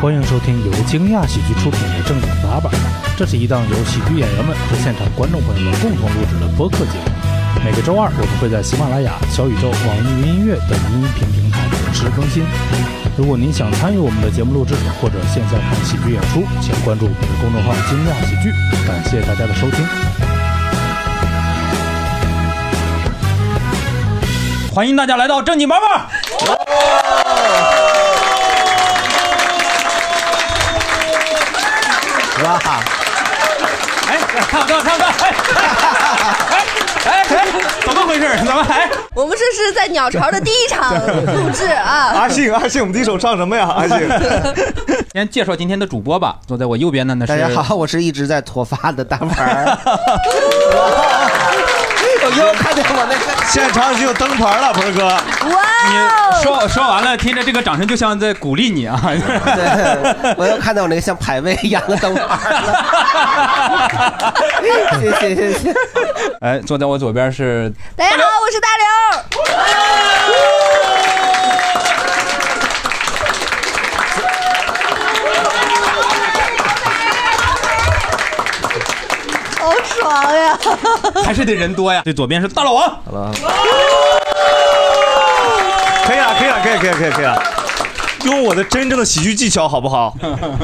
欢迎收听由惊讶喜剧出品的《正经八百》，这是一档由喜剧演员们和现场观众朋友们共同录制的播客节目。每个周二，我们会在喜马拉雅、小宇宙、网易云音乐等音频平台准时更新。如果您想参与我们的节目录制或者线下看喜剧演出，请关注我们的公众号“惊讶喜剧”。感谢大家的收听。欢迎大家来到正经八百。哇！哎，唱歌唱歌！哎哎哎，怎么回事？怎么哎？ 我们这是在鸟巢的第一场录制啊！阿信，阿信，我们第一首唱什么呀？阿信，先介绍今天的主播吧。坐在我右边的呢是大家好，我是一直在脱发的大牌儿。 我又看见我那个现场是有灯牌了，鹏哥。哇哦，说说完了，听着这个掌声就像在鼓励你啊！对，我又看到我那个像牌位一样的灯牌了。谢谢谢谢。哎，坐在我左边是大家好，我是大刘。好爽呀！还 是得人多呀？对，左边是大老王。可以了，可以了，可以，可以，可以，可以了。用我的真正的喜剧技巧好不好？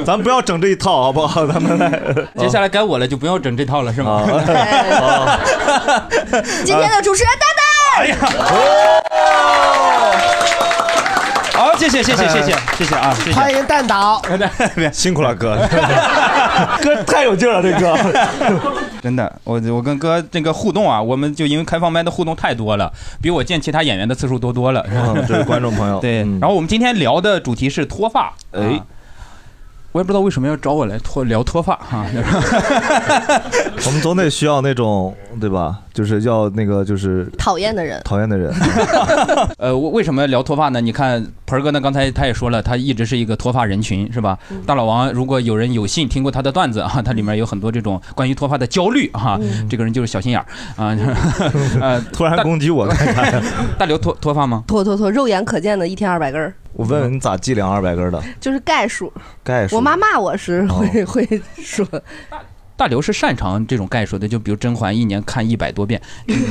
咱们不要整这一套好不好？咱们来，接下来该我了，就不用整这套了，是吗？今天的主持人丹丹， 哎好，谢谢谢谢谢谢谢谢啊！谢欢谢。迎蛋导， 辛苦了哥，哥太有劲儿了，这哥。 真的，我我跟哥这个互动啊，我们就因为开放麦的互动太多了，比我见其他演员的次数多多了。嗯，这是观众朋友。对，然后我们今天聊的主题是脱发。哎啊，我也不知道为什么要找我来脱聊脱发哈、我们总得需要那种，对吧？就是要那个，就是讨厌的人，讨厌的人。呃，我为什么聊脱发呢？你看盆儿哥呢，刚才他也说了，他一直是一个脱发人群，是吧？嗯大老王，如果有人有幸听过他的段子啊，他里面有很多这种关于脱发的焦虑哈、嗯这个人就是小心眼儿 啊。呃，突然攻击我，看看 大刘脱脱发吗？脱脱脱，肉眼可见的一天二百根儿，我问问你咋计量二百根的？就是概数。概数。我妈骂我是会 会说，大刘是擅长这种概述的，就比如甄嬛一年看一百多遍， 就是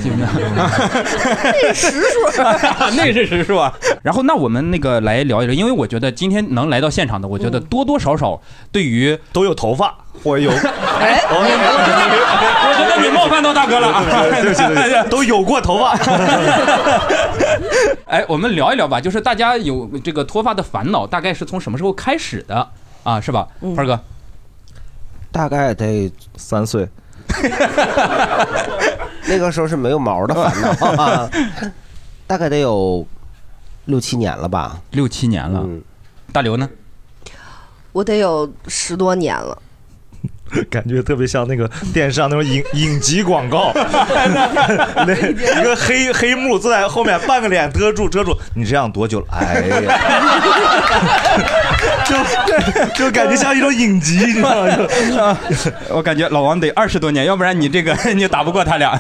这是实数。 那是实数啊。然后，那我们那个来聊一聊，因为我觉得今天能来到现场的，我觉得多多少少对于，都有头 发，我有。哎，我觉得你冒犯到大哥了啊。对不起，对不起，都有过头发。 哎，我们聊一聊吧，就是大家有这个脱发的烦恼，大概是从什么时候开始的啊？是吧，嗯二哥？大概得三岁，那个时候是没有毛的烦恼 啊，大概得有六七年了吧。六七年了， 嗯，大刘呢？我得有十多年了， 感觉特别像那个电视上那种影影集广告，那一个黑黑幕坐在后面，半个脸遮住遮住，你这样多久了？哎呀，就就感觉像一种影 集，你知道吗？我感觉老王得二十多年，要不然你这个 你打不过他俩。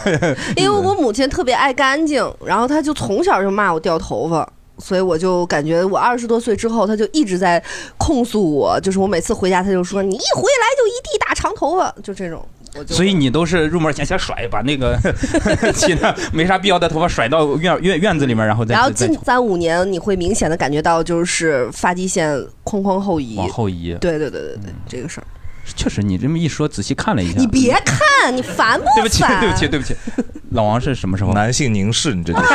因为我母亲特别爱干净，然后她就从小就骂我掉头发。所以我就感觉我二十多岁之后，她就一直在控诉我，就是我每次回家，她就说你一回来就一地大长头发，就这种。我 就所以你都是入门前先甩，把那个 其他没啥必要的头发甩到院院院子里面，然后再然后再近三五年，你会明显的感觉到就是发际线哐哐后移。往后移。对对对对对，这个事儿。确实，你这么一说，仔细看了一下。你别看，你烦不烦？ 对不起，对不起，对不起，老王是什么时候？男性凝视，你这就是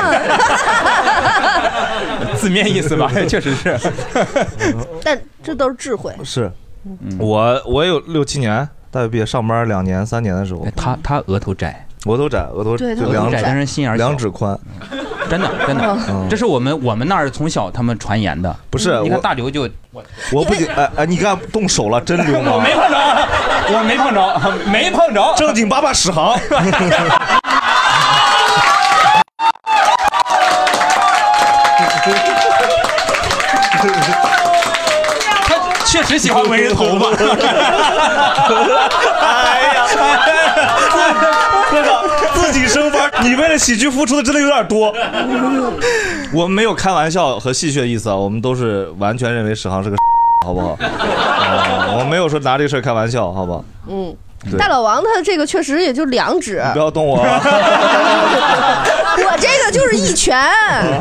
字面 意思吧，确实是。但这都是智慧。是，我我有六七年。大学毕业上班两年三年的时候哎，他他额头窄，额头窄，额头对就他额头两窄，指但是心眼儿小两指 宽，真的真嗯的，这是我们我们那儿从小他们传言的。不是你看我，大刘就我不仅哎哎，你看动手了，真流氓，碰着，啊我没碰着，没碰着。正经八百史航，他确实喜欢纹 人头发。哎呀，哥哥自己升班，你为了喜剧付出的真的有点多。我们没有开玩笑和戏谑的意思啊，我们都是完全认为史航是个 好不好？啊我没有说拿这个事儿开玩笑，好不好？嗯对，大老王他这个确实也就两指，你不要动我啊， 我这个就是一拳，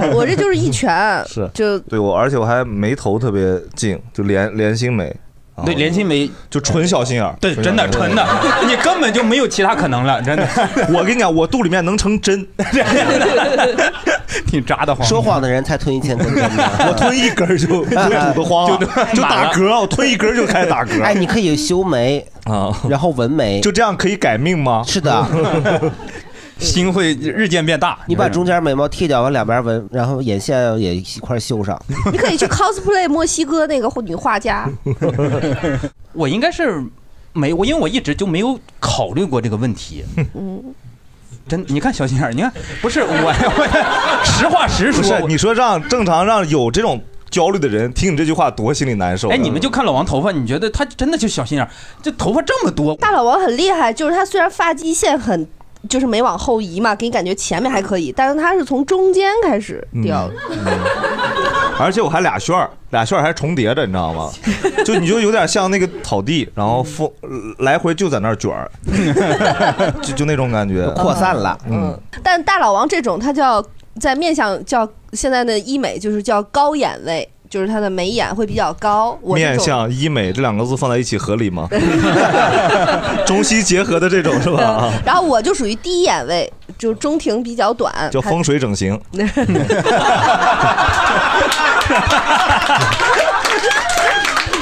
嗯我这就是一拳， 是就对我，而且我还眉头特别近，就连连心眉，啊对，连心梅就纯小心眼儿。对，真的小心眼真的，你根本就没有其他可 能了，真的，儿。我跟你讲，我肚里面能成针，挺扎的慌。说谎的人才吞一千根针呢。 我吞一根 儿就就堵得慌啊，就打嗝，我吞一根儿就开始打哎，嗝你可以修眉，哦啊。然后纹眉。就这样可以改命吗？是 的， 心会日渐变大。你把中间眉毛剃掉，往两边纹，然后眼线也一块修上。你可以去 cosplay 墨西哥那个女画家， 我应该是没我，因为我一直就没有考虑过这个 问题。嗯，真，你看小心眼儿，你看不是我， 我 实话实不是说。，你说让正常让有这种焦虑的人听你这句话多心里难受。啊哎，你们就看老王头发，你觉得他真的就小心眼儿？这头发这么多，大老王很厉害，就是他虽然发际线很。就是没往后移嘛，给你感觉前面还可以，但是他是从中间开始嗯掉的。而且我还俩旋儿，俩旋儿还重叠着，你知道吗？就你就有点像那个草地，然后风来回就在那儿卷儿，就就那种感觉。扩散了，嗯，但大老王这种，他叫在面相叫现在的医美就是叫高眼位，就是他的眉眼会比较高。我这面种相医美这两个字放在一起合理吗？中西结合的这种是吧？啊然后我就属于低眼位，就中庭比较短，叫还风水整形，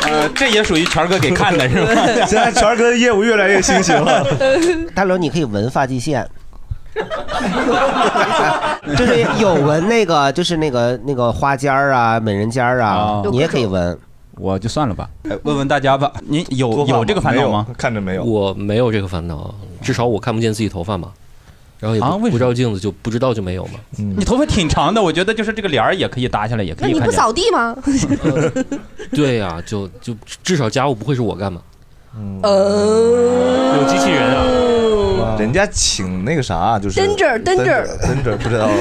呃，这也属于权儿哥 给看的 是吧？现在 全哥的业务越来越新型了。大刘，你可以纹发际线。就是哎有纹那个，就是那个那个花尖儿啊、美人尖儿啊哦，你也可以纹。我就算了吧，哎问问大家吧，您有脱发有这个烦恼吗？？没有看着没有，我没有这个烦恼，至少我看不见自己头发嘛，然后也不,、啊为什么嗯不照镜子就不知道就没有嘛。 你头发挺长的，我觉得就是这个帘儿也可以搭下来，也可那以你看不见。扫地吗？ 对呀、就就至少家务不会是我干嘛。呃，有机器人啊。人家请那个啥，就是登这儿登这儿登这儿不知道吗？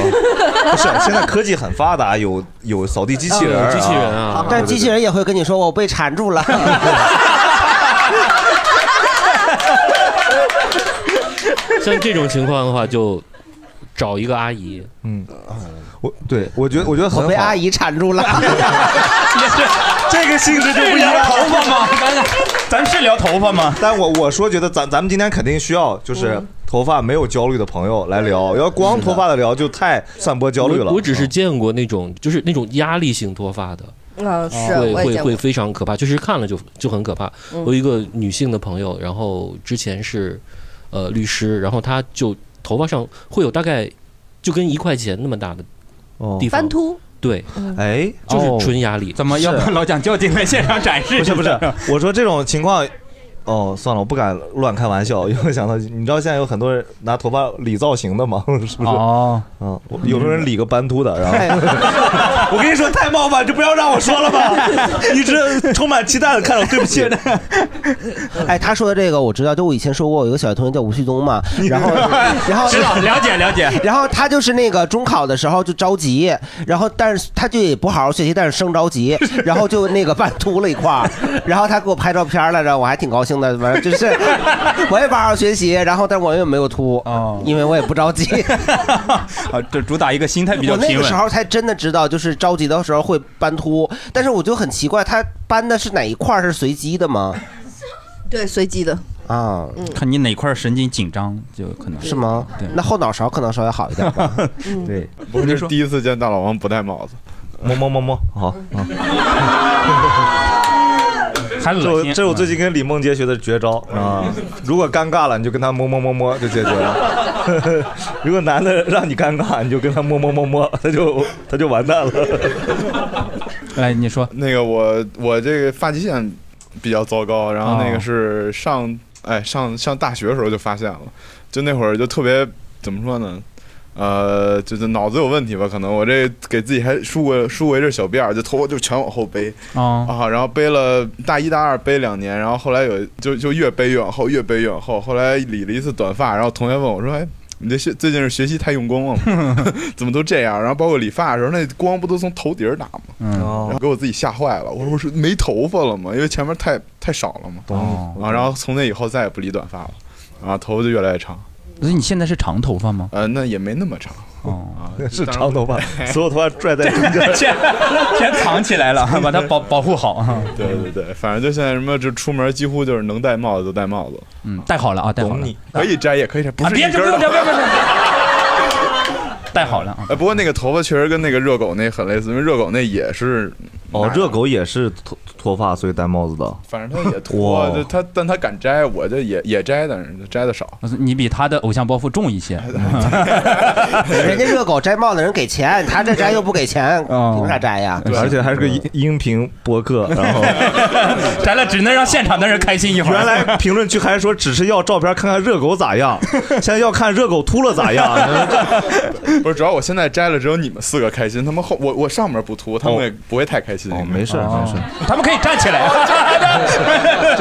不是，现在科技很发达，有有扫地机器人儿，有机器人啊，但机器人也会跟你说我被缠住了，像这种情况的话，就找一个阿姨，嗯我对我觉得 我觉得很我好被阿姨缠 住了。这个性质就不一聊头样。发吗？ 咱咱是聊头发吗？但我我说觉得咱咱们今天肯定需要就是头发没有焦虑的朋友来聊，要光脱发的聊就太散播焦虑了。我嗯我只是见过那种就是那种压力性脱发的， 啊，是会我会也见过嗯会。非常可怕，就是看了就就很可怕。我有一个女性的朋友，然后之前是呃律师，然后她就头发上会有大概就跟一块钱那么大的哦地方翻，嗯秃，对，哎，就是纯压力。怎么？要不 然老蒋较劲来现场展示？不 是不是，我说这种情况。哦，算了，我不敢乱开玩笑，因 为想到你知道现在有很多人拿头发理造型的吗？ 是不是？哦，嗯，我有的人理个斑秃的，然后哎我跟你说太冒犯，就不要让我说了 吧。一直充满期待的看着，对不起。嗯哎，他说的这个我知道，就我以前说过，有个小学同学叫吴旭东嘛，然 后然后知道了解了解。然后他就是那个中考的时候就着急，然后但是他就也不好好学习，但是生着急，然后就那个半秃了一块儿，然后他给我拍照片来着，我还挺高兴的，反正就是我也不好好学习，然后但是我又没有秃哦，因为我也不 着急，啊，这主打一个心态比较我那平个时稳。候才真的知道，就是着急的时候会斑秃，但是我就很奇怪，他斑的是哪一块儿是随机的吗？对，随机的。啊，看你哪块神经紧张，就可能是吗对？那后 脑勺可能稍微好一点吧。对，我是第一次见大老王不戴帽子， 摸摸摸摸，好。还嗯这恶我心。这是我最近跟李梦洁学的绝招啊！如果尴尬了，你就跟他摸摸摸摸就解决了； 如果男的让你尴尬，你就跟他摸摸摸摸，他就他就完蛋了。 来，你说那个我我这个发际线比较糟糕，然后那哦个是上哎上上大学的时候就发现了，就那会儿就特别怎么说呢？呃，就是脑子有问题吧，可能我这给自己还梳过梳过一阵小辫儿，就头发就全往后背啊，啊，然后背了大一大二背两年，然后后来有就就越背越往后，越背越往后，后来理了一次短发，然后同学问我说，哎，你这学最近是学习太用功了 嘛，怎么都这样？然后包括理发的时候，那光不都从头顶儿打吗？嗯，然后给我自己吓坏了，我说我是没头发了嘛，因为前面太太少了嘛。哦，啊，然后从那以后再也不理短发了，啊，头发就越来越长，所以你现在是长头发吗？呃，那也没那么长哦，啊，是当然长头发，所有头发拽在 中间。全全藏 起来了，把它保保护好啊。对对对，反正就现在什么，就出门几乎就是能戴帽子都戴帽子，嗯，戴好了啊，戴好懂了。你，可以摘也可以摘，不啊，是别一这根不儿的。用这不用不用。戴好了啊，哎，不过那个头发确实跟那个热狗那很类似，因为热狗那也是哦，热狗也是脱脱发，所以戴帽子的。反正他也脱，哇就他但他敢摘，我这也也摘，但是摘的少。呃你比他的偶像包袱重一些。 人家热狗摘帽子人给钱，他这摘又不给钱，哦凭啥摘呀？对而且还是个音音频播客，然后咱俩只能让现场的人开心一会儿。原来评论区还说只是要照片看看热狗咋样，现在要看热狗秃了 咋样。啊 不是，主要我现在摘了，只有你们四个开心，他们后我我上面不秃，他们也不会太开心。哦，没事儿没事儿，他们可以站起来。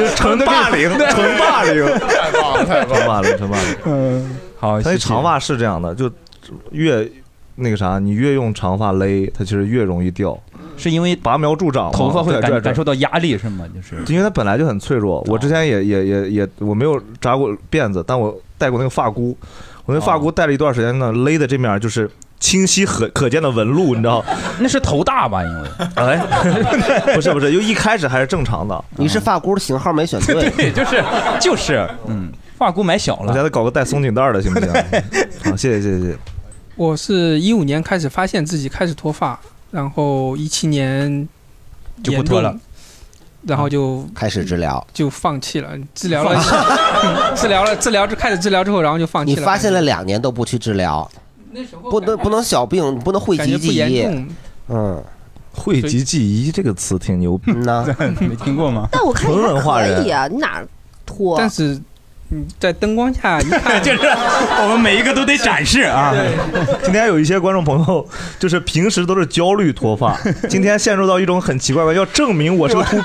这纯霸凌， 纯霸凌，太棒了，太棒纯了！霸凌，纯霸凌。好，他谢那谢长发是这样的，就越那个啥，你越用长发勒，它其实越容易掉，是因为拔苗助长嘛，嗯头发会拽拽感拽感受到压力是吗？就是因为它本来就很脆弱。我之前也也也也，我没有扎过辫子，但我戴过那个发箍，我那发哦箍戴了一段时间呢，勒的这面就是清晰可可见的纹路，你知道？ 那是头大吧？因为哎， 不是不是，就一开始还是正常的，你是发箍的型号没选对， 对， 就是就是，嗯，发箍买小我了现。在搞个带松紧带的行不 行？好，谢谢谢谢谢谢。我是一五年开始发现自己开始脱发，然后一七年就不脱了严重，然后 就开始治疗。就放弃了，治疗了， 治疗了，治疗之开始治疗之后，然后就放你弃了。发现了两年都不去治疗，那时候不能不能小病，不能讳感觉疾不忌严医。重，嗯，汇集记忆这个词挺牛逼，嗯 呐，没听过吗？但我看你纯文化还可人以啊，你哪儿脱？但是嗯，在灯光下一 看就是我们每一个都得展示啊。今天有一些观众朋友，就是平时都是焦虑脱发，今天陷入到一种很奇怪的，要证明我是个秃，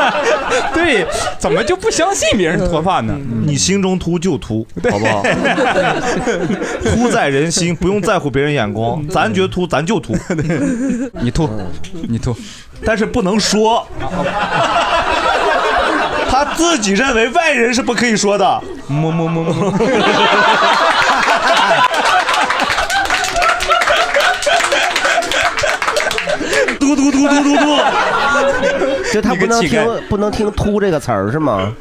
对，怎么就不相信别人脱发呢？你心中秃就秃，好不好？秃在人心，不用在乎别人眼光，咱觉得秃咱就秃，你吐，你吐，但是不能说。他自己认为外人是不可以说的，么么么么。嘟嘟嘟嘟嘟嘟， 就他你个嗯不能乞丐听不能听“秃”这个词儿是吗？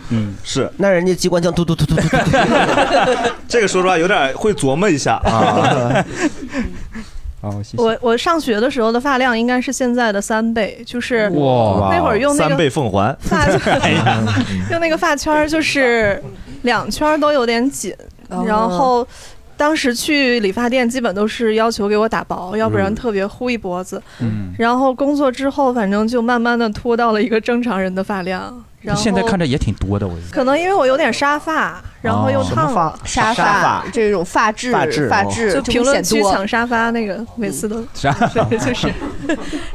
是那人家机关枪嘟嘟嘟嘟嘟嘟，这个 说实话有点会琢磨一下 啊。好，谢谢。我我上学的时候的发量应该是现在的三倍，就是哇，那会儿用那个三倍奉还，哎发 用那个发圈儿就是两圈儿都有点紧，哦然后当时去理发店基本都是要求给我打薄，要不然特别糊一脖子。嗯，然后工作之后，反正就慢慢的脱到了一个正常人的发量。然后现在看着也挺多的，我觉得。可能因为我有点沙发，然后又哦烫了，沙沙发发这种发质发质发哦质就会评论显区多嗯抢沙发那个，每次都啥？ 对， 就是。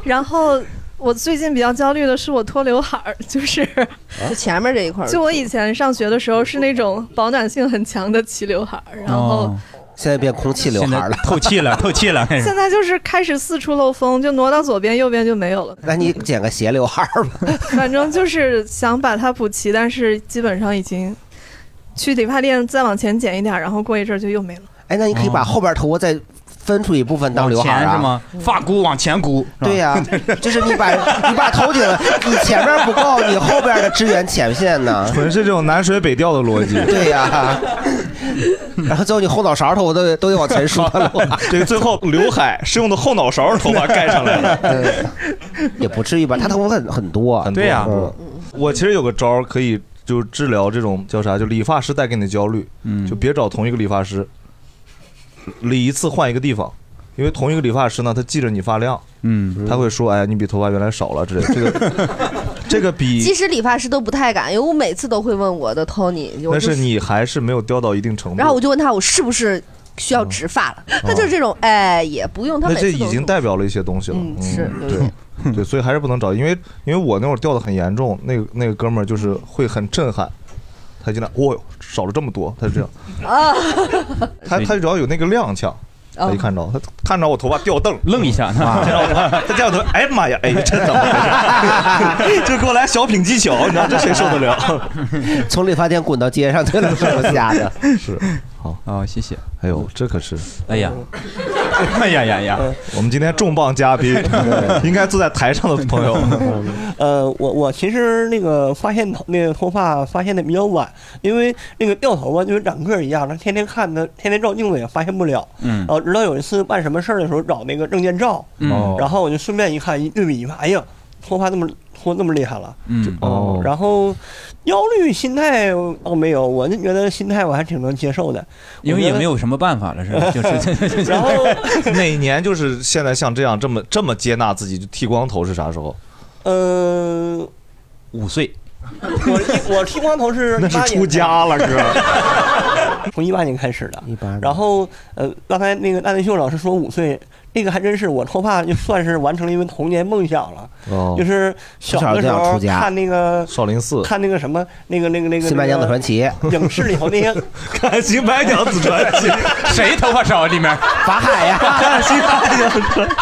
然后我最近比较焦虑的是我脱刘海儿，就是就啊前面这一块儿，就我以前上学的时候是那种保暖性很强的齐刘海儿，然后哦现在变空气刘现在海了。透气了，透气了，开始。现在就是开始四处漏风，就挪到左边右边就没有了。那你剪个斜刘海儿吧，反正就是想把它补齐，但是基本上已经去理发店再往前剪一点儿，然后过一阵儿就又没了。哎，那你可以把后边头发再分出一部分当哦往刘海前儿是啊。吗？发箍往前箍，对呀、 就是你把你把头顶， 你前面不够，你后边的支援前线呢。纯是这种南水北调的逻辑。对呀、然后最后你后脑勺头发都都得 往前梳了，这个最后刘海是用的后脑勺头发盖上来的。也不至于吧？他头发很很多，啊很多啊对呀嗯，我其实有个招儿可以，就是治疗这种叫啥，就理发师带给你的焦虑，嗯，就别找同一个理发师，理一次换一个地方。因为同一个理发师呢，他记着你发量，嗯，他会说：“哎，你比头发原来少了之类的。”这个， 这个 其比实理发师都不太敢，因为我每次都会问我的 Tony，我但就是你还是没有掉到一定程度。然后我就问他我是不是需要植发了，他就是这种哎也不用，他嗯那每这次都已经代表了一些东西了。嗯是有一对对，所以还是不能找，因为因为我那会儿掉的很严重，那个那个哥们儿就是会很震撼，他进来，哦哟，少了这么多，他是这样， 啊，他他只要有那个踉跄。他一看着他看着我头发掉凳，愣一下，他见到我头发他见到我头发，哎呀妈呀，哎这怎么回事？ 就给我来小品技巧，你知道哦这谁受得了？ 从理发店滚到街上，这能是我瞎 的？是，好啊，谢谢。哎呦，这可是，哎呀，哎呀呀呀！我们今天重磅嘉宾，应该坐在台上的朋友， 呃，我我其实那个发现头那个头发发现的比较晚，因为那个掉头啊发就跟长个儿一样，他天天看他天天照镜子也发现不了。嗯呃，直到有一次办什么事儿的时候找那个证件照，嗯哦然后我就顺便一看一对比一看，哎呀，脱发那么脱那么厉害了。 嗯哦，然后焦虑心态倒没有，我就觉得心态我还挺能接受的，因为也没有什么办法了，是吧？ 就是，然后哪年就是现在像这样这么这么接纳自己就剃光头是啥时候？呃，五岁，我我剃光头是那是出家了哥。 从一八年开始的，一八。然后呃，刚才那个大内秀老师说五岁，那个还真是我脱发就算是完成了一个童年梦想了。哦就是小的时从小就想候出家看那个少林寺看那个什么那个那个那个新白娘子传奇，影视里头 那些看新白娘子传奇，谁头发少里面？法海呀，看新白娘子传奇。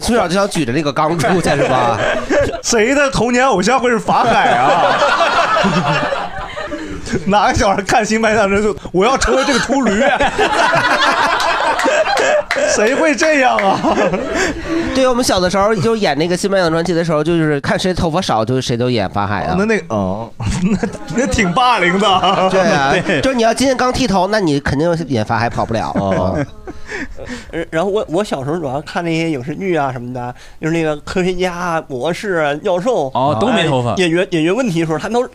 从小就想举着那个钢柱去是吧？ 谁的童年偶像会是法海啊？ 哪个小孩看新白娘子就我要成为这个秃驴？啊 谁会这样啊？ 对我们小的时候就演那个《新白娘子传奇》的时候，就是看谁头发少，就谁都演法海啊。那那哦，那那挺霸凌的啊。对啊， 对就是你要今天刚剃头，那你肯定演法海跑不了。啊哦呃然后我我小时候主要看那些影视剧啊什么的，就是那个科学家啊、博士啊、教授哦都没哎头发解决解决问题的时候，他都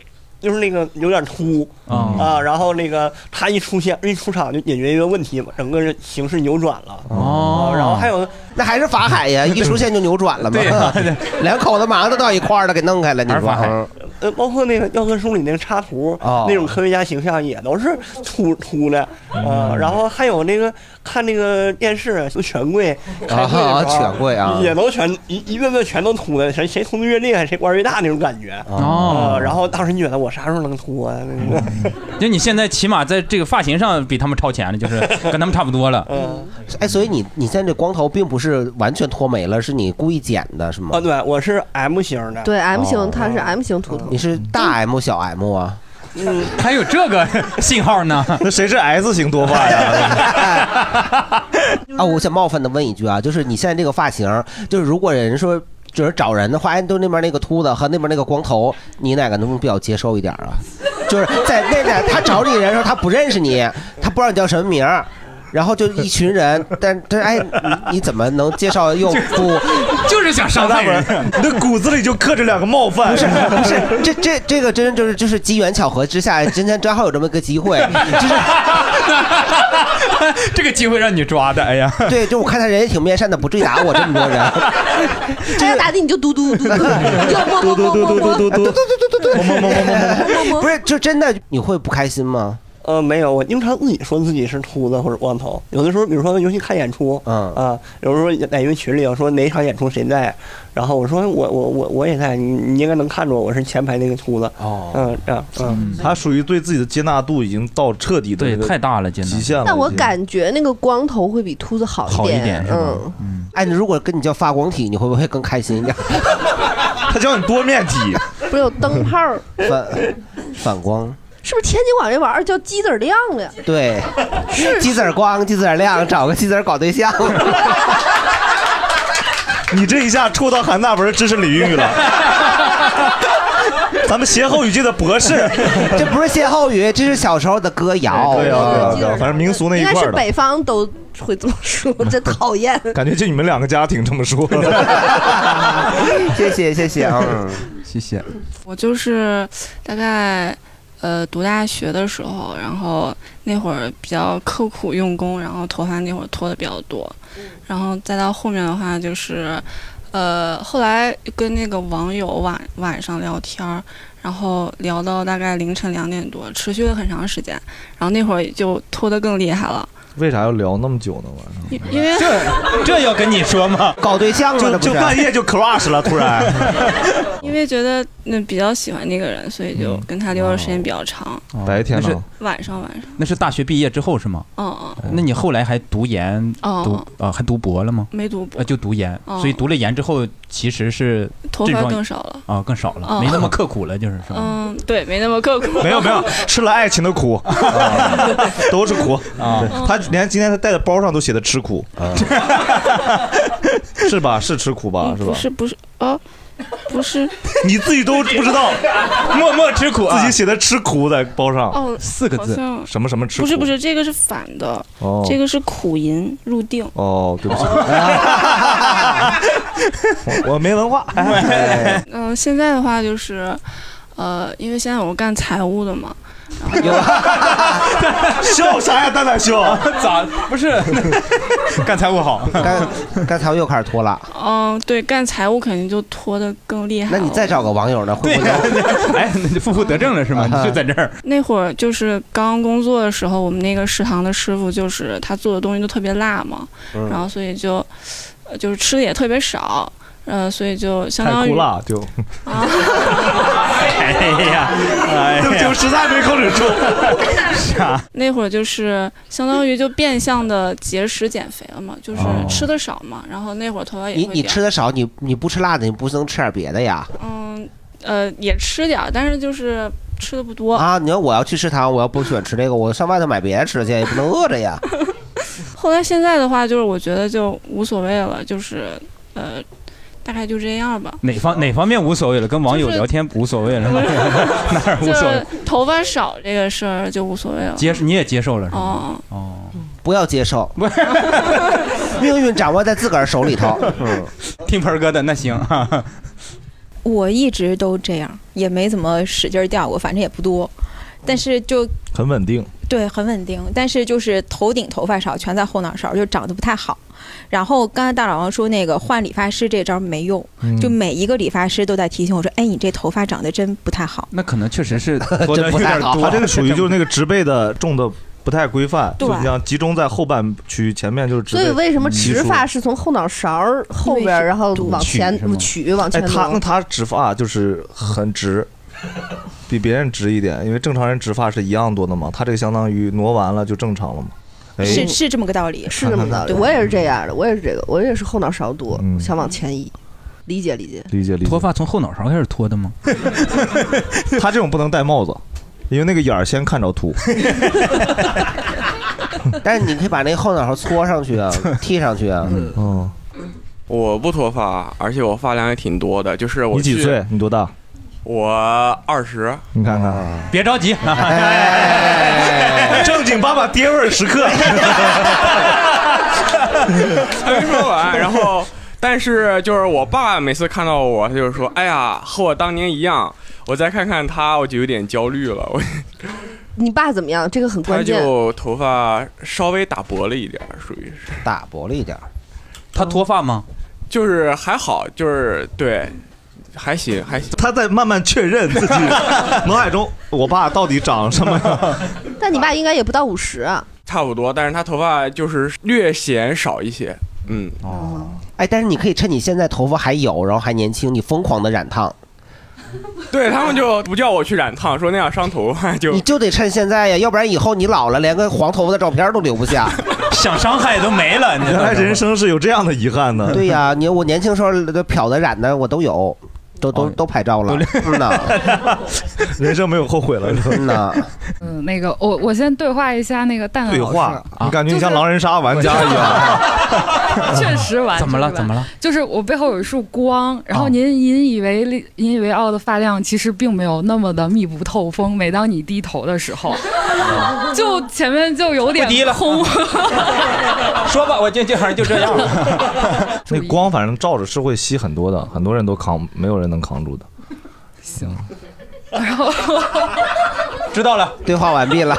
就是那个有点秃哦啊，然后那个他一出现一出场就解决一个问题，整个人形势扭转了。啊哦然后还有 那还是法海呀，一出现就扭转了嘛对啊对。两口子马上都到一块儿了，给弄开了。你说，啊呃，包括那个教科书里那个插图，哦嗯那种科学家形象也都是秃秃的，呃，然后还有那个看那个电视，就权贵开会的时候，啊权贵啊也都全一一个个全都秃的，谁谁秃的越厉害，谁官儿越大那种感觉。哦呃然后当时你觉得我啥时候能秃啊？那个嗯就你现在起码在这个发型上比他们超前了，就是 跟他们差不多了。哎，所以你你现在这光头并不是完全脱没了，是你故意剪的，是吗 啊，？对，我是 M 型的，对 M 型，哦它是 M 型秃头。嗯你是大 M 小 M 啊？ 嗯还有这个信号呢？那谁是 S 型脱 发呀？ 啊，我想冒犯的问一句啊，就是你现在这个发型，就是如果人说就是找人的话，哎，都那边那个秃子和那边那个光头，你哪个能比较接受一点啊？就是在那俩他找你人的时候，他不认识你，他不知道你叫什么名儿。然后就一群人，但但哎，你你怎么能介绍又不？就是想上大本，你的骨子里就刻着两个冒犯。不是不是，这这这个真就是就是机缘巧合之下，今天正好有这么个机会，就是 这个机会让你抓的，哎呀，对，就我看他人也挺面善的，不至于打我这么多人。他要打你，你就嘟嘟嘟嘟，你就摸摸摸摸摸摸。嘟嘟嘟嘟嘟，么 么 不是，就真的你会不开心吗？呃，没有，我经常自己说自己是秃子或者光头。有的时候，比如说，尤其看演出，嗯啊，有时候在一个群里有说哪场演出谁在，然后我说我我我我也在，你你应该能看出我是前排那个秃子。哦嗯，这样，嗯， 他属于对自己的接纳度已经到彻底的对，太大了，真极的。限了。但我已经感觉那个光头会比秃子好好一点是吧嗯，哎，你如果跟你叫发光体，你会不会更开心一点？他教你多面体，不是有灯泡儿， 反反光，是不是天津管这玩意儿叫鸡子儿亮亮？对，鸡子儿光，鸡子儿亮，找个鸡子儿搞对象。 你这一下触到韩大文知识领 域了。咱们歇后语界的 博士，这不是歇后语，这是小时候的歌谣。对啊，对啊，反正民俗那一应该块是儿北的，方都会这么说，真讨厌。感觉就你们两个家庭这么说。 啊谢谢谢谢 啊，谢谢。我就是大概呃读大学的时候，然后那会儿比较刻苦用功，然后脱发那会儿脱的比较多，然后再到后面的话就是。呃，后来跟那个网友晚晚上聊天儿，然后聊到大概凌晨两点多，持续了很长时间，然后那会儿就脱得更厉害了，为啥要聊那么久呢？晚上因为 这要跟你说吗？搞对象就就半夜就 crush 了，突然。 因为觉得那嗯比较喜欢那个人，所以就跟他聊的时间比较长。白天啊那是呢？晚上晚上，那是大学毕业之后是吗？嗯那你后来还读研，哦读啊还读博了吗？没读博呃就读研，哦所以读了研之后其实是头发症状更少了啊，更少了，哦没那么刻苦了，就是是吧？嗯，对，没那么刻 苦。没有没有，吃了爱情的 苦，啊都是苦啊嗯他连今天他带的包上都写的吃苦，啊 是吧？是吃苦吧？是吧不？是不是哦，不是 你自己都不知 道，默默吃苦，自己写的吃苦在包上，哦四个字好像，什么什么吃苦？不是不是，这个是反的，哦这个是苦吟入定。哦，对不起， 我我没文 化。哎嗯、现在的话就是，呃，因为现在我干财务的嘛，笑啥呀，蛋蛋笑？咋不是？干财务好，干干财务又开始拖拉。嗯、对，干财务肯定就拖得更厉害那了。你再找个网友呢？会不会 啊哎，那就负负得正了是吗？你就在这儿，那会儿就是刚工作的时候，我们那个食堂的师傅就是他做的东西都特别辣嘛，嗯然后所以就，呃就是吃的也特别少，呃，所以就相当太于啊酷了就。 哎呀，哎对不起，我实在没控制住。 啥？那会儿就是相当于就变相的节食减肥了嘛，就是哦吃的少嘛，然后那会儿头发哎也你会你掉吃的少，你你不吃辣的，你不能吃点别的呀？嗯呃也吃点儿，但是就是吃的不多。啊，你说我要去食堂，我要不喜欢吃这个，我上外头买别的吃去，也不能饿着呀。后来现在的话，就是我觉得就无所谓了，就是呃大概就这样吧。哪方哪方面无所谓了？跟网友聊天无所谓 了， 哪儿就无所是谓？头发少这个事儿就无所谓了。接受你也接受了是吗？哦，哦，不要接 受，命运掌握在自个儿手里头。 听盆儿哥的那行，啊哈哈我一直都这样，也没怎么使劲儿掉过，反正也不多，但是就很稳定。对很稳定。但是就是头顶头发少，全在后脑勺，就长得不太好。然后刚才大老王说那个换理发师这招没用，嗯就每一个理发师都在提醒我说：“哎，你这头发长得真不太好。那可能确实 是 多的有点多。他这个属于就是那个植被的种的不太规范，对就你像集中在后半区，前面就是植所被。嗯以为什么植直发？是从后脑勺儿后边儿，然后往前是吗取往哎，前他那挪？他植发就是很直，比别人直一点，因为正常人植发是一样多的嘛，他这个相当于挪完了就正常了嘛。哎，是是这么个道理，是这么的，我也是这样的，我也是这个，我也是后脑勺多，嗯想往前移，理解理解。理解理解。脱发从后脑勺开始脱的吗？ 他这种不能戴帽子，因为那个眼儿先看着秃。 但是你可以把那个后脑勺搓上 去啊，剃上去啊。嗯，我不脱发，而且我发量也挺多的。就是我你几去岁？？你多大？我二十。你看啊啊看， 别着急，哎 正经爸爸爹味儿时刻。还没说完，然后，但是就是我爸每次看到我，他就说：“哎呀，和我当年一样。”我再看看他，我就有点焦虑 了。我你爸怎么样？这个很他关键。就头发稍微打薄了一点，属于是打薄了一点。他脱发吗？就是还好，就是对，还行还行。他在慢慢确认自己脑海中我爸到底长什么样。但你爸应该也不到五十啊。 差不多，但是他头发就是略显少一些。嗯，哦，哎，但是你可以趁你现在头发还有，然后还年轻，你疯狂的染烫，对他们就不叫我去染烫，说那样伤头发就你就得趁现在呀，要不然以后你老了连个黄头发的照片都留不下。想伤害都没了，你知原道吗来人生是有这样的遗憾的。对呀、你我年轻时候的漂的染的我都有，都都都拍照 了。嗯呐， 人生没有后悔了。嗯呐，嗯，那个我我先对话一下那个蛋蛋对老师话，啊你感觉你像狼人杀玩家就是一样。 确实完。怎么了？确实怎么完了？就是我背后有一束光，然哦后您引以为力、引以为傲的发量，其实并没有那么的密不透风。每当你低头的时候， 就前面就有点不低了嗯空。 说吧，我这这好像就这 样了。那光反正照着是会吸很多的，很多人都扛，没有人能扛住的。行，然后知道了，啊对话完毕 了。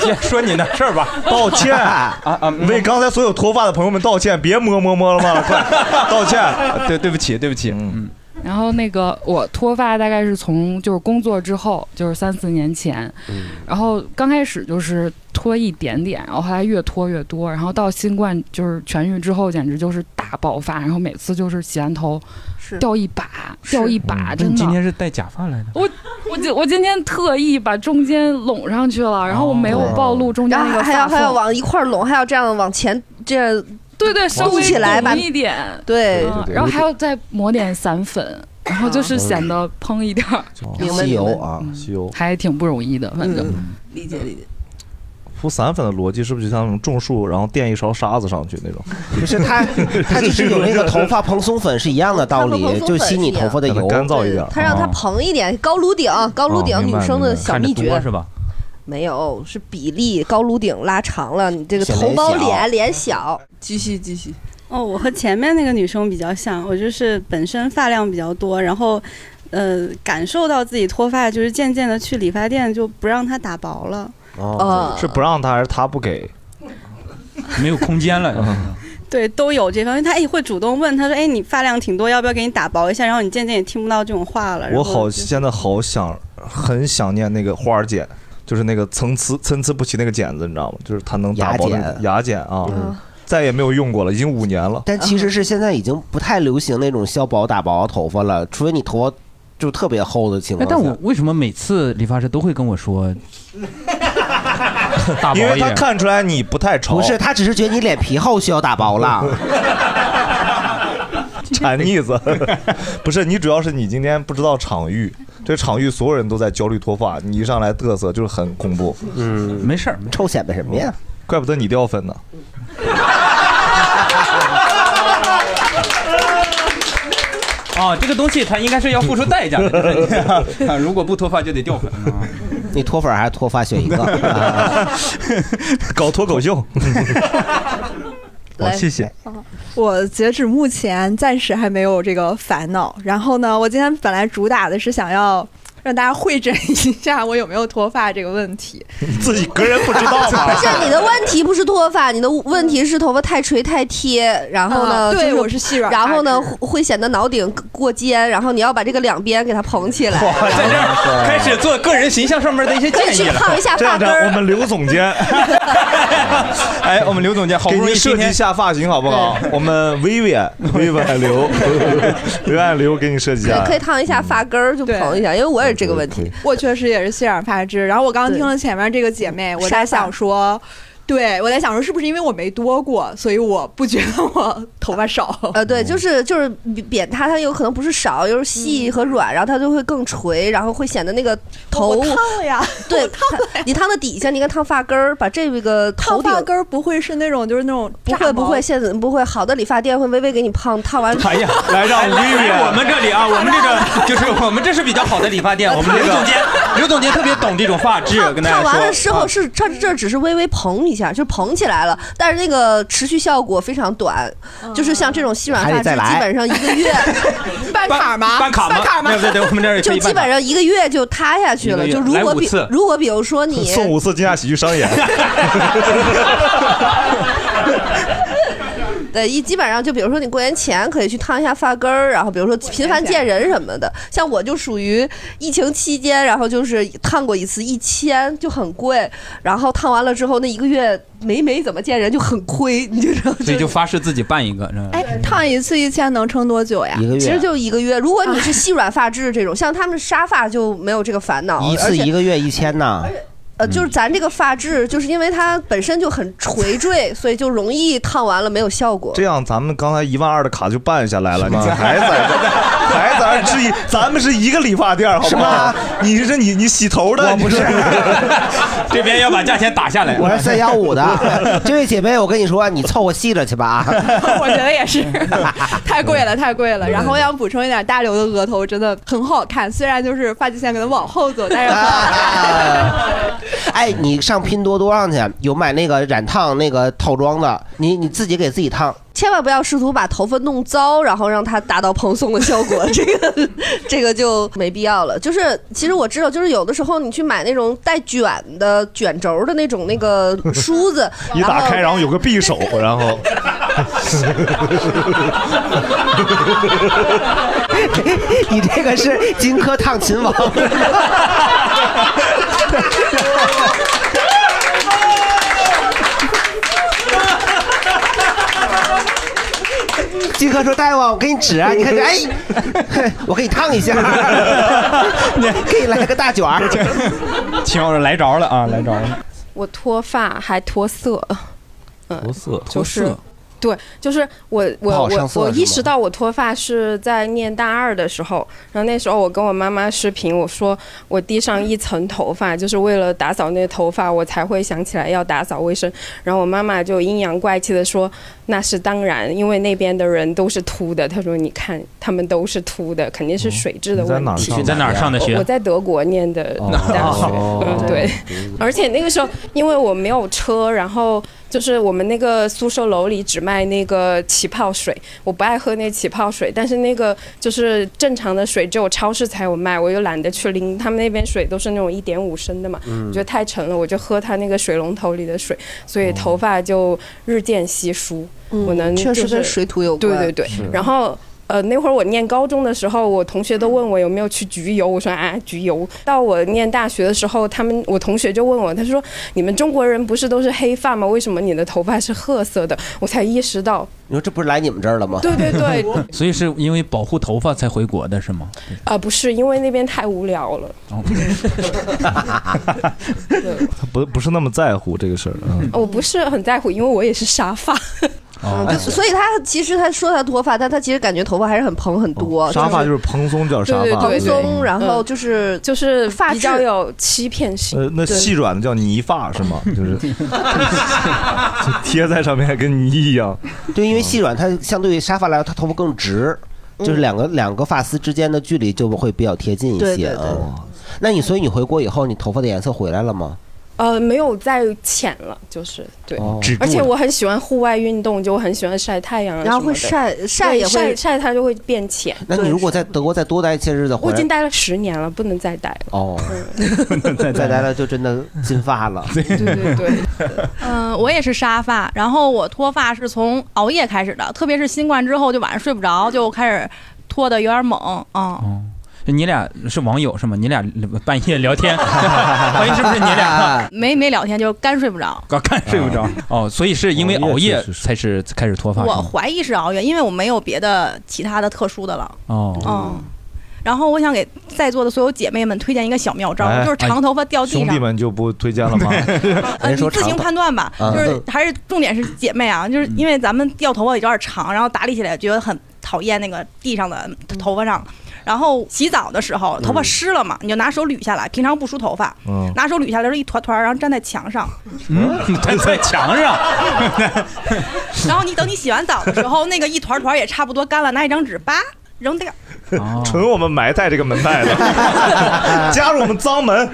接着说你的事儿吧。抱歉啊 啊！为刚才所 有脱发的朋友们道歉，别摸摸摸了嘛，快道歉。对，对不起，对不起。嗯，然后那个我脱发大概是从就是工作之后，就是三四年前，然后刚开始就是脱一点点，然后后来越脱越多，然后到新冠就是痊愈之后，简直就是大爆发，然后每次就是洗完头掉一把，掉一把，那嗯真你的。今天是戴假发来的？我我今我今天特意把中间拢上去了，然后我没有暴露中间然那后个啊还要发缝还要往一块儿拢，还要这样往前这样，对对，稍微起来吧，拱一点，对啊嗯然后还要再抹点散粉，然后就是显得蓬一点儿，哦吸油啊，吸油。还挺不容易的，反正。理解理解。敷散粉的逻辑是不是就像那种种树，然后垫一勺沙子上去 那种？不是它， 它就是有那个头发蓬松粉是一样的道头发蓬理，松就粉吸你头发的让油，它干燥一点啊它哦让它蓬一点，高颅顶，高颅顶女生的小秘诀？吧？没有，是比例高颅顶拉长了，你这个小头脸包小脸脸小。继续继续，哦，我和前面那个女生比较像，我就是本身发量比较多，然后，呃，感受到自己脱发，就是渐渐的去理发店就不让它打薄了。 哦，是不让他还是他不给？ 嗯没有空间了。对，都有这方面，他也会主动问，他说：“哎，你发量挺多，要不要给你打薄一下？”然后你渐渐也听不到这种话哎了。然我后好就现在好想很想念那个花儿剪，就是那个参差参差不齐那个剪子，你知道吗？就是它能打薄的那个牙剪啊，再也没有用过了，已经五年了。但其实是现在已经不太流行那种削薄打薄头发了，除非你头发就特别厚的情哎况，下。但我为什么每次理发师都会跟我说大薄因为一他点？看出来你不太潮，不是，他只是觉得你脸皮厚需要打薄 了。馋腻子， 不是你主要是你今天不知道场域，这场域所有人都在焦虑脱发，你一上来嘚瑟就是很恐怖。嗯，没事儿，臭显摆什么呀？怪不得你掉粉呢。哦，这个东西它应该是要付出代价的就是你啊，如果不脱发就得掉粉。你脱粉还是脱发选 一个？啊 搞脱口 秀。好，谢谢。嗯我截止目前暂时还没有这个烦恼。然后呢，我今天本来主打的是想要让大家会诊一下我有没有脱发这个问题。自 己个人不知道吗？不是你的问题不是脱发，你的问题是头发太垂太贴，然后呢，啊对就我是细软然后呢会会显得脑顶过尖，然后你要把这个两边给它蓬起来。在这儿开始做个人形象上面的一些建议去烫了一下。这样发这根样，我儿。们刘总监， 哎，我们刘总监好不容给易您设今计天一下发型好不好？我们 Vivian Vivian 刘 Vivian 刘给你设计一下可。以烫一下发根儿，就蓬一下，因为我也是这个问题。嗯我确实也是细软发质。然后我刚刚听了前面这个姐妹，我在想说，对我在想说，是不是因为我没多过，所以 我不觉得我头发少？呃，对，就是就是扁塌，它有可能不是少，就是嗯细和软，然后它就会更垂，然后会显得那个头我烫了呀， 对，它你烫到底下，你应该烫发根儿，把这个头发顶根儿不会是那种就是那种不会不会，现在不会，好的理发店会微微给你烫烫完。哎呀，来让我们这里啊，我们这个就是我们这是比较好的理发店，我们刘总监，刘总监特别懂这种发质，跟大家烫说。啊完了之后是它这只是微微蓬一下，就是蓬起来了，但是那个持续效果非常短，就是像这种细软还得发质，再来基本上一个月办卡吗办卡吗办卡吗对对对我们这儿也可就以基办卡本上一个月就塌下去了。一个就月如来果五比次如果比如说你送五次惊讶喜剧商演，对，一基本上就比如说你过年前可以去烫一下发根儿，然后比如说频繁见人什么的。像我就属于疫情期间，然后就是烫过一次一千，就很贵。然后烫完了之后，那一个月没没怎么见人，就很亏，你就知道。所以就发誓自己办一个，是吧哎，烫一次一千能撑多久呀？一个月其实就一个月。如果你是细软发质这种，像他们沙发就没有这个烦恼， 一而次且一个月一千呢？呃，就是咱这个发质，就是因为它本身就很垂坠，所以就容易烫完了没有效果。这样咱们刚才一万二的卡就办下来了，你还在还在质疑？咱们是一个理发店，好不好？你是你你洗头的，不是？，这边要把价钱打下来。我是三幺五的，这位姐妹，我跟你说，你凑合细着去吧 啊！我觉得也是，太贵了，太贵了。然后我想补充一点，大刘的额啊头真的很好看，虽然就是发际线可能往后走，但是哎，你上拼多多上去，有买那个染烫那个套装的，你你自己给自己烫。千万不要试图把头发弄糟，然后让它达到蓬松的效果，这个这个就没必要了。就是其实我知道，就是有的时候你去买那种带卷的卷轴的那种那个梳子一打开，然然后有个匕首，然 后 你这个是荆轲烫秦王。荆轲说：“大王，我给你指啊，你看这，哎， 我给你烫一下，给你来个大卷儿。请来着了啊，来着了。我脱发还脱色，脱色，就是对，就是我不好我上我色我是吗意识到我脱发是在念大二的时候，然后那时候我跟我妈妈视频，我说我地上一层头发，就是为了打扫那头发，我才会想起来要打扫卫生。然后我妈妈就阴阳怪气的说那是当然，因为那边的人都是秃的。她说你看他们都是秃的，肯定是水质的你在问哪儿题。上的你在哪儿上的学我我在德国念的大学，哦 嗯对。而且那个时候，因为我没有车，然后就是我们那个宿舍楼里只卖那个起泡水，我不爱喝那起泡水，但是那个就是正常的水只有超市才有卖，我又懒得去拎，他们那边水都是那种一点五升的嘛，嗯我觉得太沉了，我就喝他那个水龙头里的水，所以头发就日渐稀疏。嗯我能、就确实是、跟水土有关对对对是，然后。呃，那会儿我念高中的时候，我同学都问我有没有去焗油，我说啊，焗油。到我念大学的时候，他们我同学就问我，他说你们中国人不是都是黑发吗？为什么你的头发是褐色的？我才意识到，你说这不是来你们这儿了吗？对对对， 所以是因为保护头发才回国的是吗？啊、不是因为那边太无聊了。他不不是那么在乎这个事儿。嗯我不是很在乎，因为我也是沙发。嗯哦嗯就所以他其实他说他脱发，但他其实感觉头发还是很蓬很多，哦沙发就是蓬松叫沙发，蓬松，嗯然后就是嗯就是发比较质有欺骗性。呃，那对细软的叫泥发是吗？就是 就贴在上面跟泥一样。对，因为细软它相对于沙发来说，它头发更直，嗯就是两个两个发丝之间的距离就会比较贴近一对些对对啊。那你所以你回国以后，你头发的颜色回来了吗？呃，没有再浅了，就是对哦止，住而且了我很喜欢户外运动，就我很喜欢晒太阳啊什么的，然后会晒对晒也会晒晒它就会变浅。那你对如果在德国再多待一些日子我回已经来，待了十年了，不能再待了。 嗯哦，再待了就真的金发了。对对对，嗯、我也是沙发，然后我脱发是从熬夜开始的，特别是新冠之后，就晚上睡不着，就开始脱的有点猛啊。你俩是网友是吗？你俩半夜聊天， 万一是不是你 俩？没没聊天就干睡不着，刚看睡不啊着哦，所以是因为熬夜才是开始脱发是我吗？怀疑是熬夜，因为我没有别的其他的特殊的了。哦，嗯，然后我想给在座的所有姐妹们推荐一个小妙招，哎就是长头发掉地兄弟上。们就不推荐 了吗？呃，你自行判断吧，嗯就是还是重点是姐妹啊，就是因为咱们掉头发有点长，然后打理起来觉得很讨厌那个地上的头发上。然后洗澡的时嗯候头发湿了嘛，你就拿手捋下来，平常不梳头发，嗯拿手捋下来是一团团，然后粘在 墙上。嗯， 站在墙上，然后你等你洗完澡的时候，那个一团团也差不多干了，拿一张纸叭扔掉。 纯我们埋汰这个门派 的，加入我们脏门。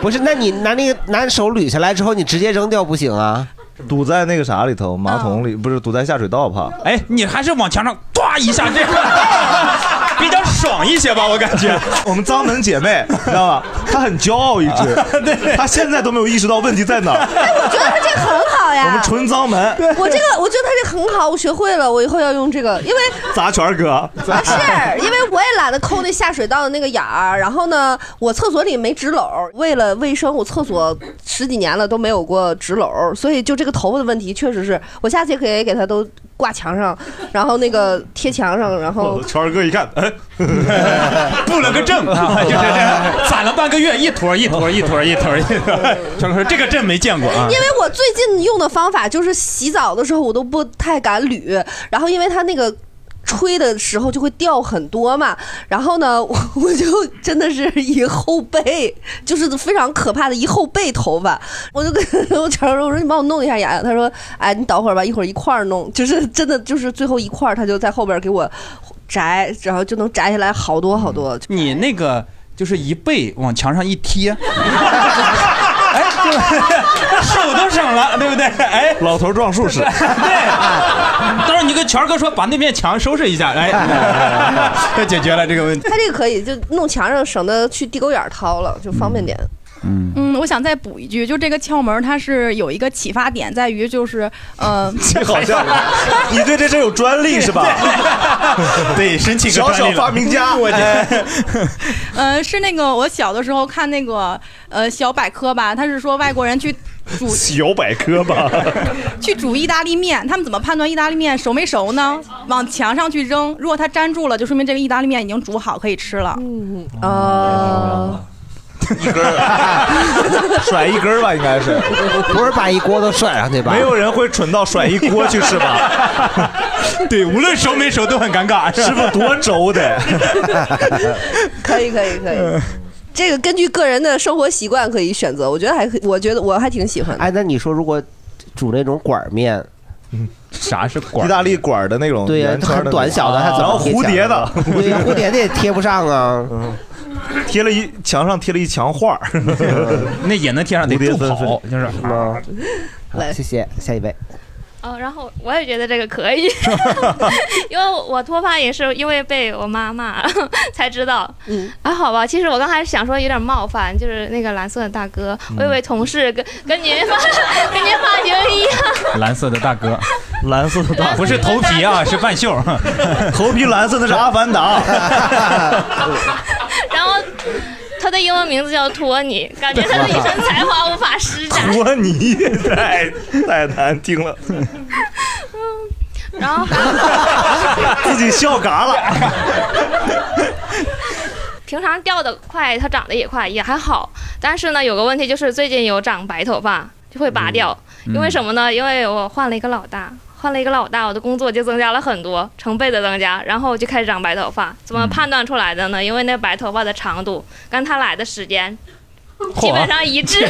不是，那你拿那个拿手捋下来之后，你直接扔掉不行啊？堵在那个啥里头，马桶啊里不是堵在下水道怕。哎，你还是往墙上抓一下这样， 比较爽一些吧，我感觉。 我们脏门姐妹，知道吧？她很骄傲一直，啊对，她现在都没有意识到问题在哪儿。我觉得他这个很哎好呀。我们纯脏门，我这个我觉得他这个很好，我学会了，我以后要用这个，因为砸圈儿哥，啊是因为我也懒得抠那下水道的那个眼儿，然后呢，我厕所里没纸篓儿，为了卫生，我厕所十几年了都没有过纸篓儿，所以就这个头发的问题，确实是我下次也可以给它都挂墙上，然后那个贴墙上，然后 圈儿哥一看，哎，布了 个阵啊，就是这样，攒了半个月，一坨一坨一坨一坨一坨。 张哥说这个阵没见 过啊，因为我最近用的方法就是洗澡的时候我都不太敢捋，然后因为它那个。吹的时候就会掉很多嘛，然后呢， 我我就真的是一后背，就是非常可怕的一后背头发，我就跟 我常说，我说你帮我弄一下呀，他说，哎，你等会儿吧，一会儿一块儿弄，就是真的就是最后一块儿，他就在后边给我摘，然后就能摘下来好多好多。你那个。就是一背往墙上一 贴，哎，就 手都省了，对不对？哎，老头撞树 是，到时候你跟权儿哥说，把那面墙收拾一下，哎， 就解决了这个问题。他这个可以，就弄墙上，省得去地沟眼儿掏了，就方便点。嗯，我想再补一句，就这个窍门，它是有一个启发点，在于就是， 呃，这好 像你对这事有专利是吧？对，申请小小发明家，哎我天。 呃，是那个我小的时候看那个呃小百科吧，他是说外国人去煮小百科 吧，去煮意大利面，他们怎么判断意大利面熟没熟呢？往墙上去扔，如果它粘住了，就说明这个意大利面已经煮好可以吃了。嗯嗯啊，甩一根儿吧，应该是，不是啊把一锅都甩上去吧？没有人会蠢到甩一锅去吃吧？ 对，无论熟没熟都很尴尬，师傅多轴的。 可以可以可嗯以。这个根据个人的生活习惯可以选择，我觉得还可以，我觉得我还挺喜欢的。哎，那你说如果煮那种管儿面，啥是管意大利管儿的那种对呀哦圆，圈儿很的那种啊短小的，还怎然后啊么贴 蝴墙蝶的，嗯对呀，蝴蝶的也贴不上 啊。贴了一墙上贴了一墙画儿， 那也能贴上，得助跑就是。好，谢谢，下一位。哦，然后我也觉得这个可以，因为我我脱发也是因为被我妈骂 才知道。嗯，还、好吧。其实我刚开始想说有点冒犯，就是那个蓝色的大哥，我以为同事跟跟您发跟您发型一样。蓝色的大哥，蓝色的 大不是头皮啊，是半袖。 头皮蓝色那是阿凡达。然后他的英文名字叫托尼，感觉他的一身才华无法施展。托尼太太难听了， 然后还 自己笑嘎了。平常掉的快，它长得也快，也还好。但是呢，有个问题就是最近有长白头发，就会拔掉。嗯因为什么呢？因为我换了一个老大，换了一个老大，我的工作就增加了很多，成倍的增加。然后我就开始长白头发，怎么判断出来的呢？因为那白头发的长度跟它来的时间基本上一致，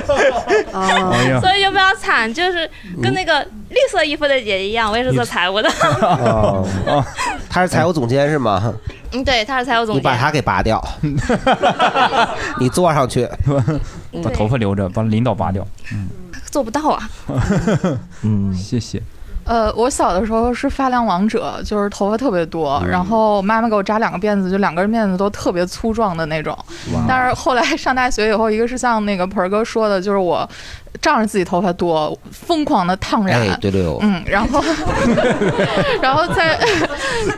哎呀所以就比较惨，就是跟那个绿色衣服的姐一样，我也是做财务的。哦， 他是财务总监是吗？嗯，对，她是财务总你把监。他给拔 掉，你坐上去，把头发留着，把领导 拔掉。嗯做不到啊。嗯，谢谢。呃，我小的时候是发量王者，就是头发特别多，嗯然后妈妈给我扎两个辫子，就两根辫子都特别粗壮的那种哇。但是后来上大学以后，一个是像那个盆儿哥说的，就是我仗着自己头发多，疯狂的烫染。哎，对对哦，嗯，然后，然后在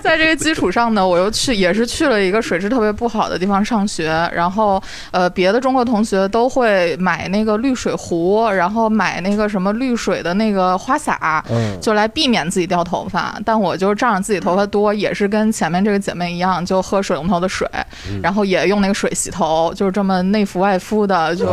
在这个基础上呢，我又去也是去了一个水质特别不好的地方上学，然后呃，别的中国同学都会买那个滤水壶，然后买那个什么滤水的那个花洒，嗯就来避免自己掉头发。但我就是仗着自己头发多，也是跟前面这个姐妹一样，就喝水龙头的水，嗯然后也用那个水洗头，就是这么内服外敷的，就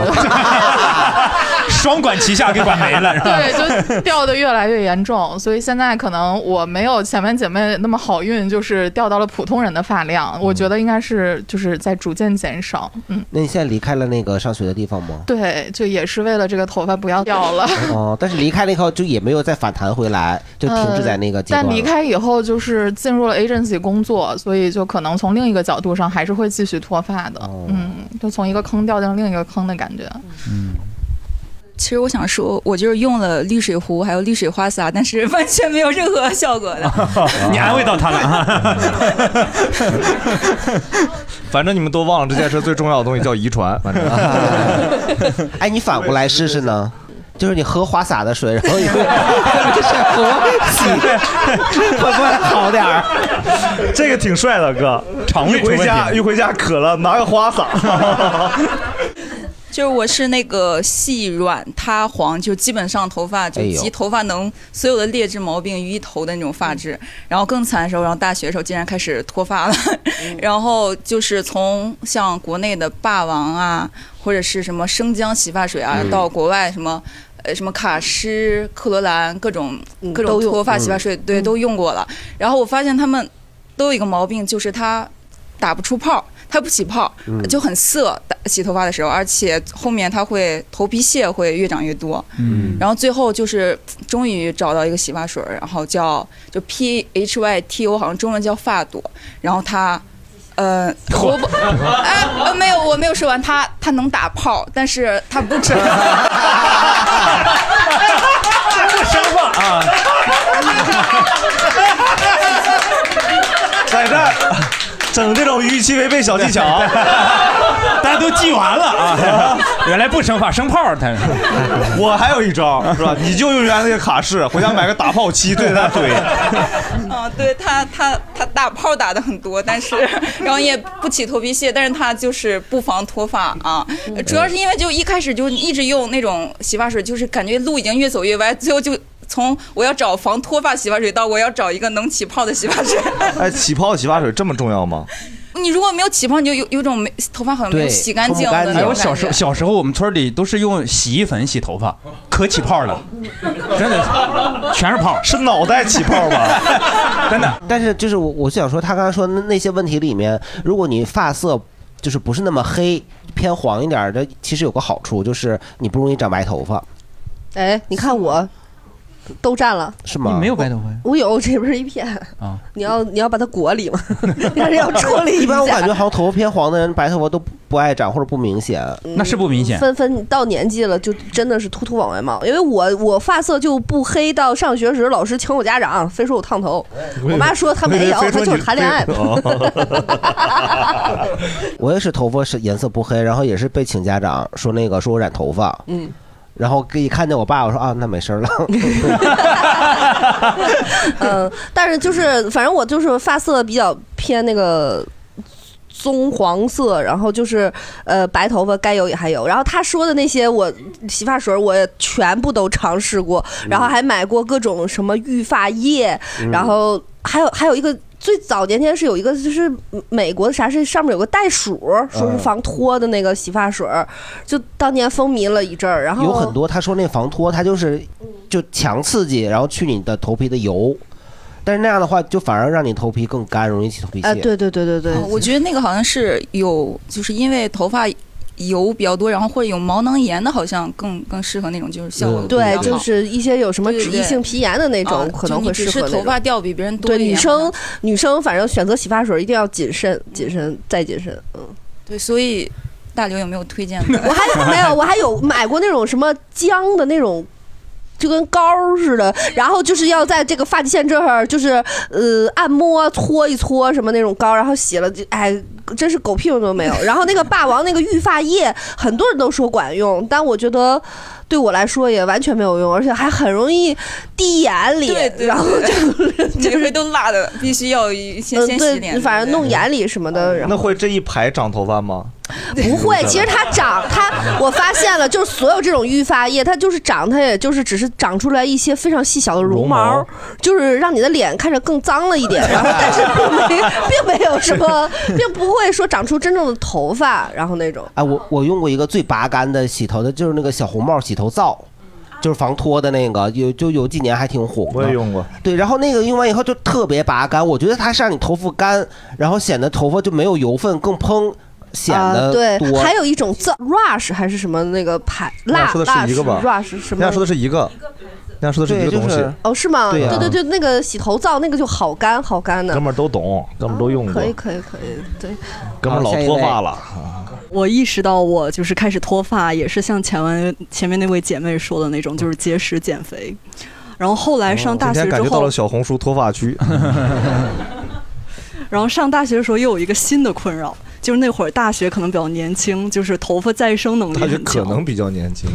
双管齐下给管没了，是吧？对，就掉的越来越严重，所以现在可能我没有前面姐妹那么好运，就是掉到了普通人的发量。我觉得应该是就是在逐渐减少，嗯，那你现在离开了那个上学的地方吗？ 对，就也是为了这个头发不要掉了。哦，但是离开了以后就也没有再反弹回来，就停滞在那个阶呃。段了。但离开以后，就是进入了 agency 工作，所以就可能从另一个角度上还是会继续脱发的。哦嗯，就从一个坑掉进另一个坑的感觉。 其实我想说，我就是用了滤水壶还有滤水花洒，但是完全没有 任何效果的。 啊你安慰到他了啊。 反正你们都忘了这件事最重要的东西叫遗传， 反正。哎，你反过来试试呢，就是你喝花洒的水，然后你会这是我洗，会不会好点儿？ 这个挺帅的哥，肠一回家一回家渴了，拿个花洒。就是我是那个细软塌黄，就基本上头发就哎呦集头发能所有的劣质毛病于一头的那种发质。然后更惨的时候，然后大学的时候竟然开始脱发了， 然后就是从像国内的霸王啊，或者是什么生姜洗发水啊，嗯到国外什么。呃，什么卡诗、克罗兰各种各种都用脱发洗发嗯水，对，都用过了。然后我发现他们都有一个毛病，就是它打不出泡，它不起泡，嗯就很涩。打洗头发的时候，而且后面它会头皮屑会越长越多。嗯然后最后就是终于找到一个洗发水儿，然后叫就 P H Y T O，好像中文叫发朵，然后它。 呃，我不，哎，呃没有，我没有说完。他他能打炮，但是他不吃。 这生吧啊！在这儿 整这种预期违背小技巧，大 家都记完了啊！原来不生发生炮，他 我还有一招是吧？你就用原来那个卡式，回家买个打炮器对着他 怼。嗯，对他，他他打炮打的很多，但是 然后也不起头皮屑，但是他就是不防脱发啊。主要是因为就一开始就一直用那种洗发水，就是感觉路已经越走越歪，最后就从我要找防脱发洗发水到我要找一个能起泡的洗发水。 哎，起泡洗发水这么重要吗？你如果没有起泡，你就有有种没头发好像没有洗干净的那哎，种我小感时觉。候小时候我们村里都是用洗衣粉洗头发，可起泡了， 真的全是泡，是脑袋起泡 吧？真的。但是就是我我就想说，他刚才说的那那些问题里面，如果你发色就是不是那么黑，偏黄一点儿的，其实有个好处就是你不容易长白头发，哎，你看我都占了，是吗？哦你没有白头发呀？我有这边一片 啊，你要你要把它裹里吗？但是要处理 一般我下感觉好像头发偏黄的人，白头发都不不爱长或者不明显。那是不明 分分到年纪了，就真的是突突往外冒。因为我我发色就不黑，到上学时老师请我家长，非说我烫头，我妈说她没有，她就是谈恋爱。 哦我也是头发是颜色不黑，然后也是被请家长说那个说我染头发，嗯，然后一看见我爸，我说啊那没事儿了。 嗯，但是就是反正我就是发色比较偏那个。棕黄色，然后就是呃白头发该有也还有，然后他说的那些我洗发水我也全部都尝试过，然嗯后还买过各种什么育发液，嗯然后还有还有一个最早年间是有一个就是美国的啥是上面有个袋鼠，说嗯是防脱的那个洗发水，就当年风靡了一阵 儿，然后有很多他说那防脱，它就是就强刺激，然后去你的头皮的油，但是那样的话就反而让你头皮更干，容易起头皮屑。呃对对对对哦我觉得那个好像是有，就是因为头发油比较多，然后或者有毛囊炎的，好像更更适合那种，就是效果比较对，好就是一些有什么对脂对溢性皮炎的那种啊，可能就会你只适合是那种头发掉比别人多对一点女嘛生，女生反正选择洗发水一定要谨慎、谨慎再谨慎。嗯，对，所以大刘有没有推荐的？ 我还没有，哎我还有买过那种什么姜的那种。就跟膏儿似的，然后就是要在这个发际线这儿，就是呃按摩搓一搓什么那种膏，然后洗了就哎，真是狗屁用 都没有。然后那个霸王那个育发液，很多人都说管用，但我觉得对我来说也完全没有用，而且还很容易滴眼里，对对对然后嗯每回都辣的，必须要一先呃先对洗脸，反正弄眼里什么啊的，然那后会这一排长头发吗？不会。其实它长，它我发现了，就是所有这种育发液，它就是长，它也就是只是长出来一些非常细小的绒毛，绒毛就是让你的脸看着更脏了一 点，然后但是并没并没有什么， 并不会说长出真正的头发，然后那种。哎，我我用过一个最拔干的洗头的，就是那个小红帽洗头皂，就是防脱的那个，有就有几年还挺火的。我也用过。对，然后那个用完以后就特别拔干，我觉得它是让你头发干，然后显得头发就没有油分，更蓬，显啊，得多。对，还有一种皂 rush 还是什么那个牌俩蜡说的是一个吧 rush 什人家么说的是一个，人家说的是一对个就东是西。哦是吗？对呀对对，那个洗头皂那个就好干好干的哥，们儿都懂，哥们儿都用过可，以可以可以，对。哥们儿老脱发了。我意识到我就是开始脱发，也是像前文前面那位姐妹说的那种，就是节食减肥。然后后来上大哦今天学之感觉到后了，小红书脱发区。然后上大学的时候又有一个新的困扰，就是那会儿大学可能比较年轻，就是头发再生 能力他就很可强，能比较年轻，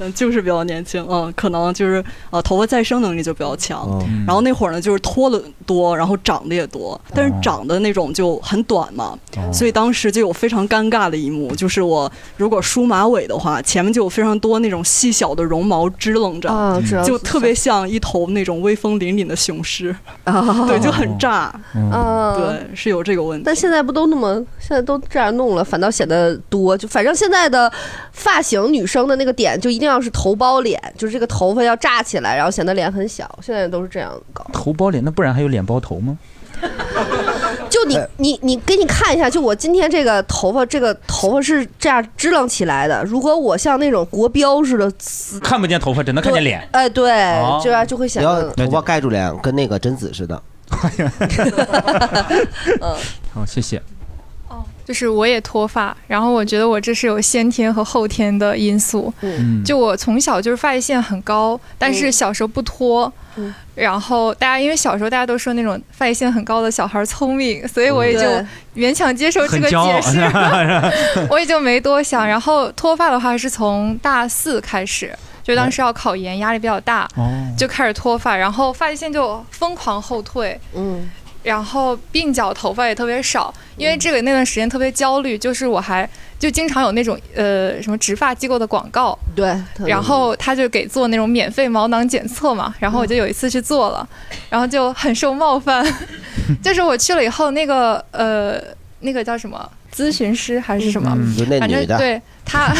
嗯，就是比较年轻，嗯，可能就是呃头发再生能力就比较哦强。嗯嗯然后那会儿呢，就是脱了多，然后长得也多，但是长的那种就很短嘛，哦所以当时就有非常尴尬的一幕，就是我如果梳马尾的话，前面就有非常多那种细小的绒毛支棱着，啊知道就特别像一头那种威风凛凛的雄狮，哦对，就很炸，嗯对，是有这个问题。但现在不都那么，现在都这样弄了，反倒显得多。就反正现在的发型，女生的那个点就一定要是头包脸，就是这个头发要炸起来，然后显得脸很小。现在都是这样搞。头包脸，那不然还有脸包头吗？就你你你给你看一下，就我今天这个头发，这个头发是这样支棱起来的。如果我像那种国标似的，看不见头发，只能看见脸。哎，对哦，这样就会显你要得 头发盖住脸，跟那个贞子似的。嗯好，谢谢。就是我也脱发，然后我觉得我这是有先天和后天的因素。嗯就我从小就是发际线很高，但是小时候不脱。嗯然后大家因为小时候大家都说那种发际线很高的小孩聪明，所以我也就对勉强接受这嗯很个骄傲解 释。我也就没多想。然后脱发的话是从大四开始，就当时要考研，压力比较大，嗯哦 就开始脱发，然后发际线就疯狂后退，嗯，然后鬓角头发也特别少，因为这个那段时间特别焦虑，就是我还就经常有那种呃什么植发机构的广告，对，特别然后他就给做那种免费毛囊检测嘛，然后我就有一次去做了，然后就很受冒犯， 就是我去了以后，那个呃那个叫什么咨询师还是什么，嗯就那反正女的对 他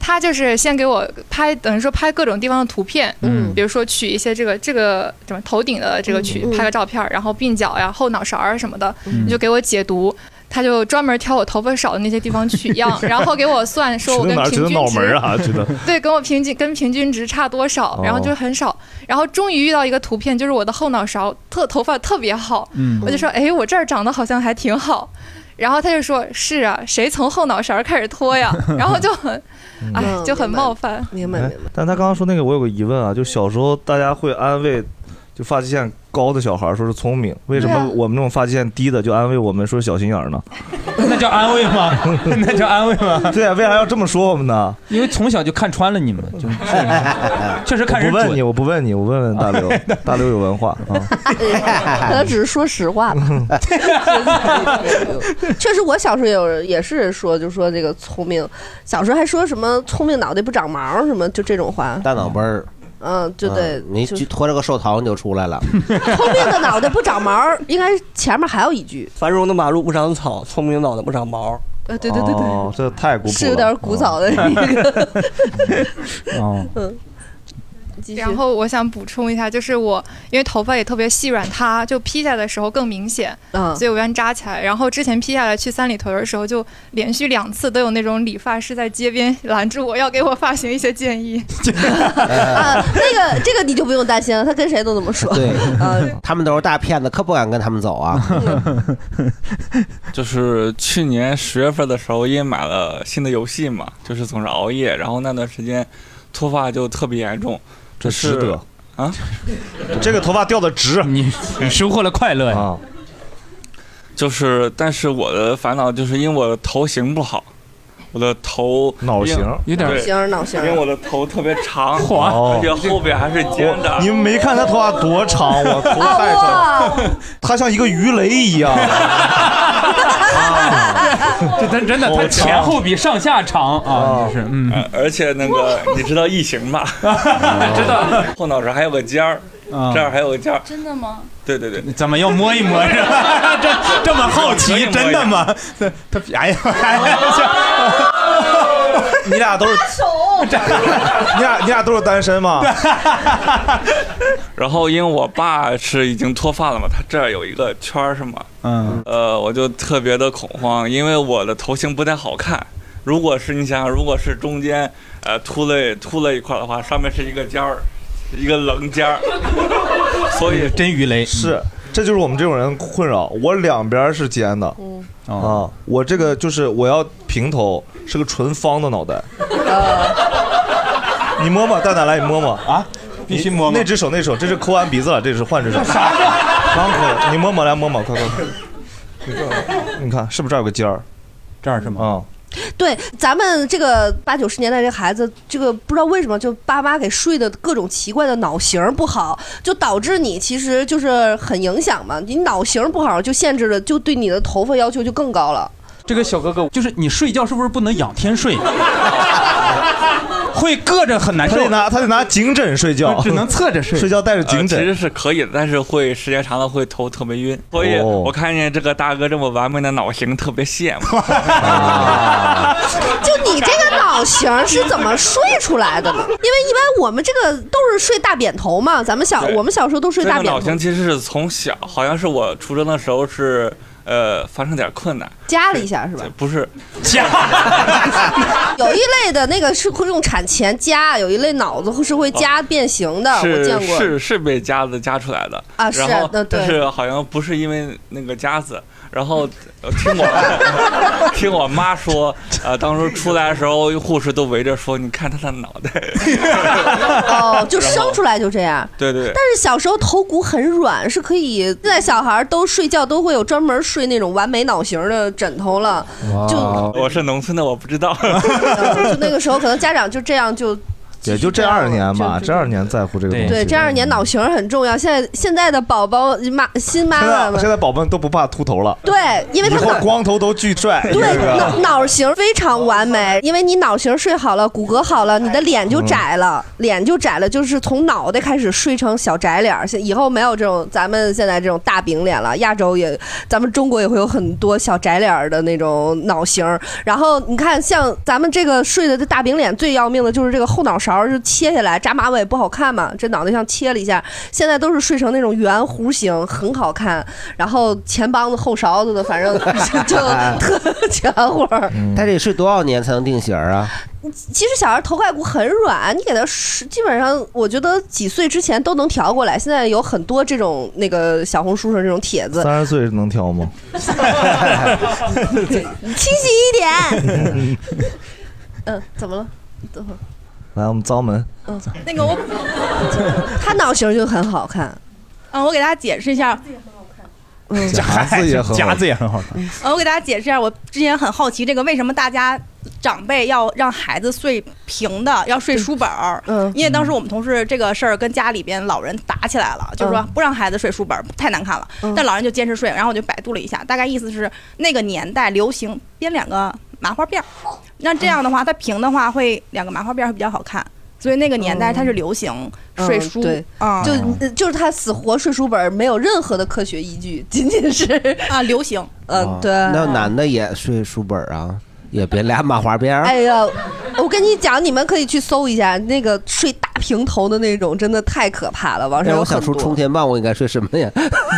他就是先给我拍，等于说拍各种地方的图片，嗯比如说取一些这个这个什么头顶的这个取、拍个照片儿，然后鬓角呀、后脑勺啊什么的，嗯你就给我解读。他就专门挑我头发少的那些地方取样，然后给 我算说我去跟哪儿？平觉得均值脑门儿啊，觉得对，跟我平均跟平均值差多少，然后就哦很少，然后终于遇到一个图片，就是我的后脑勺特头发特别好，嗯我就说，哎，我这儿长得好像还挺好，然后他就说，是啊，谁从后脑勺开始脱呀？ 然后就很，哎，就很冒犯，明嗯哎， 但他刚刚说那个，我有个疑问啊，就小时候大家会安慰，就发际线高的小孩儿说是聪明，为什对啊么我们这种发际线低的就安慰我们说是小心眼儿呢？ 那叫安慰吗？ 那叫安慰吗？ 对啊，为啥要这么说我们呢？因为从小就看穿了你们， 就是确实看我人不准问你，我不问你，我问问大 刘，大刘有文化啊。可能只是说实话吧。确实，我小时候也有人也是人说，就说这个聪明，小时候还说什么聪明脑袋不长毛什么，就这种话。大脑门儿。嗯，就对，嗯你就就拖着个寿桃你就出来了。聪明的脑袋不长毛，应该前面还有一句。繁荣的马路不长草，聪明脑袋不长毛。呃，对对对对，哦，这太古是有点古 早的一个。 哦，嗯，然后我想补充一下，就是我因为头发也特别细软塌，就披下来的时候更明显，嗯所以我愿扎起来。然后之前披下来去三里屯的时候，就连续两次都有那种理发师在街边拦住我，要给我发型一些 建议。啊，那个这个你就不用担心了，他跟谁都这么说。对啊，， 他们都是大骗子，可不敢跟他们走啊。嗯就是去年十月份的时候，因为买了新的游戏嘛，就是总是熬夜，然后那段时间脱发就特别严重。这是值得啊！这个头发掉的直，啊你 你收获了快乐呀。就是，但是我的烦恼就是因为我的头型不好，我的头脑型因为有点对脑型脑型因为我的头特别 长，嚯哦而且后边还哦是尖的。你们没看他头发多长，我头太 长啊了，他像一个鱼雷一样。这他真的，哦他前后比上下长啊，就是嗯，呃而且那 个你知道异形吧？知道，后脑勺还有个尖儿，这儿还有个尖儿。真的吗？对对对，啊怎么要摸一摸是吧？这 这么好奇，真的 吗？他他哎呀，哎呀 你俩都是，你俩你俩都是单身 吗？然后因为我爸是已经脱发了嘛，他这儿有一个圈儿是吗？嗯，呃，我就特别的恐慌，因为我的头型不太好看。如果是你想想，如果是中间呃秃了秃了一块儿的话，上面是一个尖儿，一个棱尖儿，所以真鱼雷嗯是，这就是我们这种人困扰。我两边是尖的，嗯啊，我这个就是我要平头，是个纯方的脑袋。你摸摸，蛋蛋来，你摸摸啊，啊必须摸摸那只手，那手，这是抠完鼻子了，这是 换只手。啥？刚抠的，你摸摸来，摸摸，快快快！你看，你看，是不是这儿有个尖儿？这儿是吗？啊、对，咱们这个八九十年代这孩子，这个不知道为什么就爸妈给睡的各种奇怪的脑型不好，就导致你其实就是很影响嘛。你脑型不好，就限制了，就对你的头发要求就更高了。这个小哥哥，就是你睡觉是不是不能仰天睡？会硌着很难受。他得拿他得拿颈枕睡觉， 只能侧着 睡睡觉带着颈呃其枕。实是可以的，但是会时间长了会头特别晕。所以哦我看见这个大哥这么完美的脑型，特别羡慕。就你这个脑型是怎么睡出来的呢？因为一般我们这个都是睡大扁头嘛，咱们小对我们小时候都睡这大个扁脑头型。其实是从小，好像是我出生的时候是呃发生点困难，夹了一下是吧？不是有一类的那个是会用产钳夹，有一类脑子是会夹变形的，我哦是见过。是是被夹子夹出来的啊是啊然后那对但是好像不是因为那个夹子，然后呃听 我听我妈说，呃，当时出来的时候，护士都围着说，你看他的脑袋，哦，就生出来就这样。对对，但是小时候头骨很软，是可以。现在小孩都睡觉都会有专门睡那种完美脑型的枕头了，啊就我是农村的，我不知 道，就那个时候可能家长就这样就也就这二年吧，这二年在乎这个东西。对这二年脑型很重要。现在现在的宝宝妈新妈现妈在现们，在宝宝们都不怕秃头了，对，因为以他后脑光头都巨帅。对是不是脑脑型非常完美，因为你脑型睡好了，骨骼好了，你的脸就窄了，脸就窄了，就是从脑袋开始睡成小窄脸儿。现以后没有这种咱们现在这种大饼脸了，亚洲也，咱们中国也会有很多小窄脸儿的那种脑型儿。然后你看，像咱们这个睡的这大饼脸，最要命的就是这个后脑勺儿就切下来，扎马尾不好看嘛，这脑袋像切了一下，现在都是睡成那种圆弧形，很好看。然后前帮子后勺子的，反正 就哎特全乎儿。嗯他得睡多少年才能定型啊？其实小孩头盖骨很软，你给他睡，基本上我觉得几岁之前都能调过来。现在有很多这种那个小红书上这种帖子，三十岁能挑吗？ 清晰一点。嗯，怎么了？等会儿，来，我们遭 门。嗯， 那个我，他脑型就很好看。嗯嗯，我给大家解释一下，夹子也很，夹子也很好看。呃，我给大家解释一下，我之前很好奇这个为什么大家长辈要让孩子睡平的，要睡书本儿。嗯，因为当时我们同事这个事儿跟家里边老人打起来了，就是说嗯不让孩子睡书本儿太难看了，但老人就坚持睡。然后我就百度了一下，大概意思是那个年代流行编两个麻花辫儿，那这样的话它平的话会两个麻花辫儿会比较好看。所以那个年代它哦是流行睡书，嗯、对，啊，就呃就是他死活睡书本儿没有任何的科学依据，仅仅是啊流行，嗯，对。哦那男的也睡书本啊，也别俩马花边儿。哎呀，我跟你讲，你们可以去搜一下那个睡大平头的那种，真的太可怕了。网上让有哎我想很出多哎充。填棒，我应该睡什么呀？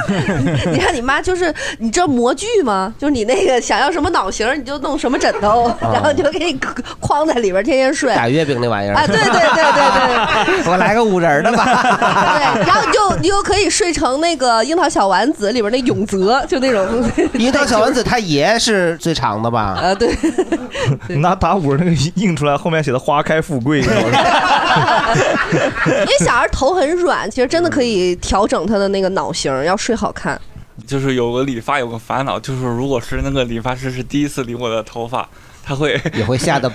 你看你妈就是，你知道模具吗？就是你那个想要什么脑型儿，你就弄什么枕头，然后就给你框在里边儿，天天睡。打月饼那玩意啊儿。啊，对对对对对。 我来个五仁儿的吧。 对，然后你就你就可以睡成那个《樱桃小丸子》里边那 永泽，就那种。樱桃小丸子他爷哎是最长的吧？啊，对， 拿打五那个印出来，后面写的“花开富贵”，你知 道吗 因为小孩头很软，其实真的可以调整他的那个脑型，要睡好看。啊就是有个理发有个烦恼，就是如果是那个理发师是第一次理我的头发，他会也会吓得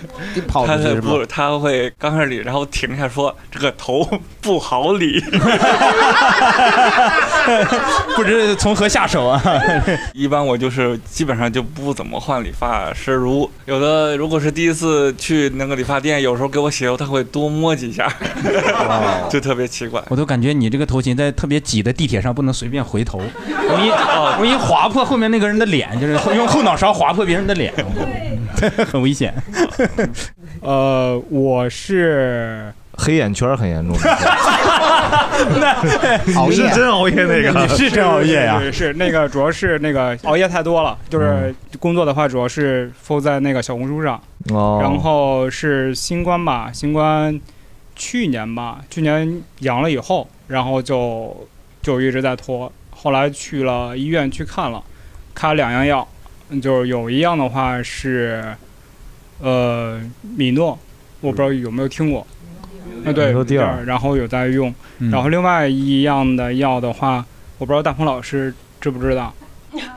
跑出他去是会吗不，？他会刚开始理，然后停一下说这个头不好理， 不知从何下手啊。 一般我就是基本上就不怎么换理发师，如有的如果是第一次去那个理发店，有时候给我洗头，他会多摸几下， 就特别奇怪。我都感觉你这个头型在特别挤的地铁上不能随便回 头，容易容易划破后面那个人的脸，就是用后脑勺划破别人的脸， 很危险。 呃，我是黑眼圈很 严重。熬你是夜真熬夜那个你是真熬夜呀？是是那个主要是那个熬夜太多了，就是嗯工作的话主要是 f 在那个小红书上，哦，然后是新冠吧，新冠去年吧，去年阳了以后，然后就就一直在拖，后来去了医院去看了，开了两样药，嗯就是有一样的话是呃米诺，我不知道有没有听过，啊对，米诺地尔米然后有在用，嗯然后另外一样的药的话，我不知道大鹏老师知不知道，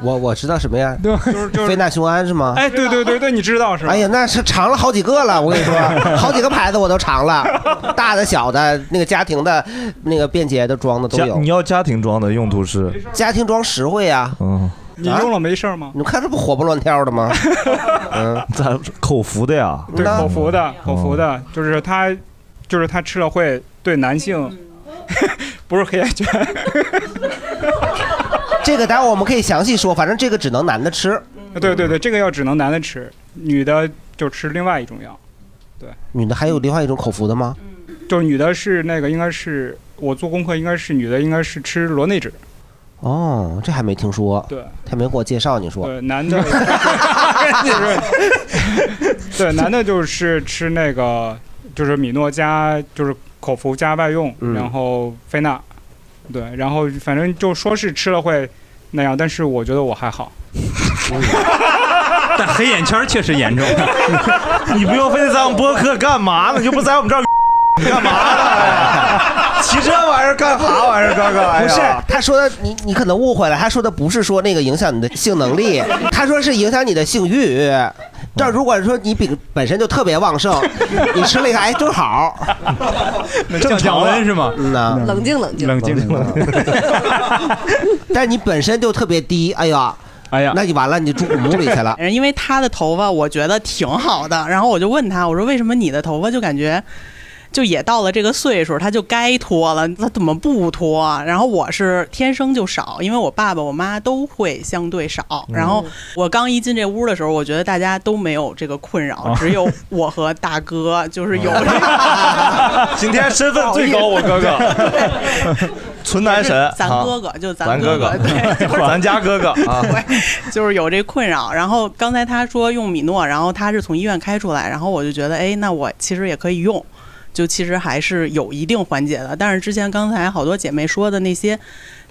我我知道什么呀？ 就是就是非那雄胺是 吗？哎，对对对对，你知道是吧？哎呀，那是尝了好几个了，我跟你 说，好几个牌子我都尝了，大的、小的，那个家庭的、那个便捷的装的都家有。嗯你要家庭装的用途是，家庭装实惠呀、嗯，你用了没事儿吗？你看这不活蹦乱跳 的吗？嗯， 咱口服的呀，对，那口服哦的，口服的，就是它，就是它吃了会对男性， 不是黑眼圈， 这个待会儿我们可以详细说，反正这个只能男的吃。对对对，这个药只能男的吃，女的就吃另外一种药，女的还有另外一种口服的吗？就是女的是那个应该是我做功课应该是女的应该是吃螺内酯，哦，这还没听说。对，他没给我介绍，你说对，男的就是，对，男的就是吃那个，就是米诺加，就是口服加外用，嗯然后菲娜，对，然后反正就说是吃了会那样，但是我觉得我还 好。但黑眼圈确实严重。 你不用非得在我们播客干嘛呢？你就不在我们这儿 你干嘛哎呢？提这玩意儿干啥玩意儿，哥哥？哎呀 不是，他说的你你可能误会了，他说的不是说那个影响你的性能 力，他说是影响你的性欲。这如果说你本本身就特别旺 盛，你吃了一个哎正好，降降温是吗？嗯呐，冷静冷静冷静冷静。 但你本身就特别低，哎呀，哎呀，那你完了，你就住古墓里去 了。哎因为他的头发我觉得挺好的，然后我就问他，我说为什么你的头发就感觉就也到了这个岁数，他就该脱了，他怎么不脱？然后我是天生就少，因为我爸爸我妈都会相对少。嗯然后我刚一进这屋的时候，我觉得大家都没有这个困哦扰，只有我和大哥就是有这个。今天身份最高，我哥哥， 纯男神，咱啊哥哥就咱咱哥哥哥，对就是咱 家哥哥啊，就是有这困扰。然后刚才他说用米诺，然后他是从医院开出来，然后我就觉得，哎，那我其实也可以用，就其实还是有一定缓解的。但是之前刚才好多姐妹说的那些，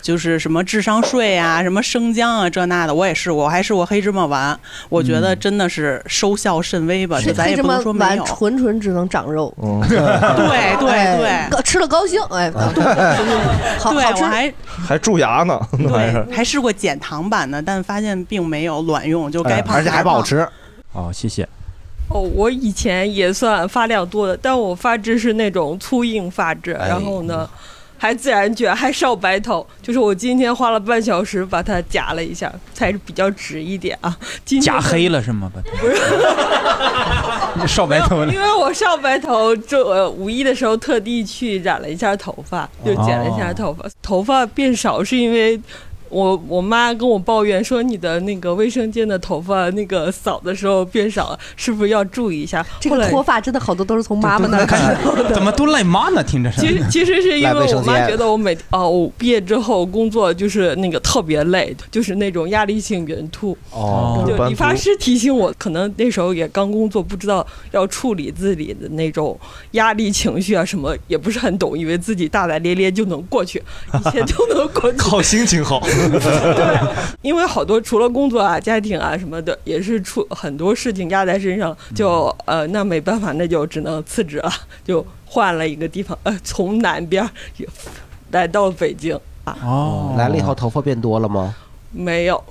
就是什么智商税啊、什么生姜啊这那的，我也试过，我还试过黑芝麻丸，我觉得真的是收效甚微吧，就咱黑也芝不麻能说没丸有。纯纯只能长 肉，对对哎对，吃了高兴，哎， 好对好吃我还还蛀牙呢，那玩意儿。还试过减糖版的，但发现并没有卵用，哎就该胖、胖。吃。哦，谢谢。哦，我以前也算发量多的，但我发质是那种粗硬发质，哎然后呢，还自然卷，还少白头。就是我今天花了半小时把它夹了一下，才是比较直一点啊。今天假黑了是吗？不是， 少白头了因。为我上白头，就呃五一的时候特地去染了一下头发，就剪了一下头发。头发变少是因为我我妈跟我抱怨说你的那个卫生间的头发那个扫的时候变少了，是不是要注意一下？这后个来脱发真的好多都是从妈妈那儿来的。怎么都赖妈呢？听着是。其实其实是因来卫为我生妈间觉得我每哦，我毕业之后工作就是那个特别累，就是那种压力性圆突。哦就班理发图师提醒我，可能那时候也刚工作，不知道要处理自己的那种压力情绪啊什么，也不是很懂，以为自己大大咧咧就能过去，一切都能过去。靠心 情 好。因为好多除了工作啊、家庭啊什么的，也是出很多事情压在身上，就呃，那没办法，那就只能辞职了，就换了一个地方，呃， 从南边儿也来到北京啊。哦，来了以后头发变多了吗？没有，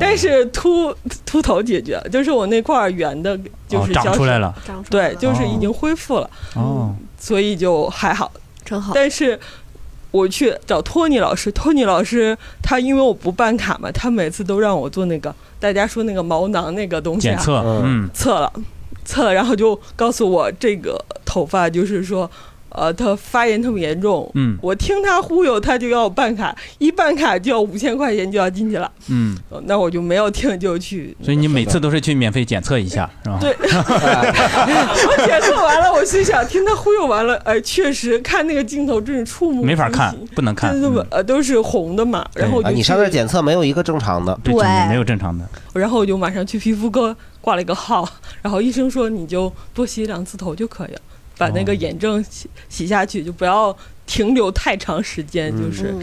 但是秃秃头解决，就是我那块儿圆的，就是哦长消失出来了长出来了对，就是已经恢复了，哦，所以就还好，真好。但是我去找托尼老师，托尼老师他因为我不办卡嘛，他每次都让我做那个大家说那个毛囊那个东西、啊、检测嗯测了，测了，然后就告诉我这个头发就是说。呃，它发炎特别严重，嗯我听他忽悠，他就要办卡，一办卡就要五千块钱就要进去了，嗯，呃那我就没有听就去。所以你每次都是去免费检测一下，是吧？对，我检测完了，我心想听他忽悠完了，哎，确实看那个镜头真是触目没法惊看心，不能看嗯真。的吗呃都是红的嘛，然后我嗯啊就你去上那儿检测没有一个正常的，对对真的没有正常的。然后我就马上去皮肤科挂了一个号，然后医生说你就多洗两次头就可以了，把那哦个炎症洗洗下去，就不要停留太长时间，就是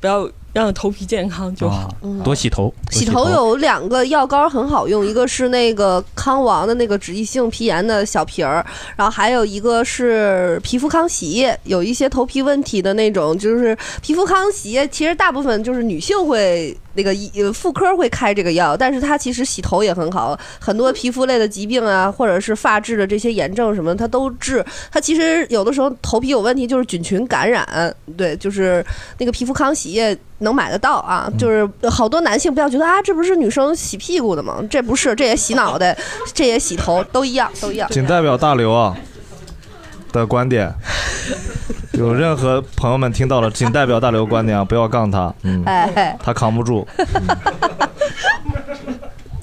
不要让头皮健康就好。嗯多洗头，多洗头有两个药膏很好用，一个是那个康王的那个脂溢性皮炎的小瓶儿，然后还有一个是皮肤康洗液，有一些头皮问题的那种，就是皮肤康洗液，其实大部分就是女性会那个医呃妇科会开这个药，但是它其实洗头也很好，很多皮肤类的疾病啊，或者是发质的这些炎症什么的，它都治。它其实有的时候头皮有问题就是菌群感染，对，就是那个皮肤康洗液。能买得到啊，就是好多男性不要觉得啊，这不是女生洗屁股的吗？这不是，这也洗脑袋， 这也洗头，都一样，都一 样。仅代表大刘啊的观点。 有任何朋友们听到了，仅代表大刘观点啊，不要杠他，嗯，哎他扛不 住。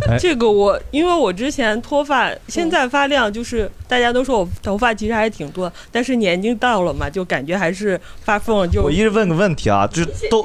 哎这个我，因为我之前脱发，现在发量就是大家都说我头发其实还挺多，但是年纪到了嘛，就感觉还是发缝就。我一直问个问题啊，就都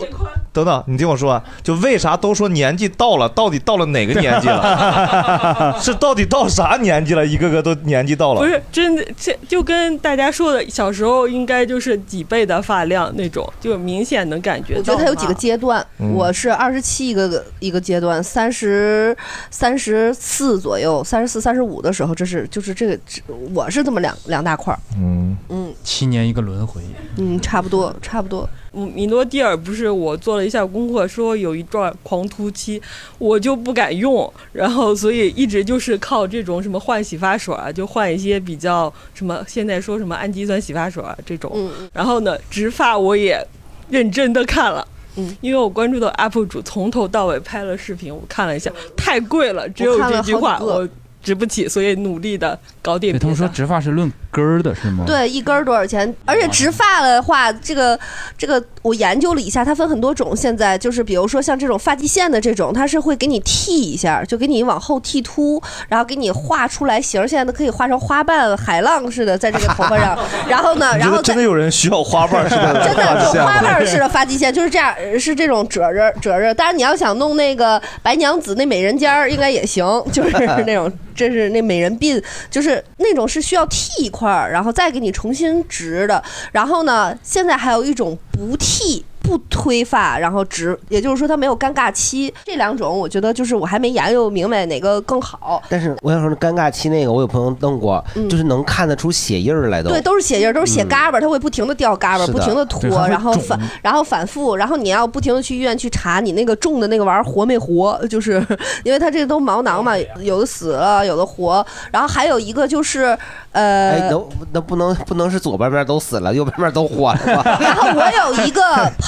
等等，你听我说啊，就为啥都说年纪到了，到底到了哪个年纪 了？是到底到啥年纪了？一个个都年纪到了。不是真的，这就跟大家说的，小时候应该就是几倍的发量那种，就明显能感觉到。我觉得它有几个阶段，我是二十七一个一个阶段，三十三十四左右，三十四、三十五的时候，这是就是这个，这我是这么两两大块儿，嗯嗯七年一个轮回，嗯，差不多差不多。嗯米诺地尔不是我做了一下功课，说有一段狂突期，我就不敢用，然后所以一直就是靠这种什么换洗发水啊，就换一些比较什么现在说什么氨基酸洗发水啊这种。嗯嗯然后呢，植发我也认真的看了。嗯，因为我关注的 UP 主从头到尾拍了视频，我看了一下，太贵了，只有嗯我看了这句话好几个我植不起，所以努力的搞点对别他们的。说植发是论根儿的，是吗？，对，一根儿多少钱？而且植发的话，这个这个我研究了一下，它分很多种。现在就是比如说像这种发际线的这种，它是会给你剃一下，就给你往后剃秃，然后给你画出来形儿。现在都可以画成花瓣、海浪似的在这个头发上。然后 呢，你觉然后得再真的有人需要花瓣 似的真的发际是线吗花瓣式的发际线，就是这样，呃是这种褶儿褶儿。当然，你要想弄那个白娘子那美人尖儿，应该也行， 就是那种，这是那美人鬓，就是那种是需要剃一块儿，然后再给你重新植的。然后呢，现在还有一种不剃。不推发，然后植，也就是说它没有尴尬期。这两种，我觉得就是我还没研究明白哪个更好。但是我想说，尴尬期那个我有朋友弄过，嗯就是能看得出血印儿来都。对，都是血印儿，都是血嗯嘎巴儿，它会不停的掉嘎巴儿，是不的停的脱对它，会然后肿反，然后反复，然后你要不停的去医院去查你那个种的那个玩意儿活没活，就是 因为它这都毛囊哦嘛，有的死了，有的活，然后还有一个就是哎，呃。能那不能不能是左半边都死了，右半边都活了吧？然后我有一个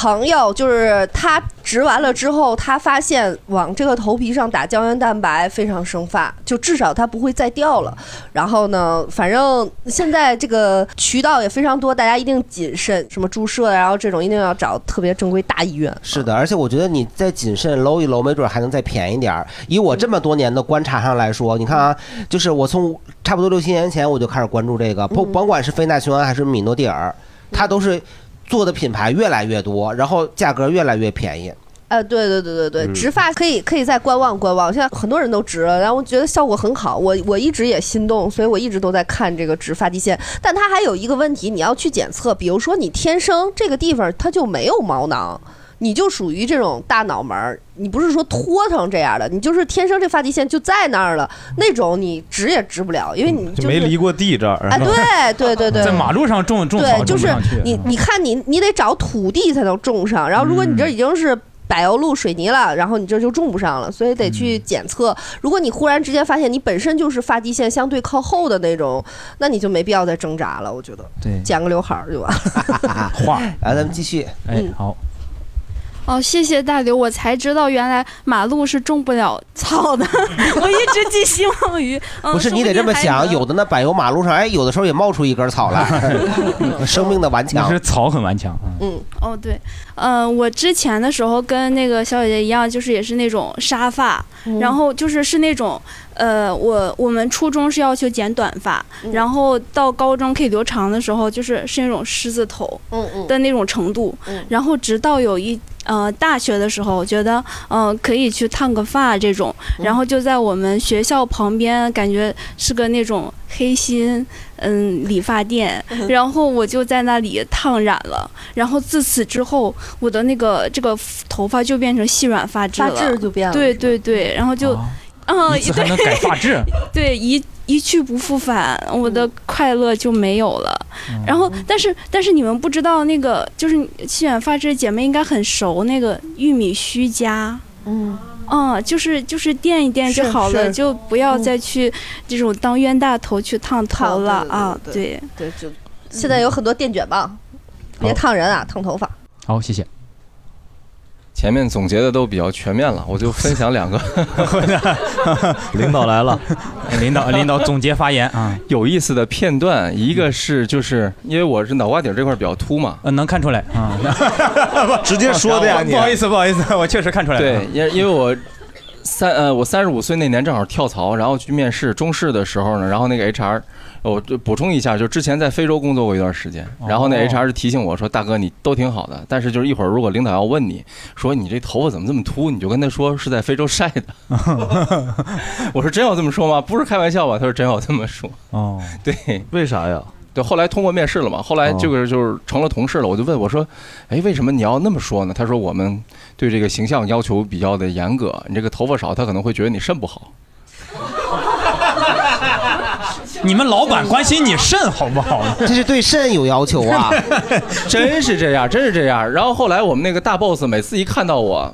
朋友，就是他植完了之后，他发现往这个头皮上打胶原蛋白非常生发，就至少它不会再掉了。然后呢，反正现在这个渠道也非常多，大家一定谨慎，什么注射，啊然后这种一定要找特别正规大医院。是的，而且我觉得你再谨慎搂一搂，没准还能再便宜点儿。以我这么多年的观察上来说，你看啊，就是我从差不多六七年前我就开始关注这个，嗯不甭管是菲娜雄胺还是米诺地尔，它都是做的品牌越来越多，然后价格越来越便宜。呃，对对对对对，嗯植发可以可以再观望观望，现在很多人都植了，然后我觉得效果很好，我我一直也心动，所以我一直都在看这个植发际线。但它还有一个问题，你要去检测，比如说你天生这个地方它就没有毛囊。你就属于这种大脑门儿，你不是说拖成这样的，你就是天生这发际线就在那儿了，那种你植也植不了，因为你 就是没离过地这儿啊，对对 对对，在马路上种种对草，就是种不上去嗯你，你看你你得找土地才能种上，然后如果你嗯这已经是。柏油路水泥了，然后你这就种不上了，所以得嗯去检测。如果你忽然之间发现你本身就是发际线相对靠后的那种，那你就没必要再挣扎了。我觉得， 对剪个刘海儿就完了。画，来咱们继续。哎，好， 哦，谢谢大刘，我才知道原来马路是种不了 草的，我一直寄希望于。嗯、不是，说你得定这么还想，能有的那柏油马路上，哎，有的时候也冒出一根草 来，生命的顽强。是草很顽强。嗯，哦对，嗯，我之前的时候跟那个小姐姐一样，就是也是那种沙发，嗯然后就是是那种，呃，我我们初中是要求剪短发，嗯然后到高中可以留长的时候，就是是那种狮子头嗯嗯的那种程度，然后直到有一。呃，大学的时候觉得，嗯、可以去烫个发这种，嗯然后就在我们学校旁边，感觉是个那种黑心，嗯，理发店，嗯然后。然后我就在那里烫染了，然后自此之后，我的那个这个头发就变成细软发质了，发质就变了对对对，然后就，哦嗯，一次还能改发质，对，一一去不复返，我嗯的快乐就没有了。然后，但是但是你们不知道那个，就是细软发质姐妹应该很熟那个玉米须夹。嗯。嗯，就是就是垫一垫就是好了，是嗯就不要再去这种当冤 大头去烫头了啊！对对，就现在有很多电卷棒，别烫人啊，烫头发。好，谢谢。前面总结的都比较全面了，我就分享两 个。领导来了， 领导领导总结发言啊，有意思的片段，一个是就是因为我是脑瓜顶这块比较秃嘛，呃，能看出来啊，直接说的呀你哦不好意思，不好意思，我确实看出来了对，因因为我三呃，我三十五岁那年正好跳槽，然后去面试中试的时候呢，然后那个 HR，呃我就补充一下，就之前在非洲工作过一段时间，然后那哦 HR 就提醒我说，大哥你都挺好的，但是就是一会儿如果领导要问你说你这头发怎么这么秃，你就跟他说是在非洲晒的。 我说真要这么说吗？不是开玩笑吧？他说真要这么说。哦，对，为啥呀？对，后来通过面试了嘛，后哦来这个就是成了同事了，我就问我说，哎，为什么你要那么说呢？他说我们对这个形象要求比较的严格，你这个头发少，他可能会觉得你肾不好。你们老板关心你肾好不好？这是对肾有要求啊！ 真是这样，真是这样。然后后来我们那个大 boss 每次一看到我，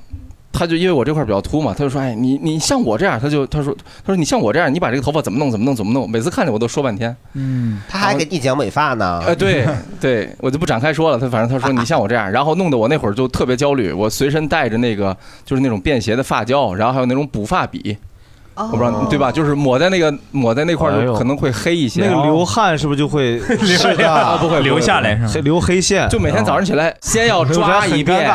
他就因为我这块比较秃嘛，他就说：“哎，你你像我这样，他就他说他说你像我这样，你把这个头发怎么弄怎么弄怎么弄。”每次看见我都说半天。 嗯，他还给你讲美发呢。呃，对对，我就不展开说了。他反正他说你像我这样，然后弄得我那会儿就特别焦虑。我随身带着那个就是那种便携的发胶，然后还有那种补发笔，哦我不知道对吧？就是抹在那个抹在那块儿哎就呦可能会黑一些。那个流汗是不是 就会是的啊不会流下来是流黑线？就每天早上起来先要抓一 遍，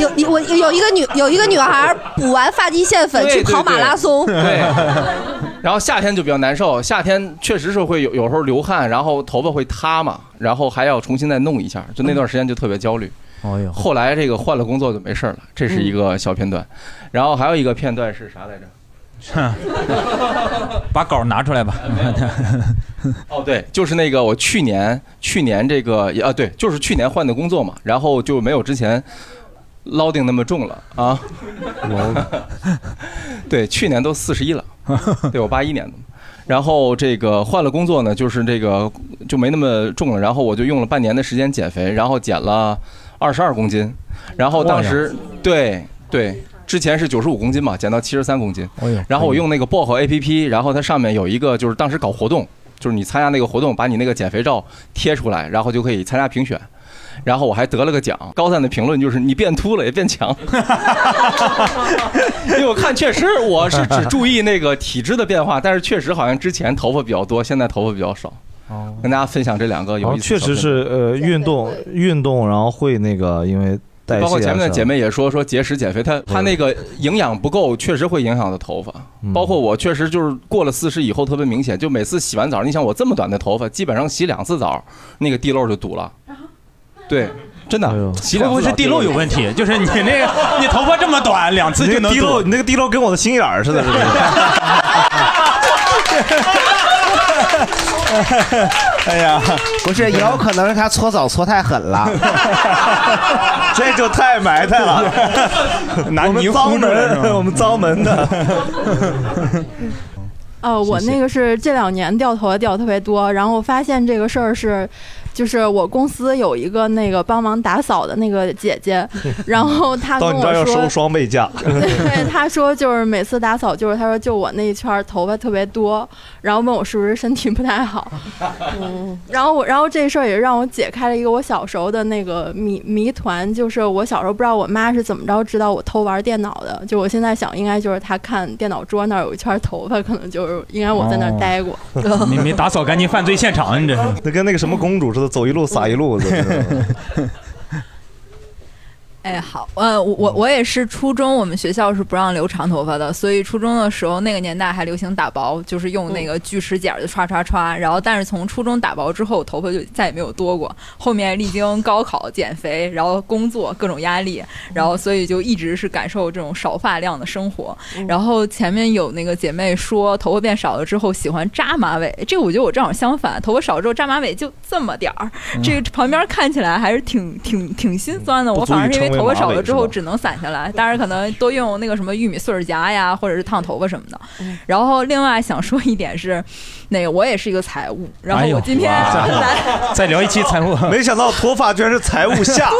有有我有一个女有一个女孩补完发际线粉去对跑马拉松，对， 对 然后夏天就比较难受，夏天确实是会有有时候流汗，然后头发会塌嘛，然后还要重新再弄一下，就那段时间就特别焦虑。哎呦，后来这个换了工作就没事儿了，这是一个小片段，然后还有一个片段是啥来着？ 把稿拿出来吧。 哦，对，就是那个我去年去年这个啊，对，就是去年换的工作嘛，然后就没有之前捞定那么重了啊。 对，去年都四十一了，对我八一年的嘛。然后这个换了工作呢，就是这个就没那么重了。然后我就用了半年的时间减肥，然后减了二十二公斤。然后当时对对，之前是九十五公斤嘛，减到七十三公斤。 哎呦然后我用那个薄荷 APP，然后它上面有一个就是当时搞活动，就是你参加那个活动，把你那个减肥照贴出来，然后就可以参加评选。然后我还得了个奖，高赞的评论就是你变秃了也变强， 因为我看确实我是只 注意那个体质的变化，但是确实好像之前头发比较多，现在头发比较少。哦，跟大家分享这两个有哦意思确的小片段、实是呃，运动运动，然后会那个因为代谢啊。包括前面的姐是吧，妹也说说节食减肥，它它那个营养不够，确实会影响到头发。嗯包括我确实就是过了四十以后特别明显，就每次洗完澡，你想我这么短的头发，基本上洗两次澡，那个地漏就堵了。对，真哎的，哦洗会两不次会是澡地漏有问题？就是你那 个，你头发这么短，两次你就那个能滴堵漏，你那个滴漏跟我的心眼儿似的，是不 是？ 哎呀，不是，也有可能是他搓澡搓太狠了， 这就太埋汰了。拿泥脏 门，我们脏门的。呃，我那个是这两年掉头发掉得特别多，然后发现这个事儿是，就是我公司有一个那个帮忙打扫的那个 姐姐，然后她跟到你这儿我要收说，双倍价。对，她说就是每次打扫就是她说就我那一圈儿头发特别多，然后问我是不是身体不太好，嗯然后我，然后这事儿也让我解开了一个我小时候的那个谜谜团，就是我小时候不知道我妈是怎么着知道我偷玩电脑的，就我现在想应该就是她看电脑桌那儿有一圈头发，可能就是应该我在那哦儿待过。哦你没打扫干净犯罪现场，啊你这是。那跟那个什么公主似的，走一路撒一路 子。哎，好，呃，我我我也是初中，我们学校是不让留长头发的，所以初中的时候那个年代还流行打薄，就是用那个锯齿剪儿就刷刷刷。然后，但是从初中打薄之后，我头发就再也没有多过。后面历经高考、减肥，然后工作各种压力，然后所以就一直是感受这种少发量的生活。然后前面有那个姐妹说头发变少了之后喜欢扎马尾，这个我觉得我正好相反，头发少之后扎马尾就这么点儿，这个旁边看起来还是挺挺挺心酸的。不我足反而以是因为称为头发马少尾了之是后吧只能散下来，当然可能多用那个什么玉米穗儿夹呀，或者是烫头发什么的。然后另外想说一点是，那个我也是一个财务，然后哎呦我今天哇 来。 再聊一期财 务，没想到脱发居然是财务下。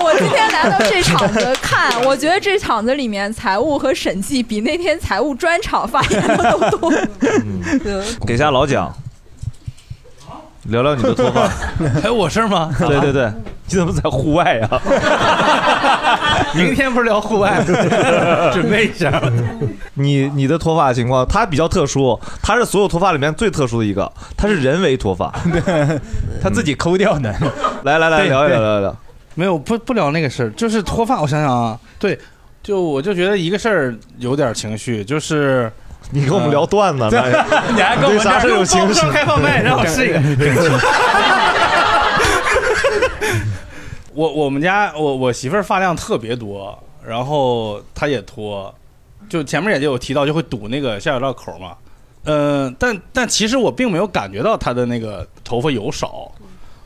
我今天来到这场子看，我觉得这场子里面财务和审计比那天财务专场发言的都多。给下老蒋，聊聊你的脱发。 还有我事儿吗？ 对对对，你怎么在户外啊呀、 明天不是聊户外， 准备一下。你你的脱发情况，它比较特殊，它是所有脱发里面最特殊的一个，它是人为脱发， 他自己抠掉的。来来来对聊一聊对聊一聊。没有，不不聊那个事儿，就是脱发。我想想啊，对，就我就觉得一个事儿有点情绪，就是呃你跟我们聊段子 对那你还跟我对们啥事儿有情绪放开放 麦，让我试一个。我我们家我我媳妇儿发量特别多，然后她也脱，就前面也就有提到，就会堵那个下水道口嘛。嗯、但但其实我并没有感觉到她的那个头发有少，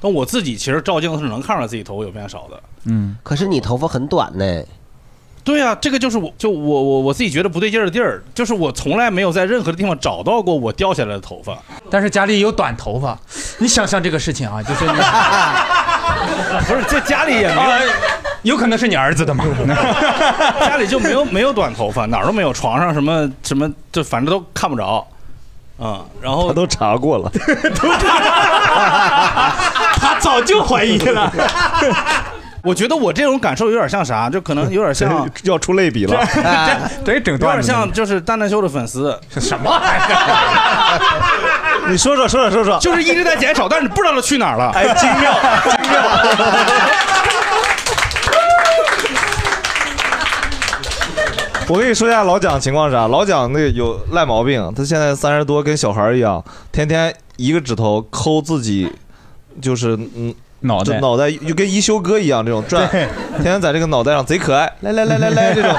但我自己其实照镜子是能看出来自己头发有变少的。嗯，可是你头发很短呢。对呀、这个就是我就我我我自己觉得不对劲儿的地儿，就是我从来没有在任何的地方找到过我掉下来的头发。但是家里有短头发，你想想这个事情啊，就是你 不是这家里也没有啊有可能是你儿子的嘛？ 家里就没有没有短头发，哪儿都没有，床上什么什么，就反正都看不着。嗯，然后他都查过 了，他早就怀疑了。我觉得我这种感受有点像啥，就 可能有点像要出类比了， 对，整有段点子呢像就是蛋蛋秀的粉丝什么？ 你说说说说说说，就是一直在减少，但是不知道去哪儿了。哎，精妙，精妙。我跟你说一下老蒋情况是啥？老蒋那个有赖毛病，他现在三十多，跟小孩儿一样，天天一个指头抠自己，就是嗯脑就袋脑袋就跟一休哥一样这种转，对天天在这个脑袋上贼可爱， 来来来来来这种，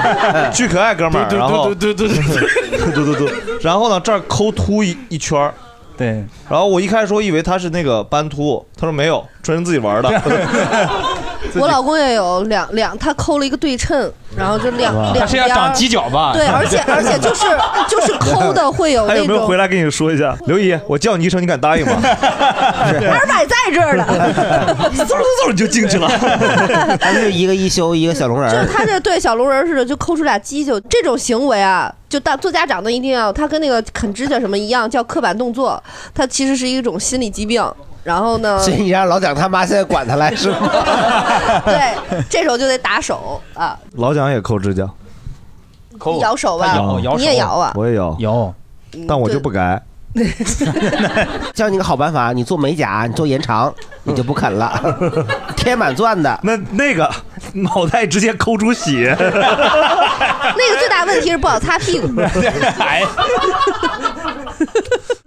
巨可爱哥们儿，嘟嘟然后嘟 嘟嘟嘟嘟嘟嘟，然后呢这儿抠秃一一圈儿。对，然后我一开始说以为他是那个斑秃，他说没有，纯是自己玩儿的。我老公也有两两，他抠了一个对称，然后就两哇两他是要边儿长犄角吧对，而且而且就是就是抠的 会 有他那有没有种 回来跟你说一下？刘姨，我叫你一声，你敢答应吗？二百在这儿呢， 嗖嗖嗖你就进去了，他们就一个一休，一个小龙人就是儿。 他这对小龙人儿似的，就抠出俩犄角，这种行为啊，就大做家长的一定要，他跟那个啃指甲什么一样，叫刻板动作，他其实是一种心理疾病。然后呢，所以你让老蒋他妈现在管他来是吗？这时候就得打手啊，老蒋也抠指甲，你咬手吧他咬，咬手你也咬啊，我也有，有，但我就不改。 教你个好办法，你做美甲，你做延长，你就不啃了， 贴满钻的。那那个脑袋直接抠出血。那个最大问题是不好擦屁股。哎，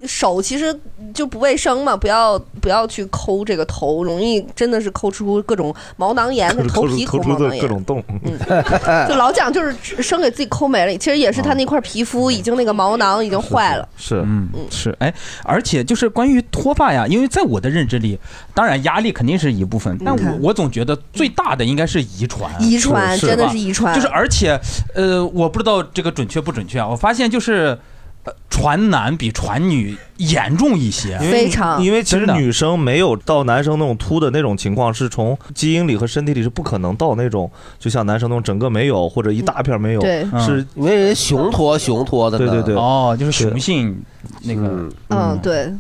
手其实就不卫生嘛，不要不要去抠这个头，容易真的是抠出各种毛囊炎，头抠出皮抠毛出囊的炎各。种洞。嗯 就老蒋就是生给自己抠没了，其实也是他那块皮肤已经那个毛囊已经坏了。嗯是，嗯，是，哎，而且就是关于脱发呀，因为在我的认知里，当然压力肯定是一部分，但我我总觉得最大的应该是遗传，嗯遗传是真的吧是遗传就是而且，呃，我不知道这个准确不准确啊，我发现就是，呃，传男比传女严重一些，因为因为其实女生没有到男生那种秃的那种情况，是从基因里和身体里是不可能到那种，就像男生那种整个没有或者一大片儿没有，对是因为人家雄脱雄脱的呢对对对，嗯哦，就是雄性那个，嗯，对，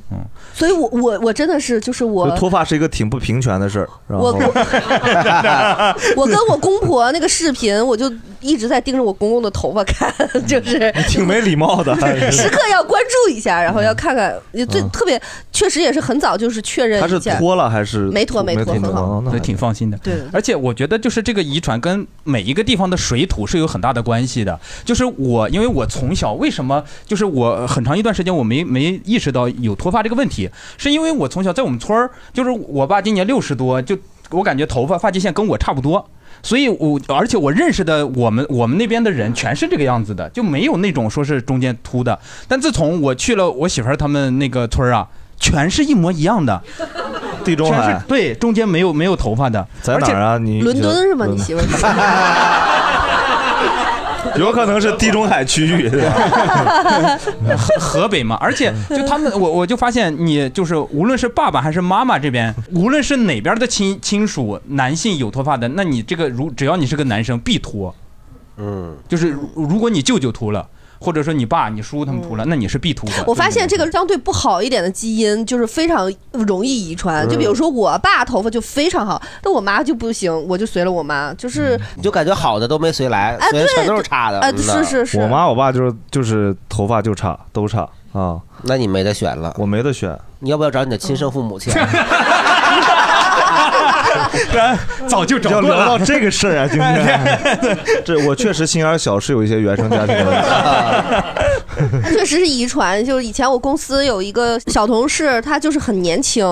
所以我我我真的是就是我就脱发是一个挺不平权的事儿。然我后我我跟我公婆那个视频，我就一直在盯着我公公的头发看， 就是 挺没礼貌 的，时刻要关注一下，然后要看看，也最嗯特别确实也是很早就是确认他是一下脱了还是没脱没脱很好，所以挺放心的。对而且我觉得就是这个遗传跟每一个地方的水土是有很大的关系的。就是我，因为我从小为什么就是我很长一段时间我没没意识到有脱发这个问题，是因为我从小在我们村儿，就是我爸今年六十多，就我感觉头发发际线跟我差不多。所以我，而且我认识的我们我们那边的人全是这个样子的，就没有那种说是中间秃的。但自从我去了我媳妇儿他们那个村儿啊，全是一模一样的， 地中海全是对，中间没有没有头发的，在哪儿啊？你伦敦是吗？你媳妇 儿？有可能是地中海区域，对吧？河 河北嘛，而且就他们，我我就发现你就是无论是爸爸还是妈妈这边，无论是哪边的亲亲属，男性有脱发的，那你这个如只要你是个男生必脱，嗯，就是如如果你舅舅秃了，或者说你爸你叔他们秃嗯了，那你是必秃的。我发现这个相对不好一点的基因，就是非常容易遗嗯传。就比如说我爸头发就非常好，但我妈就不行，我就随了我妈，嗯就是你就感觉好的都没随来，哎随的对全都是差的。哎嗯呐是是是我妈我爸就是就是头发就差，都差啊。那你没得选了，我没得选。 你要不要找你的亲生父母去？然早就要找过聊了到。这个事儿啊，今 天这我确实心眼儿小，是有一些原生家庭的问题。确实是遗传。 就是以前我公司有一个小同事，他就是很年轻，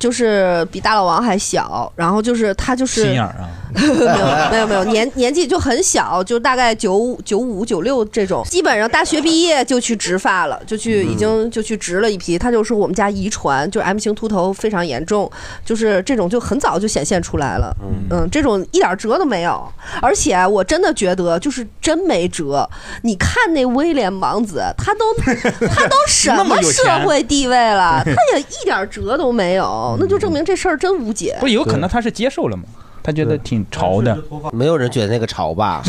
就是比大老王还小，然后就是他就是心眼儿啊， 没有没有没有年年纪就很小，就大概九五九五九六这种，基本上大学毕业就去植发了，就去已嗯经就去植了一批。他就说我们家遗传就是 M 型秃头非常严重，就是这种就很早就显现出来了。嗯，这种一点辙都没有，而且我真的觉得就是真没辙。你看那威廉王子，他都他都什那么么有社钱会地位了，他也一点辙都没有，那就证明这事儿真无解。不是有可能他是接受了吗？他觉得挺潮的，没有人觉得那个潮 吧？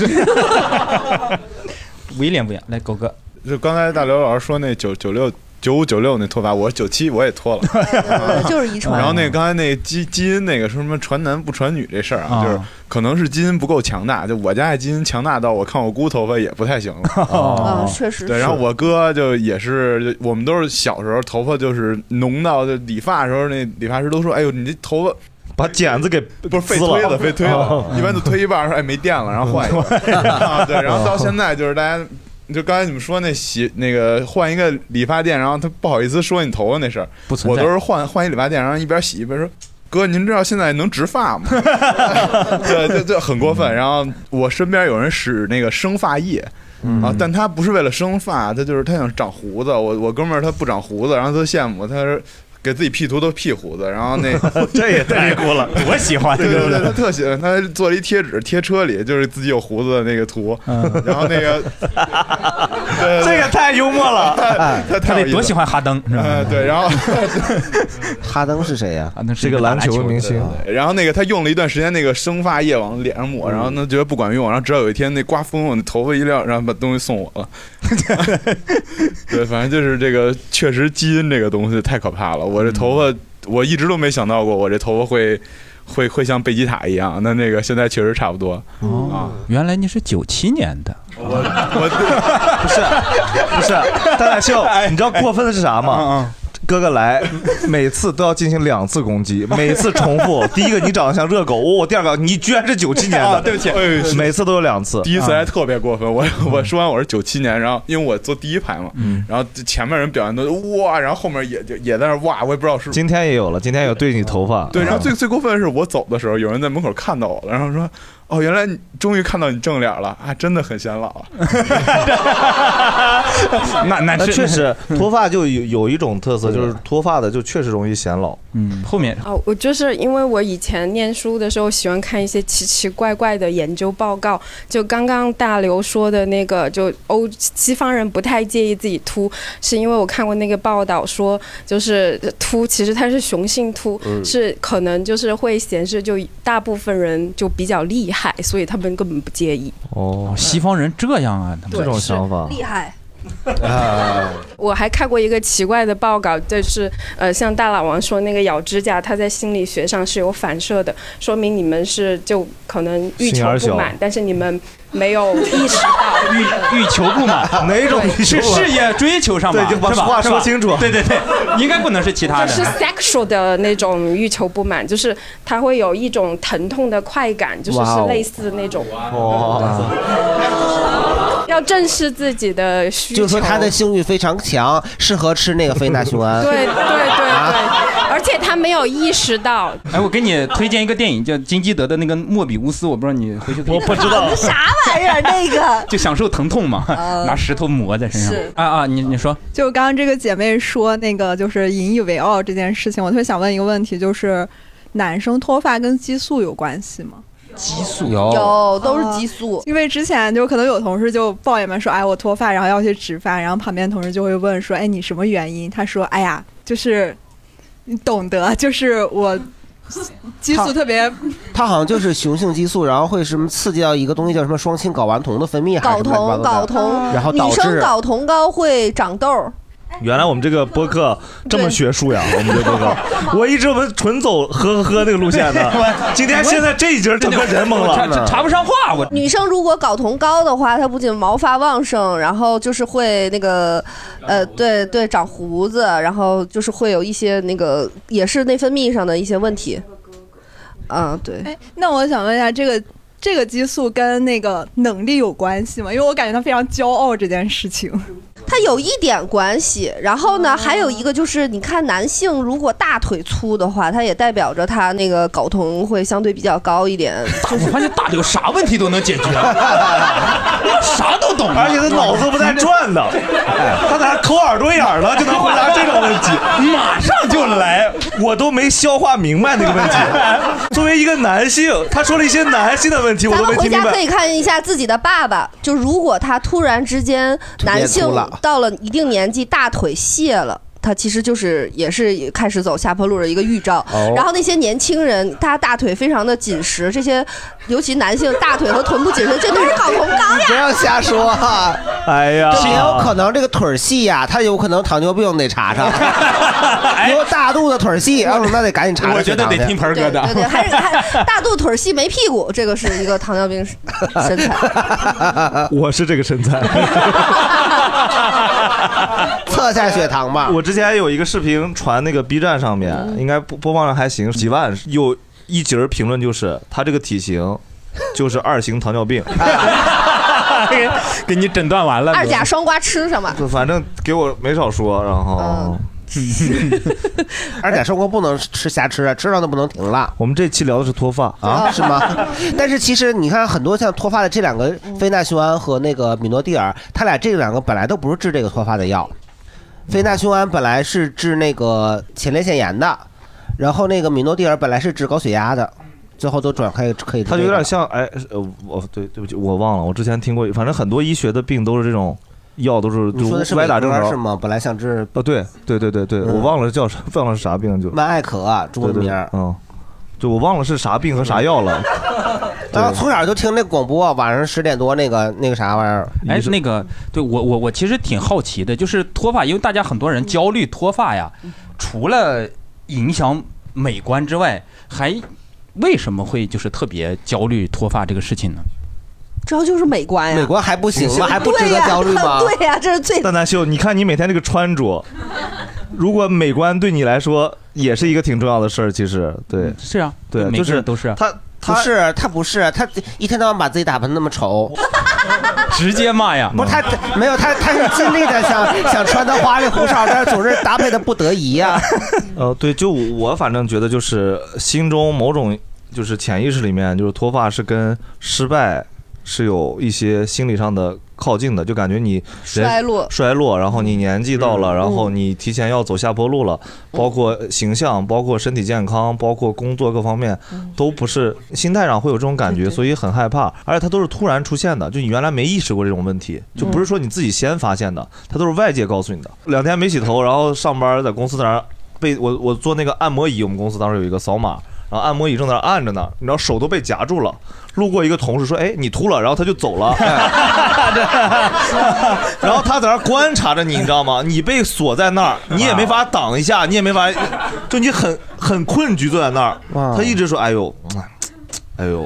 威廉不一样，来狗哥，就刚才大刘老师说那九九六九五九六那脱发，我九七我也脱 了，就是遗传。嗯然后那个刚才那基基因那个说什么传男不传女这事儿啊，啊就是可能是基因不够强大，就我家的基因强大到我看我姑头发也不太行了。哦啊确实对，是然后我哥就也是，就我们都是小时候头发就是浓到就理发的时候，那理发师都说：“哎呦，你这头发。”把剪子给不是被推撕了了，被推了哦，一般都推一半儿说哎没电了，然后换一个。啊对，然后到现在就是大家，就刚才你们说那洗那个换一个理发店，然后他不好意思说你头发那事儿，不存我在都是换换一理发店，然后一边洗一边说。哥，您知道现在能植发吗？对，就就很过分。然后我身边有人使那个生发液，啊，但他不是为了生发，他就是他想长胡子。我我哥们儿他不长胡子，然后他羡慕，他是给自己 P 图都 P 胡子，然后那这也太酷了我喜欢对对这对，个他特喜欢，他做了一贴纸贴车里，就是自己有胡子的那个图，然后那 个对，这个太幽默 了他他他太有意得思多了喜欢哈登是吧？呃对，然后哈登是谁呀、啊？那是一个篮球明星啊然后那个他用了一段时间那个生发液往脸上抹，然后呢觉得不管用，然后直到有一天那刮风，我那头发一撂，然后把东西送我 了。对，反正就是这个，确实基因这个东西太可怕了。我这头发，我一直都没想到过，我这头发会会会像贝吉塔一样。那那个现在确实差不多。啊哦，原来你是九七年的， 不 是，蛋蛋秀，哎你知道过分的是啥嗯吗？哥哥来，每次都要进行两次 攻击，每次重复。第一个，你长得像热狗；哦，第二个，你居然是九七年的。啊对不起哎是每次都有两次。第一次还啊特 别过 分，我我说完我是九七年，然后因为我坐第一排嘛，嗯然后前面人表现都哇，然后后面也就也在那哇，我也不知道是今天也有了，今天有对你头发。啊对，然后最最过分的是，我走的时候，有人在门口看到我了，然后说：“哦，原来你终于看到你正脸了啊， 真的很显老。 那那是确实，脱发就有有一种特色，就是脱发的就确实容易显老。嗯，后面哦，我就是因为我以前念书的时候喜欢看一些奇奇怪怪的研究报告，就刚刚大刘说的那个，就欧西方人不太介意自己秃，是因为我看过那个报道说，就是秃其实它是雄性秃，嗯是可能就是会显示就大部分人就比较厉害，所以他们根本不介意。哦，西方人这样啊，他们对是厉害。啊，我还看过一个奇怪的报告，就是呃，像大老王说那个咬指甲，它在心理学上是有反射的，说明你们是就可能欲心求眼儿不小满，但是你们没有意识 到欲求不满， 哪种欲求是不满事业追求上吧？对就把是吧话是吧说清楚对对对，应该不能是其他就的。哦是 sexual 的那种欲求不满，就是它会有一种疼痛的快感，就是哇是哦类似那种。哦，要正视自己的需求。哦就是说他的性欲非常强，适合吃那个非那雄 胺。对对对啊对，而且他没有意识到。哎，我给你推荐一个电影，叫金基德的那个《莫比乌斯》，我不知道你回去可以我不知道啥玩意儿那个 就享受疼痛嘛，哦拿石头磨在身上是。啊啊，你你说，就刚刚这个姐妹说那个就是引以为傲这件事情，我特别想问一个问题，就是男生脱发跟激素有关系吗？哦激素有都是激素、因为之前就可能有同事就抱怨嘛，说哎我脱发，然后要去植发，然后旁边同事就会问说哎你什么原因？他说哎呀就是你懂得，就是我激素特别它好像就是雄性激素，然后会什么刺激到一个东西叫什么双氢睾丸酮的分 泌，还睾是什么乱酮，七八糟的嗯睾酮，然后女导生致 睾酮高会长痘儿，原来我们这个播客这么学术呀！我们这 播客，我一直我们纯走呵呵呵那个路线的我，今天现在这一节整个人懵真的了我，插不上话，我女生如果睾酮高的话，她不仅毛发旺盛，然后就是会那个，呃，对对，长胡子，然后就是会有一些那个，也是内分泌上的一些问题。啊，对。哎，那我想问一下，这个这个激素跟那个能力有关系吗？因为我感觉他非常骄傲这件事情。 它有一点关系，然后嗯呢，还有一个就是，你看男性如果大腿粗的话，它也代表着他那个睾酮会相对比较 高一点。我发现大刘啥问题都能解决，啥都懂，而且他脑子不带转的，他在那抠耳朵眼儿了就能回答这种问题，马上就来，我都没消化明白那个问题。作为一个男性，他说了一些男性的问题，我咱都们没回听明家白可。以看一下自己的爸爸，就如果他突然之间男性突然秃了到了一定年纪大腿卸了。他其实就是也是开始走下坡路的一个预兆。哦然后那些年轻人，大家大腿非常的紧实，这些尤其男性大腿和臀部紧实，这都是睾酮高呀。 不要瞎说哈、哎呀这也有可能这个腿儿细呀、他有可能糖尿病得 查查，哎有大肚子腿儿细，啊，那得赶紧查查我觉得得听盆儿哥的对对，还是还大肚腿儿细没屁股，这个是一个糖尿病 身材。我是这个身材， 测下血糖吧。 我之前有一个视频传那个 B 站上面，嗯应该播播放量还行，几万，有一节儿评论就是他这个体型就是二型糖尿病， 哎给你诊断完了二甲双胍吃什么？反正给我没少说，然后。而且生活不能吃瞎吃啊，吃上都不能停了。我们这期聊的是脱发啊，是吗？ 但是其实你看，很多像脱发的这两个非那雄胺和那个米诺地尔，它俩这两个本来都不是治这个脱发的药。非那雄胺本来是治那个前列腺炎的，然后那个米诺地尔本来是治高血压的，最后都转开可以治这它个。就有点像，哎，呃，我对对不起，我忘了，我之前听过，反正很多医学的病都是这种药都是你说的是就歪打正美国着是吗？本来想治哦，对对对对对，我忘了叫啥，忘了是啥病就。曼艾可啊，中文对对名儿。嗯，就我忘了是啥病和啥药 了。然后啊从小就听那广播，晚上十点多那个那个啥玩意儿。哎，那个，对我我我其实挺好奇的，就是脱发，因为大家很多人焦虑脱发呀，嗯除了影响美观之外，还为什么会就是特别焦虑脱发这个事情呢？这就是美观呀。美观还不行吗还不值得对呀焦虑吗 对呀，这是最蛋蛋秀，你看你每天这个穿着，如果美观对你来说也是一个挺重要的事儿，其实对。是啊，对，每就个是人都是啊他不是他不是他一天到晚把自己打扮那么丑，直接骂哎呀！不是他没有他他是尽力的想想穿的花里胡哨，但是总是搭配的不得已呀、 呃，对，就我反正觉得就是呃心中某种就是潜意识里面，就是脱发是跟失败是有一些心理上的靠近的，就感觉你人衰落嗯衰落，然后你年纪到了，然后你提前要走下坡路了，包括形象，包括身体健康，包括工作各方面都不是心态上会有这种感觉，所以很害怕，而且它都是突然出现的，就你原来没意识过这种问题，就不是说你自己先发现的，它都是外界告诉你的。两天没洗头，然后上班在公司那儿被我我做那个按摩椅，我们公司当时有一个扫码。然后按摩椅正在那儿按着呢，然后手都被夹住了。路过一个同事说：“哎，你秃了。”然后他就走了。哎 然后他在那儿观察着你，你知道吗？你被锁在那儿，你也没法挡一下，你也没法，就你很很困局坐在那儿。他一直说：“哎呦，哎呦，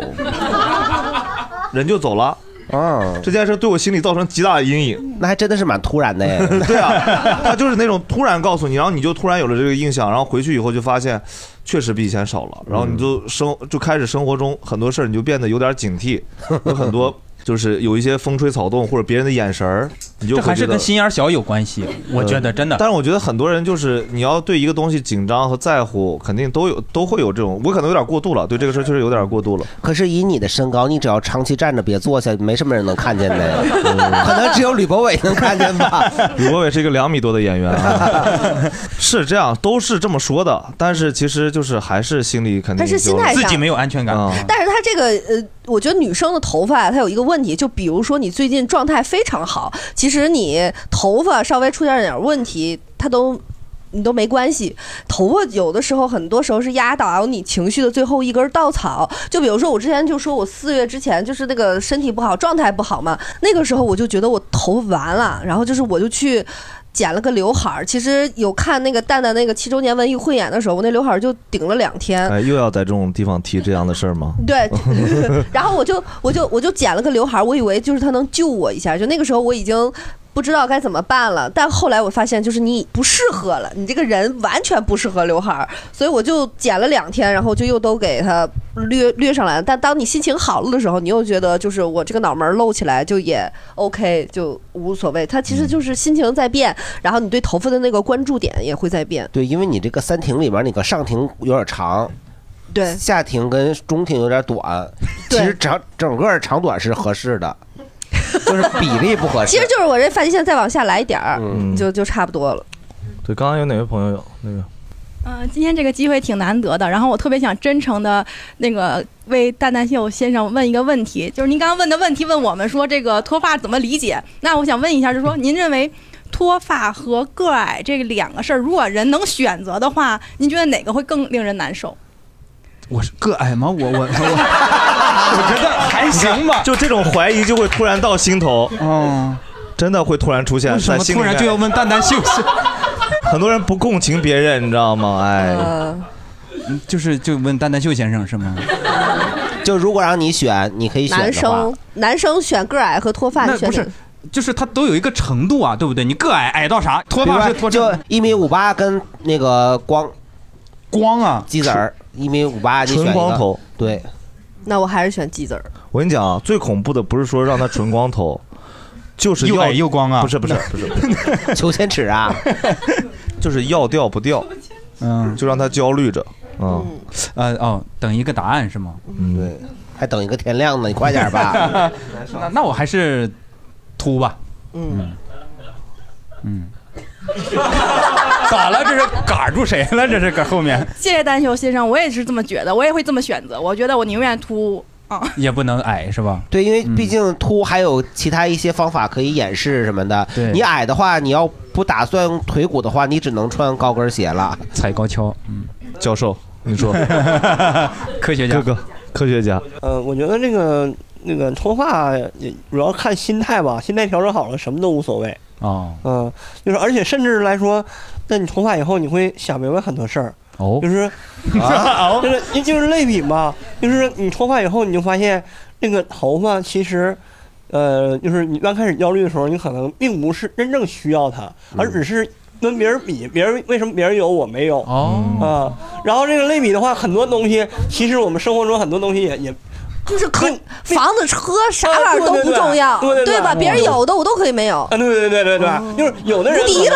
人就走了。”嗯，这件事对我心里造成极大的阴影。那还真的是蛮突然的哎。 对啊，他就是那种突然告诉你，然后你就突然有了这个印象，然后回去以后就发现，确实比以前少了，然后你就生就开始生活中很多事儿你就变得有点警惕，有很多就是有一些风吹草动或者别人的眼神儿，你就这会还觉是得跟心眼小有关系，呃我觉得真的。但是我觉得很多人就是你要对一个东西紧张和在乎，肯定都有都会有这种，我可能有点过度了，对这个事儿确实有点 过度了。可是以你的身高，你只要长期站着别坐下，没什么人能看见的呀，嗯可能只有吕博伟能看见吧。 吕博伟是一个两米多的演员、啊， 是这样，都是这么说的，但是其实就是还是心里肯定但是心态上自嗯己没有安全感。啊但是它这个呃，我觉得女生的头发它有一个问题，就比如说你最近状态非常好，其实你头发稍微出现点问题，它都。你都没关系，头发有的时候，很多时候是压倒你情绪的最后一根稻草。就比如说，我之前就说我四月之前就是那个身体不好，状态不好嘛，那个时候我就觉得我头发完了，然后就是我就去剪了个刘海儿。其实有看那个蛋蛋那个七周年文艺汇演的时候，我那刘海儿就顶了两天。哎，又要在这种地方提这样的事儿吗？对， 然后我就我就我就剪了个刘海儿，我以为就是它能救我一下。就那个时候我已经不知道该怎么办了。但后来我发现，就是你不适合了，你这个人完全不适合刘海儿，所以我就剪了两天，然后就又都给它略略上来了。但当你心情好了的时候，你又觉得就是我这个脑门儿露起来就也 OK，就无所谓。它其实就是心情在变，然后你对头发的那个关注点也会在变。对，因为你这个三庭里面，你个上庭有点长，对，下庭跟中庭有点短，其实整整个长短是合适的，就是比例不合适。其实就是我这发际线再往下来一点儿，嗯就就差不多了。对，刚刚有哪位朋友有那个？嗯，今天这个机会挺难得的，然后我特别想真诚的那个为蛋蛋秀先生问一个问题，就是您刚刚问的问题，问我们说这个脱发怎么理解？那我想问一下，就是说您认为脱发和个矮这两个事儿，如果人能选择的话，您觉得哪个会更令人难受？我是个矮吗？我我我，我觉得还行吧。 就这种怀疑就会突然到心头，嗯，真的会突然出现为什在么心里突面。然就要问蛋蛋秀 秀？很多人不共情别人，你知道吗？哎，呃嗯呃就是就问蛋蛋秀先生是吗？就如果让你选，你可以男生男生选个矮和脱发，你那选不是哪个，就是他都有一个程度啊，对不对？你个矮矮到啥？ 脱发是脱就一米五八跟那个光光啊，鸡子儿一米五八，你选一纯个光头。对，那我还是选鸡子儿。我跟你讲啊，最恐怖的不是说让他纯光 头，就是又要矮又光啊不是不是不是， 求千尺啊， 就是要掉不掉，嗯，就让他焦虑着，嗯，呃哦，等一个答案是吗？嗯，对，还等一个天亮呢，你快点吧。那 那我还是秃吧。嗯嗯，咋了？这是 嘎住谁了？这是搁后面谢谢蛋秀先生，我也是这么觉得，我也会这么选择，我觉得我宁愿秃啊。也不能矮是吧？嗯对，因为毕竟秃还有其他一些方法可以掩饰什么的。对你矮的话，你要不打算用腿骨的话，你只能穿高跟鞋了。踩高跷，嗯，教授，哦你说， 科学家，哥哥，科学家，呃，我觉得那个那个脱发也主要看心态吧，心态调整好了，什么都无所谓。哦，嗯、就是而且甚至来说，在你脱发以后，你会想明白很多事儿。哦，就是， 啊就是因就是类比嘛，就是你脱发以后，你就发现那个头发其实，呃，就是你刚开始焦虑的时候，你可能并不是真正需要它，而嗯只是跟别人比，别人为什么别人有我没有？哦，啊、然后这个类比的话，很多东西其实我们生活中很多东西也也。就是可房子、车啥玩意儿都不重要，对对对对吧？嗯别人有的我都可以没有，啊，对对对对对，就是有的人无敌了。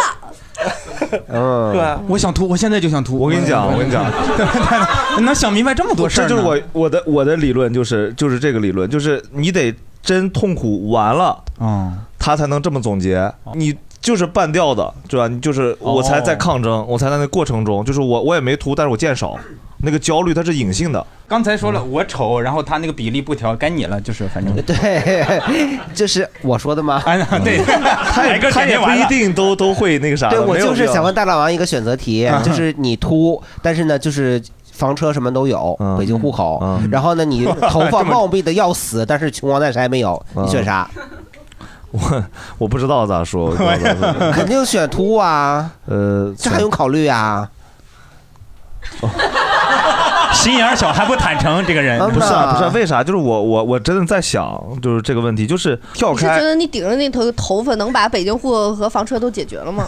嗯，对，我想秃，我现在就想秃。我跟你讲，我跟你 讲，能想明白这么多事儿这呢，就是我我的我的理论，就是就是这个理论，就是你得真痛苦完了，嗯，哦他才能这么总结，你就是半吊的，对吧？你就是我才在抗争，我才在那过程中，就是我我也没秃，但是我见少，那个焦虑它是隐性 的，刚才说了我丑，然后他那个比例不调，该你了，就是反正 对，这是我说的吗？哎，对，他也他也不一定都都会那个啥的。对我啊没有就是必要想问大老王一个选择 题啊，就是你秃，但是呢，就是房车什么都有，北京户口，然后 呢，你头发嗯这么茂密的要死，但是穷光蛋啥也没有，你选啥？嗯我我不知道咋说，我不知道咋说 肯定选秃啊，呃，这还用考虑啊？心眼儿小还不坦诚，这个人不是啊，不是啊，为啥？就是我我我真的在想，就是这个问题，就是跳你是觉开，得你顶着那头头发能把北京户口和房车都解决了吗？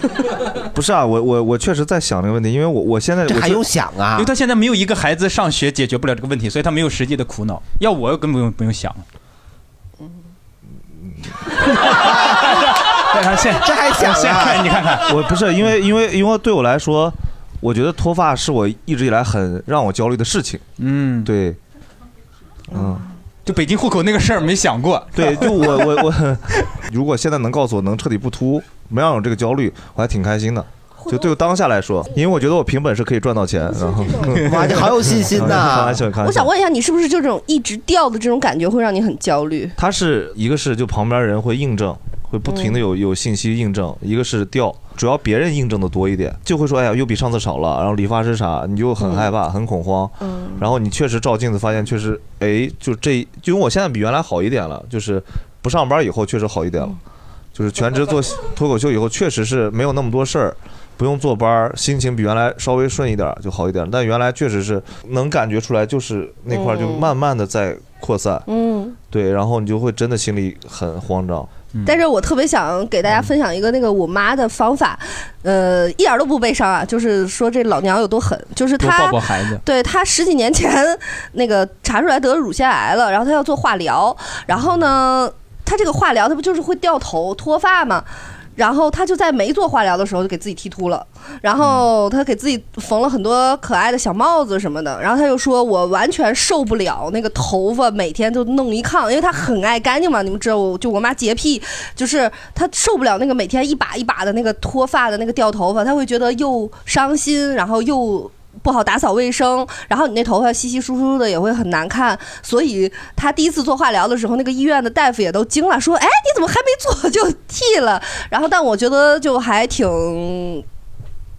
不是啊，我我我确实在想这个问题，因为我我现在我就啊啊因为他现在没有一个孩子上学解决不了这个问题，所以他没有实际的苦恼。要我根本不用不用想，现这还想啊现在你看看，我不是因为因为因为对我来说，我觉得脱发是我一直以来很让我焦虑的事情。嗯，对，嗯，就北京户口那个事儿没想过。 对，就我我我， 如果现在能告诉我能彻底不秃，没让我有这个焦虑，我还挺开心的。就对我当下来说，因为我觉得我凭本事可以赚到钱，然后哇你好有信心呐 开玩笑，开玩笑我想问一下，你是不是就这种一直掉的这种感觉会让你很焦虑？它是一个是就旁边人会印证，会不停的有有信息印证，一个是调，主要别人印证的多一点，就会说哎呀又比上次少了，然后理发师啥，你就很害怕、很恐慌，然后你确实照镜子发现确实哎就这，就因为我现在比原来好一点了，就是不上班以后确实好一点了，就是全职做脱口秀以后确实是没有那么多事儿。不用坐班儿，心情比原来稍微顺一点儿就好一点儿，但原来确实是能感觉出来，就是那块儿就嗯慢慢的在扩散。嗯，对，然后你就会真的心里很慌张。但是我特别想给大家分享一个那个我妈的方法，呃，一点都不悲伤啊，就是说这老娘有多狠，就是多她抱抱孩子 对她十几年前那个查出来得了乳腺癌了，然后她要做化疗，然后呢，她这个化疗她不就是会掉头脱发吗？然后她就在没做化疗的时候就给自己剃秃了，然嗯后她给自己缝了很多可爱的小帽子什么的，然后她就说：“我完全受不了那个头发每天就弄一炕，因为她很爱干净嘛。你们知道我，就我妈洁癖，就是她受不了那个每天一把一把的那个脱发的那个掉头发，她会觉得又伤心，然后又不好打扫卫生，然后你那头发稀稀疏疏的也会很难看，所以他第一次做化疗的时候，那个医院的大夫也都惊了，说：“哎，你怎么还没做就剃了？”然后，但我觉得就还挺，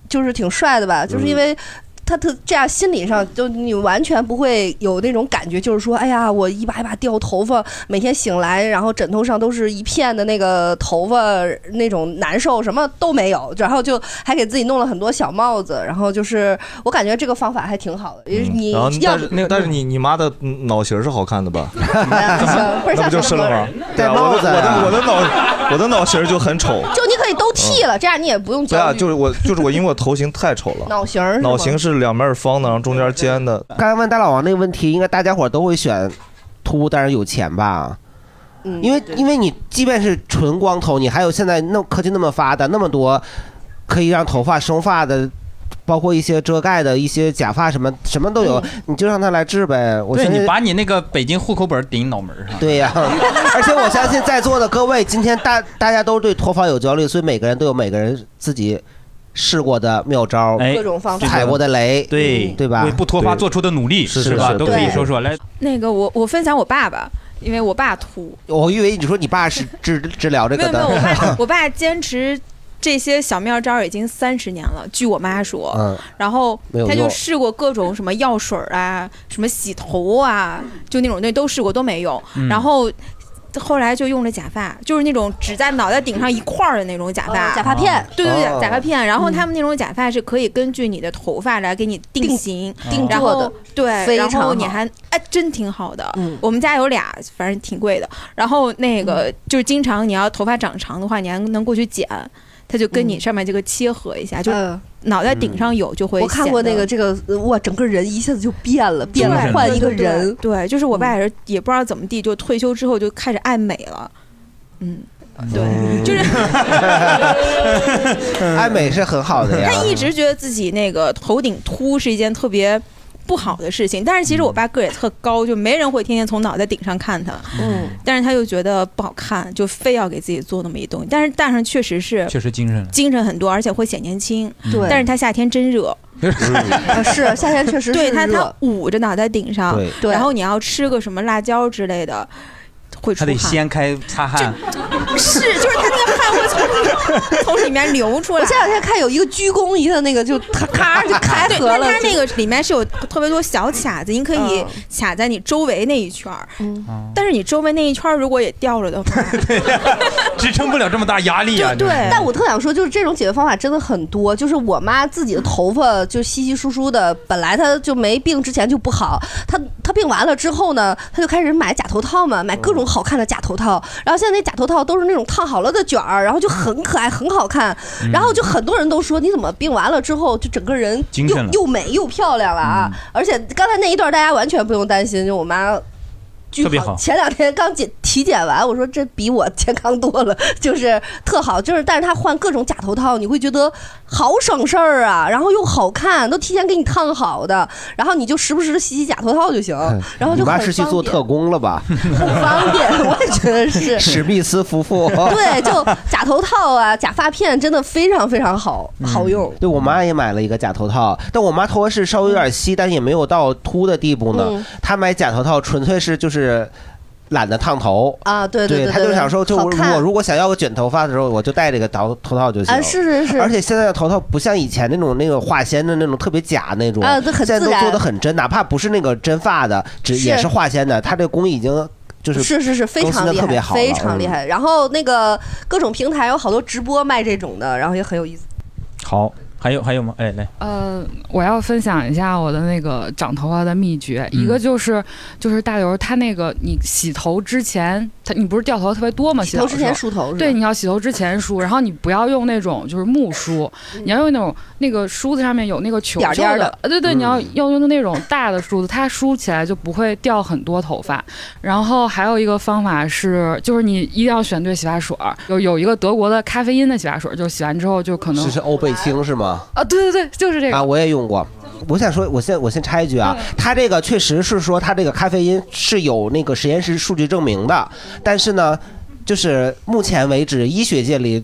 就是挺帅嗯的吧，就是因为。他特这样心理上就你完全不会有那种感觉，就是说，哎呀，我一把一把掉头发，每天醒来，然后枕头上都是一片的那个头发，那种难受什么都没有，然后就还给自己弄了很多小帽子，然后就是我感觉这个方法还挺好的，也是你嗯然后要但是但是你你妈的脑型是好看的吧？ 不是那不就像是很多了吗人？对啊，我的我的我的脑我的脑型就很丑。就你可以都剃了，这样你也不用对 焦啊，虑。就是我就是我，因为我头型太丑了。 脑型儿是吗脑型是两面方的，然后中间尖的。刚才问大老王那个问题，应该大家伙都会选秃，但是有钱吧？嗯因为因为你即便是纯光头，你还有现在那科技那么发达，那么多可以让头发生发的。包括一些遮盖的、一些假发什么什么都有，嗯你就让他来治呗。我对相你信把你那个北京户口本顶脑门上。 对呀、而且我相信在座的各位，今天大大家都对脱发有焦虑，所以每个人都有每个人自己试过的妙招，哎各种方法踩过的雷，对对吧为？不脱发做出的努力是是是吧？是都可以对说说来。那个我我分享我爸爸，因为我爸秃， 我以为你说你爸是 治治疗这没个的有没有，我， 爸我爸坚持这些小妙招已经三十年了，据我妈说，嗯然后没有他就用试过各种什么药水儿啊，什么洗头啊，就那种东西都试过都没用，嗯然后。后来就用了假发，就是那种只在脑袋顶上一块儿的那种假发，哦啊假发片对对哦对，假发片。然后他们那种假发是可以根据你的头发来给你定型、嗯定然做后的对，非然后常你好嗯还哎，真挺好的。我们家有俩，反正挺贵的。然后那个、就是经常你要头发长长的话，你还能过去剪，它就跟你上面这个切合一下，嗯就脑袋顶上有就嗯会我看过那个这个，呃哇，整个人一下子就变了，变了换一个人。嗯对，对就是我爸也是也不知道怎么地，就退休之后就开始爱美了。 爱美是很好的呀。他一直觉得自己那个头顶秃是一件特别不好的事情，但是其实我爸个儿也特高，就没人会天天从脑袋顶上看他。嗯，但是他又觉得不好看，就非要给自己做那么一东西。但是戴上确实是确实精神了精神很多，而且会显年轻。对但是他夏天真热。 啊是夏天确实是对他他热捂着脑袋顶上对，对然后你要吃个什么辣椒之类的，会出他汗。得掀开擦汗，是，就是他那个汗会 从从里面流出来。我前两天看有一个鞠躬一的那个，就咔咔就开合了对，它就嗯那个里面是有特别多小卡子，你可以卡在你周围那一圈儿。但是你周围那一圈儿如果也掉了的话，支撑不了这么大压力啊！你但我特想说，就是这种解决方法真的很多。就是我妈自己的头发就稀稀疏疏的，本来她就没病之前就不好，她她病完了之后呢，她就开始买假头套嘛，买各种好看的假头套。然后现在那假头套都是那种烫好了的卷儿，然后就很可爱，很好看。然后就很多人都说，你怎么病完了之后就整个人精又神了又美又漂亮了啊！嗯而且刚才那一段大家完全不用担心，就我妈巨特别好前两天刚检体检完，我说这比我健康多了， 就是特好。就是，但是他换各种假头套，你会觉得好省事儿啊，然后又好看，都提前给你烫好的，然后你就时不时的洗洗假头套就行，然嗯后你就妈很是去方做便特。工了 吧？方便， 我也觉 得是。史密斯夫 妇。对，就假头套啊，假发片真的非常非常好，嗯好用。对我妈也买了一个假头套，但我妈头发是稍微有点稀，但也没有到秃的地步呢。嗯她买假头套纯粹是就是懒得烫头啊对对对对对她就想说，就好我看我如果想要个卷头发的时候，我就戴这个头头套就行。啊是是是而且现在的头套不像以前那种那个化纤的那种特别假那种，啊这很现在自都然做的很真，哪怕不是那个真发的，只是也是化纤的，它这工艺已经就是是是是非更新常得厉特别害，好了，非常厉嗯害。然后那个各种平台有好多直播卖这种的，然后也很有意思。好，还有还有吗？哎，来，呃，我要分享一下我的那个长头发的秘诀，嗯一个就是就是大刘他那个你洗头之前，他你不是掉头发特别多吗？洗头之前洗梳头是吧对，你要洗头之前梳，然后你不要用那种就是木梳，你要用那种那个梳子上面有那个球嗯点儿球点儿的的，呃对嗯对，你要要用那种大的梳子，它梳起来就不会掉很多头发。然后还有一个方法是，就是你一定要选对洗发水儿，有有一个德国的咖啡因的洗发水儿，就是洗完之后就可能是是欧贝清是吗？啊，对对对，就是这个。啊，我也用过。我想说，我先我先插一句啊，它这个确实是说它这个咖啡因是有那个实验室数据证明的，但是呢，就是目前为止医学界里。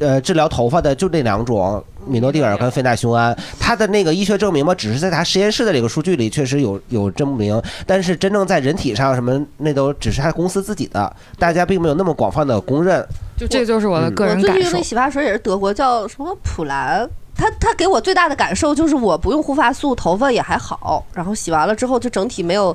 呃，治疗头发的就这两种，米诺地尔跟非那雄胺，它的那个医学证明嘛，只是在它实验室的这个数据里确实有有证明，但是真正在人体上什么那都只是它公司自己的，大家并没有那么广泛的公认。就这就是我的嗯个我最近用那洗发水也是德国，叫什么普兰。它它给我最大的感受就是我不用护发素，头发也还好，然后洗完了之后就整体没有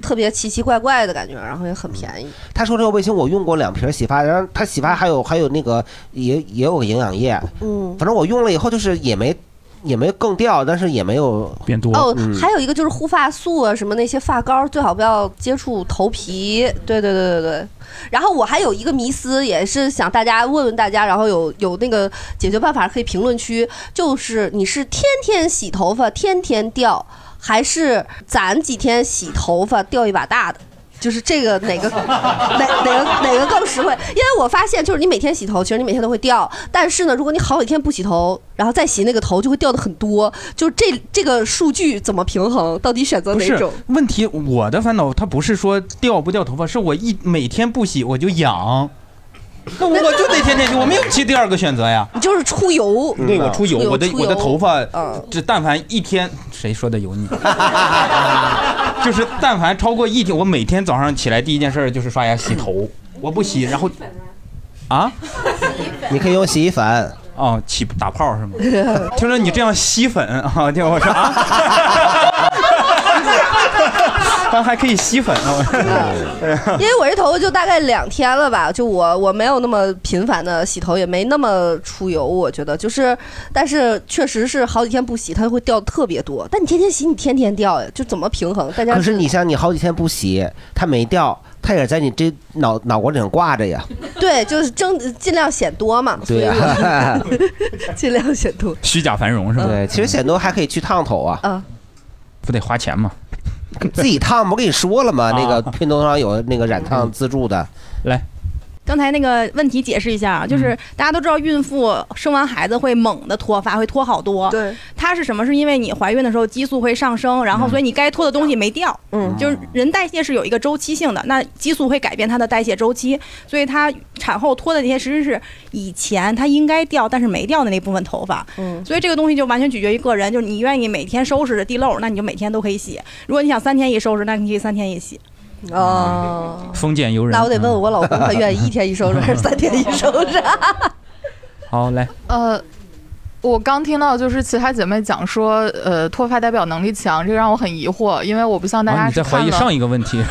特别奇奇怪怪的感觉，然后也很便宜。他说这个卫星我用过两瓶洗发，然后他洗发还有还有那个也也有个营养液，嗯反正我用了以后就是也没也没更掉，但是也没有变多哦，嗯还有一个就是护发素啊，什么那些发膏，最好不要接触头皮。对对对对对。然后我还有一个迷思，也是想大家问问大家，然后有有那个解决办法可以评论区，就是你是天天洗头发，天天掉，还是攒几天洗头发掉一把大的？就是这个哪个 哪哪个哪个更实惠？因为我发现，就是你每天洗头，其实你每天都会掉，但是呢，如果你好几天不洗头，然后再洗那个头，就会掉的很多。就是这这个数据怎么平衡？到底选择不哪是种？问题，我的烦恼它不是说掉不掉头发，是我一每天不洗我就痒，那我就得天天洗，我没有其第二个选择呀。你就是出油，对我出油，我的出我的头发嗯，这但凡一天，谁说的油腻？ 就是但凡超过一天，我每天早上起来第一件事就是刷牙洗头，我不洗，然后啊，你可以用洗衣粉。哦，起打泡是吗？ 听说你这样吸粉啊，听我说啊， 还还可以吸粉啊。因为我这头发就大概两天了吧，就我我没有那么频繁的洗头，也没那么出油，我觉得就是，但是确实是好几天不洗，它会掉得特别多。但你天天洗，你天天掉呀，就怎么平衡？大家可是你像你好几天不洗，它没掉，它也在你这脑脑瓜顶上挂着呀。 对，就是争尽量显多嘛，对呀、啊 尽量显 多。虚假繁荣是吧？对，其实显多还可以去烫头啊，嗯，不得花钱吗？啊自己烫不跟你说了吗？那个拼多多上有那个染烫自助的。嗯来，刚才那个问题解释一下嗯啊，就是大家都知道孕妇生完孩子会猛的脱发，会脱好多。对，它是什么？是因为你怀孕的时候激素会上升，然后所以你该脱的东西没掉。嗯就是人代谢是有一个周期性的，那激素会改变它的代谢周期，所以她产后脱的那些其实是以前她应该掉但是没掉的那部分头发。 嗯所以这个东西就完全取决于个人，就是你愿意每天收拾地漏，那你就每天都可以洗；如果你想三天一收拾，那你可以三天一洗。哦， 封建游人。啊那我得问我老公，他愿意一天一 收拾还是三天一收拾？好，来， 呃，我刚听到就是其他姐妹讲说，呃，脱发代表能力强，这个让我很疑惑，因为我不像大啊，家你在是怀看疑了。上一个问 题？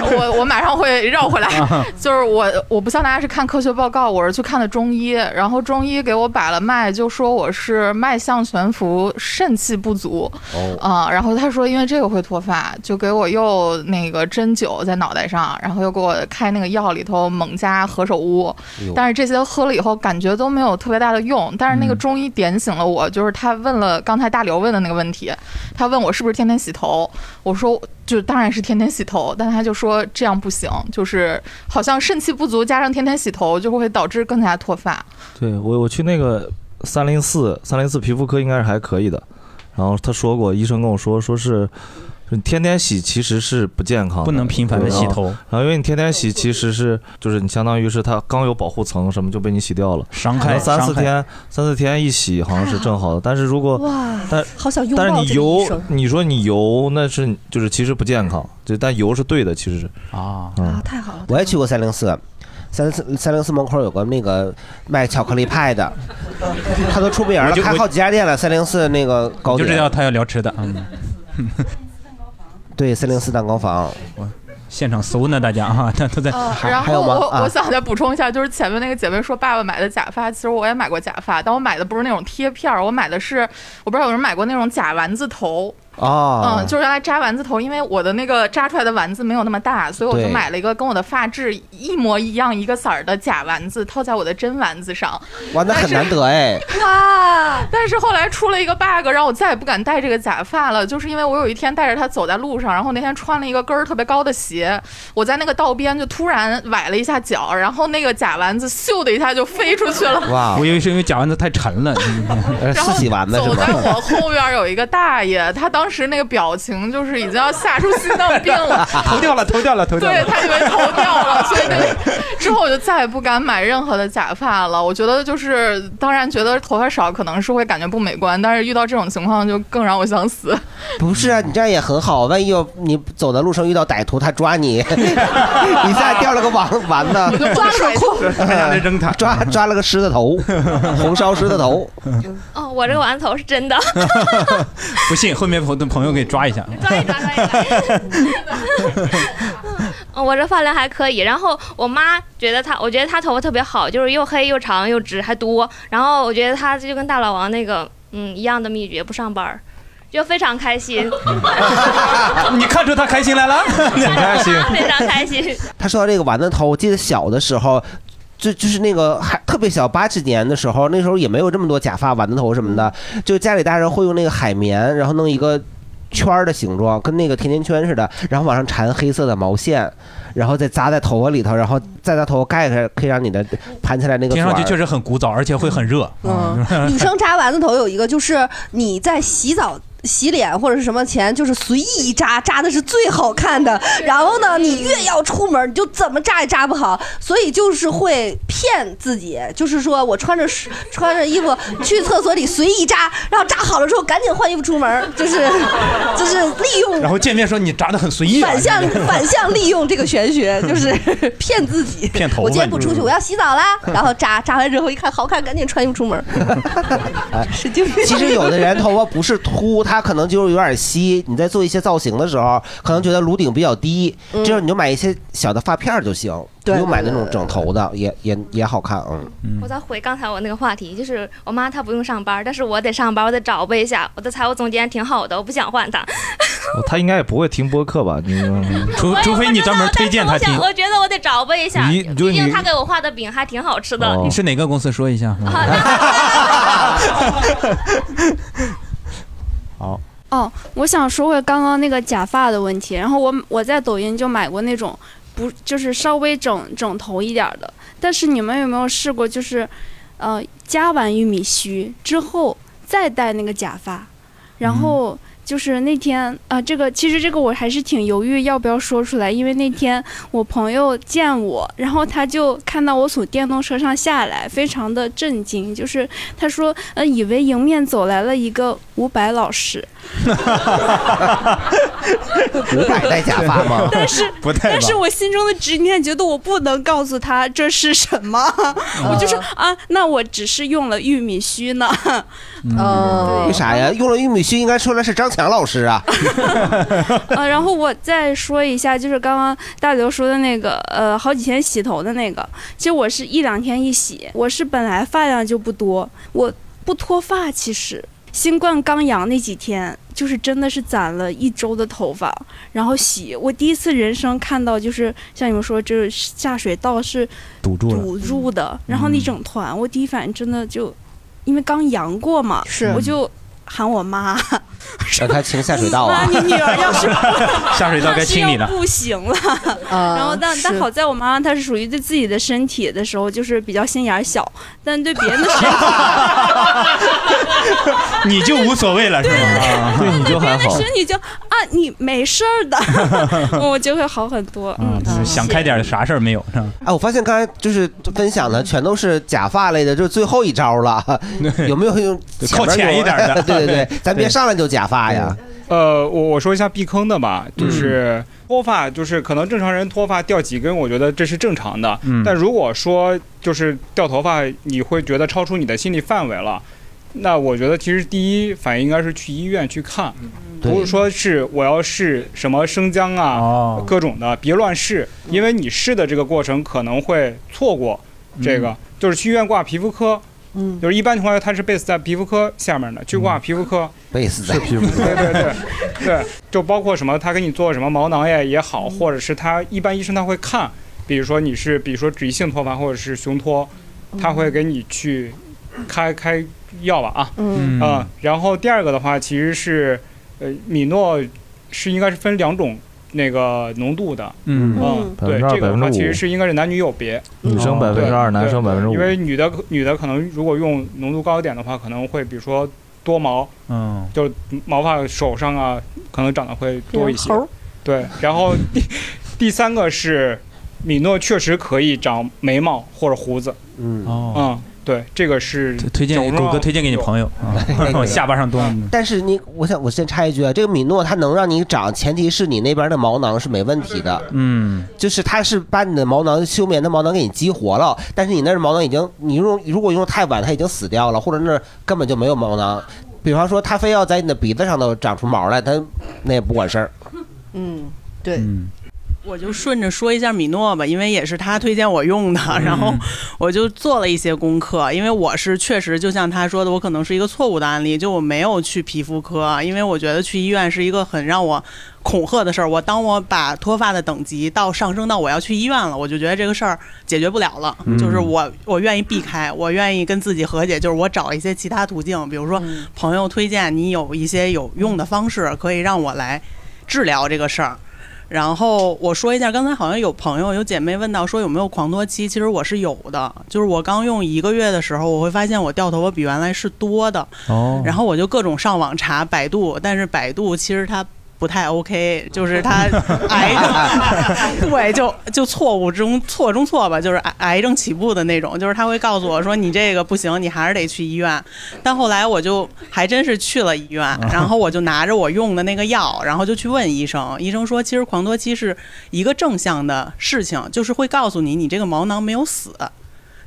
不是我我马上会绕回来啊， 就是我我不像大家是看科学报告，我是去看的中医，然后中医给我把了脉，就说我是脉象悬浮，肾气不足，哦啊、然后他说因为这个会脱发，就给我又那个针灸在脑袋上，然后又给我开那个药里头猛加何首乌哎呦，但是这些喝了以后感觉都没有特别大的用，但是那个中医点醒了我，就是他问了刚才大刘问的那个问题，他问我是不是天天洗头，我说就当然是天天洗头，但他就说这样不行，就是好像肾气不足加上天天洗头，就会导致更加脱发。对我我去那个三零四三零四皮肤科应该是还可以的，然后他说过，医生跟我说说是。你天天洗其实是不健康的，不能频繁地洗头然后。然后因为你天天洗，其实是就是你相当于是它刚有保护层什么就被你洗掉了，伤害三四伤害天，三四天一洗好像是正好的。但是如果哇但好想拥抱但是你这个医油生，你说你油那是就是其实不健康，就但油是对的，其实是嗯啊啊，太好了！我也去过三零四， 三四三零四门口有个那个卖巧克力派的，他都出名我了，就开我好几家店了。三零四那个糕我就点， 知道他要聊吃的。嗯，对，三零四蛋糕房。现场搜呢，大家啊， 他都在。哦然后我、啊啊我想再补充一下，就是前面那个姐妹说爸爸买的假发，其实我也买过假发，但我买的不是那种贴片儿，我买的是我不知道有人买过那种假丸子头。哦，嗯，就是原来扎丸子头，因为我的那个扎出来的丸子没有那么大，所以我就对买了一个跟我的发质一模一样一个色儿的假丸子，套在我的真丸子上。哇，那很难得哎。哇！ 但是后来出了一个 bug，让我再也不敢戴这个假发了，就是因为我有一天带着它走在路上，然后那天穿了一个跟儿特别高的鞋，我在那个道边就突然崴了一下脚，然后那个假丸子咻的一下就飞出 去了。我以为是因为假丸子太沉了，，然后走在 我后边有一个大爷，他当时那个表情就是已经要吓出心脏病了啊头掉了，头掉了，头掉对了。他以为头掉了，所以那个 之后我就再也不敢买任何的假发了。我觉得就是，当然觉得头发少可能是会感觉不美观，但是遇到这种情况就更让我想死。不是啊，你这样也很好。万一要你走在路上遇到歹徒，他抓你， 你下来掉了个丸丸我子就，抓了 个空还想着扔他， 抓抓了个狮子头，红烧狮子头。哦，我这个丸头是真的。不信，后面朋朋友给抓一下。嗯，我这发量还可以。然后我妈觉得她，我觉得她头发特别好，就是又黑又长又直还多。然后我觉得她就跟大老王那个嗯一样的秘诀，不上班儿，就非常开 心，啊你看出他开心来了？开心非常开心。 他说到这个丸子头，我记得小的时候。就就是那个还特别小，八几年的时候，那时候也没有这么多假发、丸子头什么的，就家里大人会用那个海绵，然后弄一个圈儿的形状，跟那个甜甜圈似的，然后往上缠黑色的毛线，然后再扎在头发里头，然后再拿头发盖开，可以让你的盘起来那个 听上去确卷儿实很古早，而且会很热。 嗯女生扎丸子头有一个，就是你在洗澡。洗脸或者是什么前，就是随意一扎，扎的是最好看的。然后呢，你越要出门，你就怎么扎也扎不好，所以就是会骗自己，就是说我穿着是穿着衣服去厕所里随意扎，然后扎好了之后赶紧换衣服出门，就是就是利用然后见面说你扎的很随意啊，反向反向利用这个 玄学，就是骗 自己。骗头发我今天不出你去，说我要洗 澡啦，然后扎扎完之后一看好看，赶紧穿衣服出门。 哎神经 病其实有的人头发不是秃，他可能就是有点稀。你在做一些造型的时候，可能觉得颅顶比较低，嗯这样你就买一些小的发片儿就行，不对用买那种整头的，也也也好看。嗯我，再回刚才我那个话题，就是我妈她不用上班，但是我得上班，我得找备一下。我的财务总监挺好的，我不想换他。哦他应该也不会听播客吧？你除除非你专门推荐我想，我觉得我得找备一下，你毕就竟你哦他给我画的饼还挺好吃的。哦你是哪个公司说一下？好，哦，我想说回刚刚那个假发的问题。然后我我在抖音就买过那种不就是稍微整整头一点儿的，但是你们有没有试过就是，呃，加完玉米须之后再戴那个假发，然后。就是那天啊、这个其实这个我还是挺犹豫要不要说出来，因为那天我朋友见我，然后他就看到我从电动车上下来，非常的震惊，就是他说，呃，以为迎面走来了一个伍佰老师，五百戴假发吗？ 但是啊 不戴吧但是我心中的执念觉得我不能告诉他这是什么， 我就说啊，那我只是用了玉米须呢。嗯哦嗯为啥哦呀？用了玉米须应该出来是张强老师 啊。呃，然后我再说一下，就是刚刚大刘说的那个，呃，好几天洗头的那个，其实我是一两天一洗，我是本来发量就不多，我不脱发，其实新冠刚阳那几天。就是真的是攒了一周的头发，然后洗。我第一次人生看到，就是像你们说，就是下水道是堵住了嗯堵住的，然后那整团，我第一反应真的就，因为刚阳过嘛，是我就喊我妈，让他清下水道啊！妈你女儿要是 下水道该清理要 了。不行了。啊 然后但但是好在我妈妈她是属于对自己的身体的时候就是比较心眼儿小，但对别人的身体，你就无所谓了是啊吗？啊对，你就还但是你就啊你没事儿 的， 我就会好很多。嗯，嗯，想开点，啥事儿没有嗯是吧？哎，我发现刚才就是分享的全都是假发类的，就是最后一招 了。有没有用对前面靠前有一点的 对对对，咱别对上来就假发呀。呃，我我说一下避坑的吧，就是脱发，就是可能正常人脱发掉几根，我觉得这是正常的。嗯但如果说就是掉头发，你会觉得超出你的心理范围了，那我觉得其实第一反应应该是去医院去看，不是说是我要试什么生姜啊，各种的，别乱试，因为你试的这个过程可能会错过这个，嗯就是去医院挂皮肤科。嗯，就是一般情况下，它是 base 在皮肤科下面的，去挂皮肤科。贝斯在皮肤 对 对对对，就包括什么，他给你做什么毛囊液也好，或者是他一般医生他会看，比如说你是比如说脂溢性脱发或者是雄脱，他会给你去开开药吧啊，嗯啊，然后第二个的话其实是呃米诺是应该是分两种。那个浓度的，嗯啊嗯对， 2%这个的话5%其实是应该是男女有别，嗯女生对2%男生对5%因为女的女的可能如果用浓度高一点的话，可能会比如说多毛，嗯，就是毛发手上啊，可能长得会多啊一些有猴儿。对，然后第第三个是米诺确实可以长眉毛或者胡子。嗯嗯，对，这个是哦推荐整容狗哥推荐给你 朋友，啊下巴上动。但是你，我想我先插一句啊，这个米诺它能让你长，前提是你那边的毛囊是没问题的。嗯，就是它是把你的毛囊休眠的毛囊给你激活了，但是你那儿毛囊已经，你用如果用太晚，它已经死掉了，或者那儿根本就没有毛囊。比方说，它非要在你的鼻子上头长出毛来，它那也不管事儿。嗯，对，我就顺着说一下米诺吧，因为也是他推荐我用的， 然后我就做了一些功课，因为我是确实就像他说的，我可能是一个错误的案例，就我没有去皮肤科，啊因为我觉得去医院是一个很让我恐吓的事儿。我当我把脱发的等级到上升到我要去医院了，我就觉得这个事儿解决不了了，嗯就是我我愿意避开，我愿意跟自己和解，就是我找一些其他途径，比如说朋友推荐你有一些有用的方式，可以让我来治疗这个事儿。然后我说一下，刚才好像有朋友有姐妹问到说有没有狂脱期，其实我是有的，就是我刚用一个月的时候，我会发现我掉头发比原来是多的，哦然后我就各种上网查百度，但是百度其实它。不太 OK，就是它癌症， 对，就就错误中错中错吧，就是癌癌症起步的那种，就是他会告诉我说你这个不行，你还是得去医院。但后来我就还真是去了医院，然后我就拿着我用的那个药，然后就去问医生，医生说其实狂脱期是一个正向的事情，就是会告诉你你这个毛囊没有死。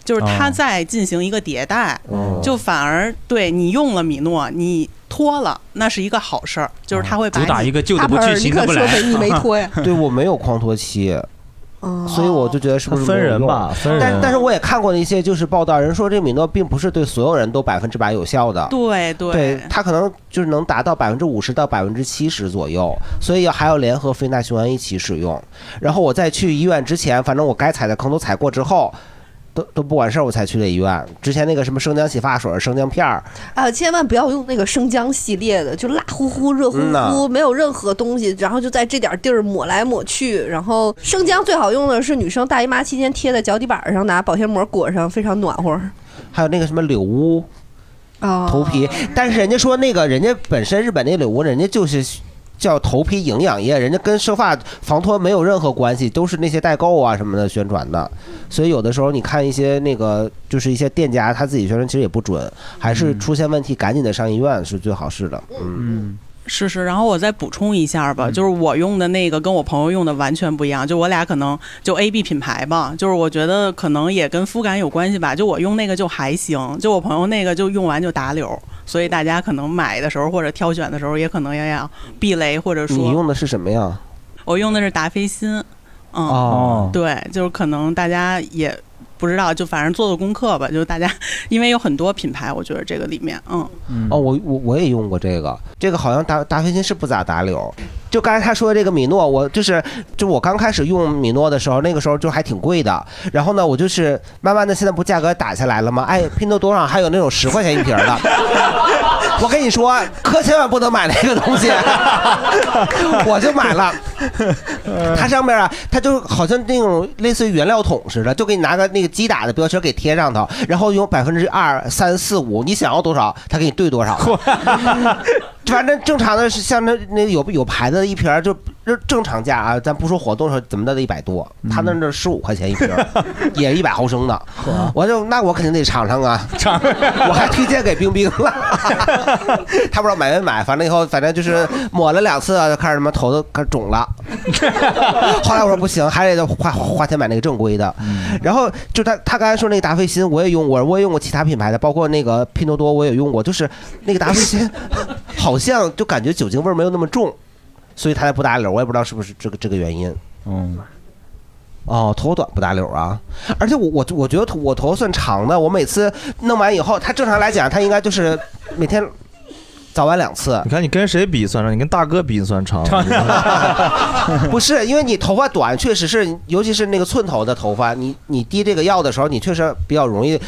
就是它哦在进行一个迭代，哦就反而对你用了米诺，你脱了，那是一个好事儿，就是它会把哦主打你一个旧的不去大盆儿新的不你可来说呗你没脱 呀哦对我没有狂脱期。所以我就觉得是不是分没有人用吧分人但但是我也看过一些就是报道，人说这米诺并不是对所有人都百分之百有效的。对对对，它可能就是能达到百分之五十到百分之七十左右，所以还要联合非那循环一起使用。然后我在去医院之前，反正我该踩的坑都踩过之后。都都不管事儿，我才去的医院。之前那个什么生姜洗发水、生姜片儿，啊，千万不要用那个生姜系列的，就辣乎乎、热乎嗯呐乎，没有任何东西，然后就在这点地儿抹来抹去。然后生姜最好用的是女生大姨妈期间贴在脚底板上，拿保鲜膜裹上，非常暖和。还有那个什么柳屋啊，头皮。但是人家说那个人家本身日本那柳屋，人家就是叫头皮营养液，人家跟生发防脱没有任何关系，都是那些代购啊什么的宣传的。所以有的时候你看一些那个就是一些店家他自己宣传其实也不准，还是出现问题赶紧的上医院是最好事的。嗯。是是，然后我再补充一下吧，就是我用的那个跟我朋友用的完全不一样，就我俩可能就 A B 品牌吧，就是我觉得可能也跟肤感有关系吧，就我用那个就还行，就我朋友那个就用完就打柳，所以大家可能买的时候或者挑选的时候也可能要要避雷，或者你说用的是什么呀？我用的是达霏欣，嗯，哦对，就是可能大家也不知道，就反正做做功课吧，就是大家因为有很多品牌，我觉得这个里面，嗯。哦，我我我也用过这个，这个好像达达芬奇是不咋打柳。就刚才他说的这个米诺，我就是就我刚开始用米诺的时候，那个时候就还挺贵的。然后呢，我就是慢慢的，现在不价格打下来了吗？哎，拼多多上还有那种十块钱一瓶的。 我跟你说，可千万不能买那个东西， 我就买了。 它上面啊，它就好像那种类似于原料桶似的，就给你拿个那个击打的标签给贴上头，然后有百分之二、三四五，你想要多少，它给你兑多 少。反正正常的是像那那有有牌子的一瓶儿就就正常价啊，咱不说活动的时候怎么的得一百多，他那那十五块钱一瓶 儿，也一百毫升的，我就那我肯定得尝尝啊，尝， 我还推荐给冰冰了， 他不知道买没买，反正以后反正就是抹了两次啊，就开始他妈头都开始肿了。 后来我说不行，还得花花钱买那个正规的。嗯然后就他他刚才说那个达霏欣，我也用过，我也用过其他品牌的，包括那个拼多多我也用过，就是那个达霏欣， 好像就感觉酒精味儿没有那么重，所以他才不打绺。我也不知道是不是这个这个原因。嗯。哦，头发短不打绺啊，而且我我我觉得头我头发算长的，我每次弄完以后，他正常来讲，他应该就是每天早晚两 次。你看你跟谁比算长？你跟大哥比你算长。 不是，因为你头发短，确实是，尤其是那个寸头的头发，你你滴这个药的时候，你确实比较容易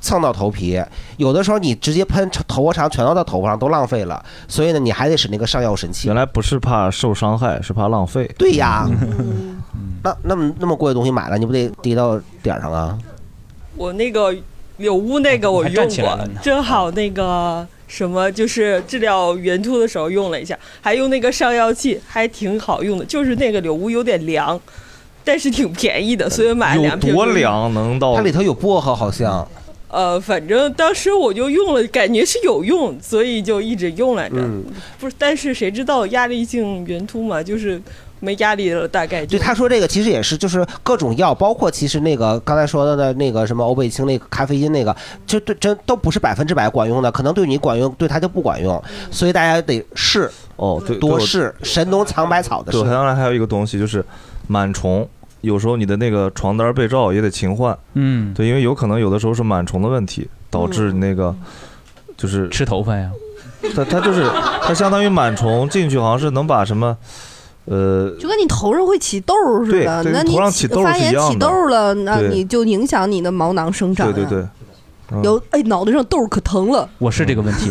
蹭到头皮。有的时候你直接喷头发长全到到头发上都浪费了，所以呢，你还得使那个上药神器。原来不是怕受伤害，是怕浪费。对呀，那那么那么贵的东西买了，你不得滴到点儿上啊？我那个柳屋那个我哦还用站起来过了呢，正好那个什么就是治疗圆秃的时候用了一下，还用那个上药剂，还挺好用的。就是那个柳屋有点凉，但是挺便宜嗯的，所以买了有两瓶。多？凉能到？它里头有薄荷，好像。呃，反正当时我就用了，感觉是有用，所以就一直用来着。嗯不是，但是谁知道压力性圆秃嘛，就是没压力了，大概对，就他说这个其实也是，就是各种药，包括其实那个刚才说的那那个什么欧贝清那个咖啡因那个，就对真都不是百分之百管用的，可能对你管用，对他就不管用，所以大家得试哦，对，多对我试神农尝百草的对，试。当然还有一个东西就是螨虫，有时候你的那个床单被罩也得勤换。嗯，对，因为有可能有的时候是螨虫的问题导致你那个就是吃头发呀。它它就是它相当于螨虫进去好像是能把什么呃就跟你头上会起痘儿似的，对对那头你上起起痘儿发是一炎样起的痘儿了，那对你就影响你的毛囊生长、啊。对对对，嗯有哎，脑袋上痘儿可疼了。我是这个问题，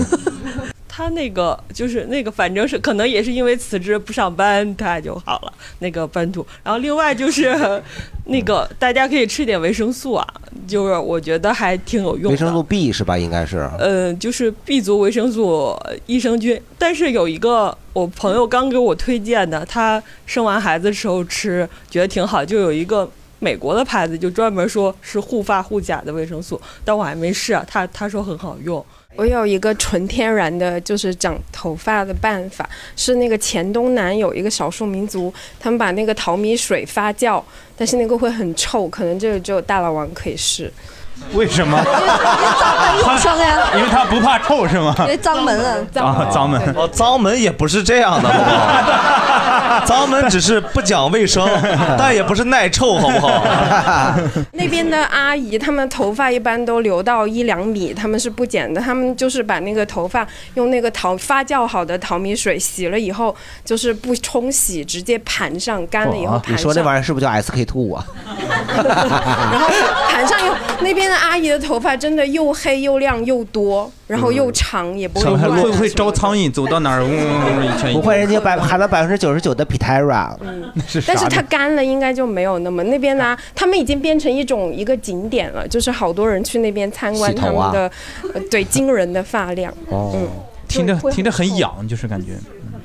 他那个就是那个，反正是可能也是因为辞职不上班，他就好了那个斑秃。然后另外就是 那个大家可以吃点维生素啊，就是我觉得还挺有用维的。生素 B 是吧？应该是。呃，就是 B 族维生素、呃益生菌，但是有一个我朋友刚给我推荐的，他生完孩子时候吃，觉得挺好，就有一个美国的牌子，就专门说是护发护甲的维生素，但我还没试啊，他他说很好用。我有一个纯天然的，就是长头发的办法，是那个前东南有一个少数民族，他们把那个淘米水发酵，但是那个会很臭，可能这个只有大老王可以试。为什么？晚上啊呀因为他不怕臭是吗？脏门啊，啊，脏门。哦，脏门也不是这样的，好不 好？脏门只是不讲卫生，但也不是耐臭，好不好？那边的阿姨，她们头发一般都留到一两米，她们是不剪的，她们就是把那个头发用那个淘发酵好的淘米水洗了以后，就是不冲洗，直接盘上，干了以后哇啊你盘上。说那玩意儿是不是叫 SK two 啊？然后盘上又那边的阿姨的头发真的又黑又亮又多，然后又长，也不会还乱会。不会招苍蝇？走到哪儿嗡嗡嗡一嗯圈一圈。不会，人家百含了百分之九十九的 Pitera，是但是它干了，应该就没有那么那边呢、他们已经变成一种一个景点了，就是好多人去那边参观洗他头啊们的，呃对惊人的发量。哦嗯，听着会听着很痒，就是感觉。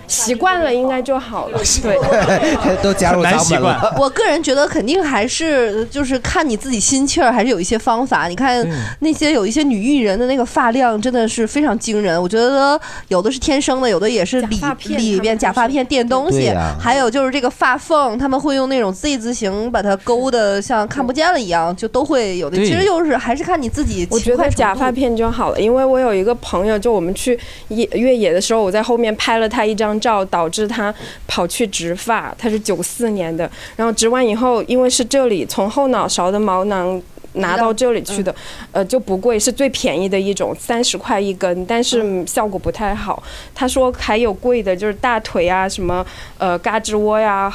习惯了应该就好 了。对， 都加入很难咱习们惯了。 我个人觉得肯定还是就是看你自己心气儿，还是有一些方法。你看嗯那些有一些女艺人的那个发量真的是非常惊人，我觉得有的是天生的，有的也是里里边假发片垫东对西呀，还有就是这个发缝，他们会用那种 Z 字形把它勾的像看不见了一样，就都会有的。对其实就是还是看你自己勤快程度。我觉得假发片就好了，因为我有一个朋友，就我们去野越野的时候，我在后面拍了他一张照，导致他跑去植发。他是九四年的，然后植完以后，因为是这里从后脑勺的毛囊。拿到这里嗯去的，呃，就不贵，是最便宜的一种，三十块一根，但是嗯效果不太好。他说还有贵的，就是大腿啊，什么呃胳肢窝呀、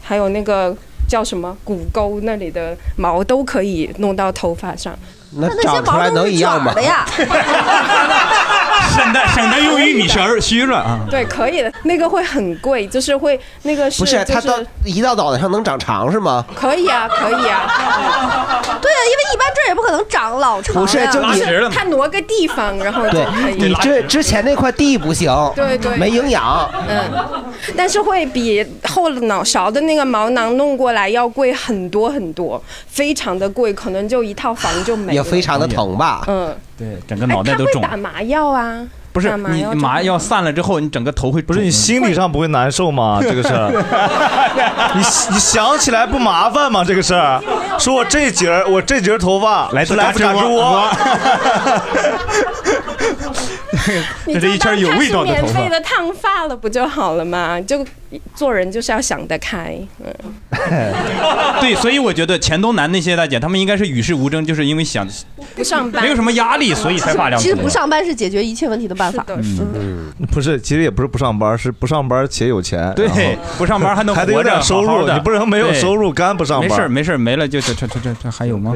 还有那个叫什么骨沟那里的毛都可以弄到头发上。 那长出来能一样吗？省得省得用玉米绳儿虚了啊。 对，可以的，那个会很贵，就是会那个是不是，就它到是一到脑袋上能长长是吗？可以啊，可以啊， 对啊，因为一般这儿也不可能长老长呀。不是就你它挪个地方，然后就 对可以。你这之前那块地不行，对对没营养。嗯，但是会比后脑勺的那个毛囊弄过来要贵很多很多，非常的贵，可能就一套房就没了。也非常哎地疼吧嗯，对，整个哎脑袋哦都会肿。打麻药啊。 不是打麻你药麻药散了之后，你整个头会不是你心理上不会难受吗？啊这个事儿， 你 你想起来不麻烦吗？这个事儿，说我这节儿我这节儿头发来是自来自嘎嘎吱吱窝窝， 你这就是一圈当有它味是道的头免费发。的烫发了不就好了嘛？就做人就是要想得开，嗯。 对，所以我觉得黔东南那些大姐，她们应该是与世无争，就是因为想不上班没有什么压力，所以才发量其实不上班是解决一切问题的办法。嗯， 不是，其实也不是不上班，是不上班且有钱。对然后不上班还能还得有活着点收好好入，的你不能没有对收入干不上没班。事儿没事儿没了就这这这这这还有吗？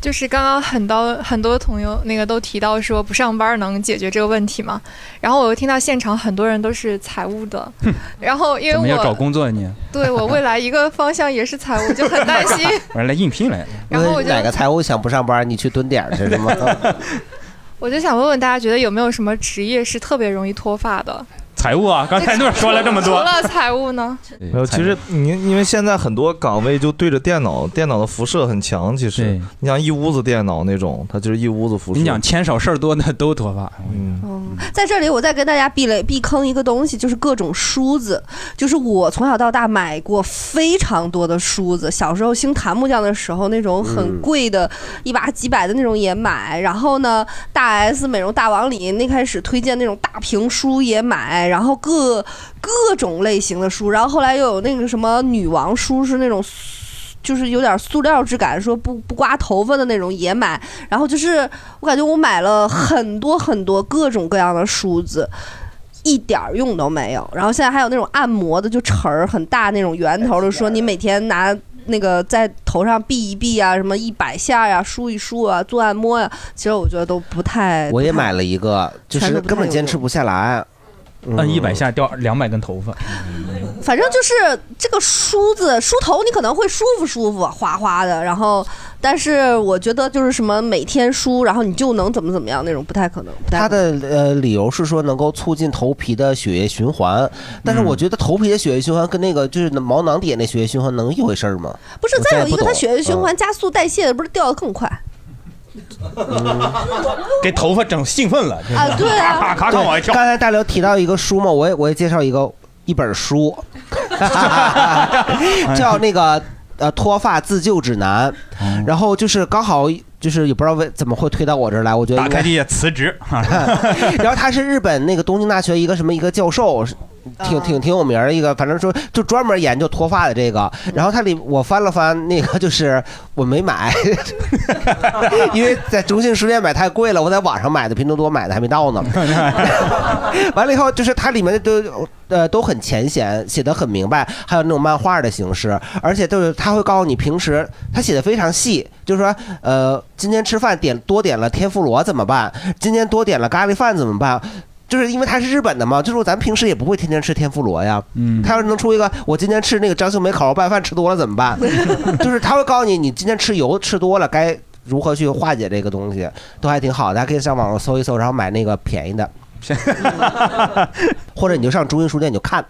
就是刚刚很多很多朋友那个都提到说不上班能解决这个问题嘛，然后我又听到现场很多人都是财务的，然后因怎么为要找我工作啊你？对我未来一个方向也是财务，就很担心。我是来应聘来的。然后我就哪个财务想不上班，你去蹲点儿去是吗？我就想问问大家，觉得有没有什么职业是特别容易脱发的？ 财务啊，刚才那说了这么除多，了财务呢？没有，其实你因为现在很多岗位就对着电脑，电脑的辐射很强。其实你像一屋子电脑那种，它就是一屋子辐射。你讲钱少事儿多的都脱发。嗯，在这里我再跟大家避雷避坑一个东西，就是各种梳子，就是我从小到大买过非常多的梳子，小时候兴檀木匠的时候，那种很嗯贵的，一把几百的那种也买，然后呢，大 S 美容大王里那开始推荐那种大屏梳也买，然后各各种类型的梳，然后后来又有那个什么女王梳是那种。就是有点塑料质感，说不不刮头发的那种也买。然后就是我感觉我买了很多很多各种各样的梳子。一点儿用都没有，然后现在还有那种按摩的，就齿儿很大那种圆头的，说你每天拿那个在头上避一避啊，什么一百下呀、梳一梳啊，做按摩呀、其实我觉得都不太。我也买了一个，就全是都不太根本有坚持不下来。嗯摁一百下掉两百根头发，反正就是这个梳子梳头，你可能会舒服舒服，哗哗的。然后，但是我觉得就是什么每天梳，然后你就能怎么怎么样那种，不太可能。它的呃理由是说能够促进头皮的血液循环，但嗯是我觉得头皮的血液循环跟那个就是毛囊底下那血液循环能一回事儿吗？不是，我再有也一个，懂它血液循环嗯加速代谢，不是掉的更快？嗯嗯给头发整兴奋了啊对啊咔咔咔往外跳。刚才大刘提到一个书嘛，我也我也介绍一个一本 书，叫那个呃脱发自救指南，嗯 然后就是刚好就是也不知道为怎么会推到我这儿来，我觉得打应开该地下 辞职。 然后他是日本那个东京大学一个什么一个教授，嗯是挺挺挺有名儿的一个，反正说就专门研究脱发的这个。然后他里我翻了翻那个，就是我没买， 因为在中信书店买太贵了，我在网上买的，拼多多买的还没到呢。 完了以后，就是它里面都呃都很浅显，写的很明白，还有那种漫画的形式，而且就是他会告诉你平时他写的非常细，就是说呃今天吃饭点多点了天妇罗怎么办？今天多点了咖喱饭怎么办？就是因为它是日本的嘛，就是咱平时也不会天天吃天妇罗呀。嗯，他要是能出一个，我今天吃那个张秀梅烤肉拌饭吃多了怎么 办？就是他会告诉你，你今天吃油吃多了该如何去化解这个东西，都还挺好的。大家可以上网上搜一搜，然后买那个便 宜的，或者你就上中心书店你就看，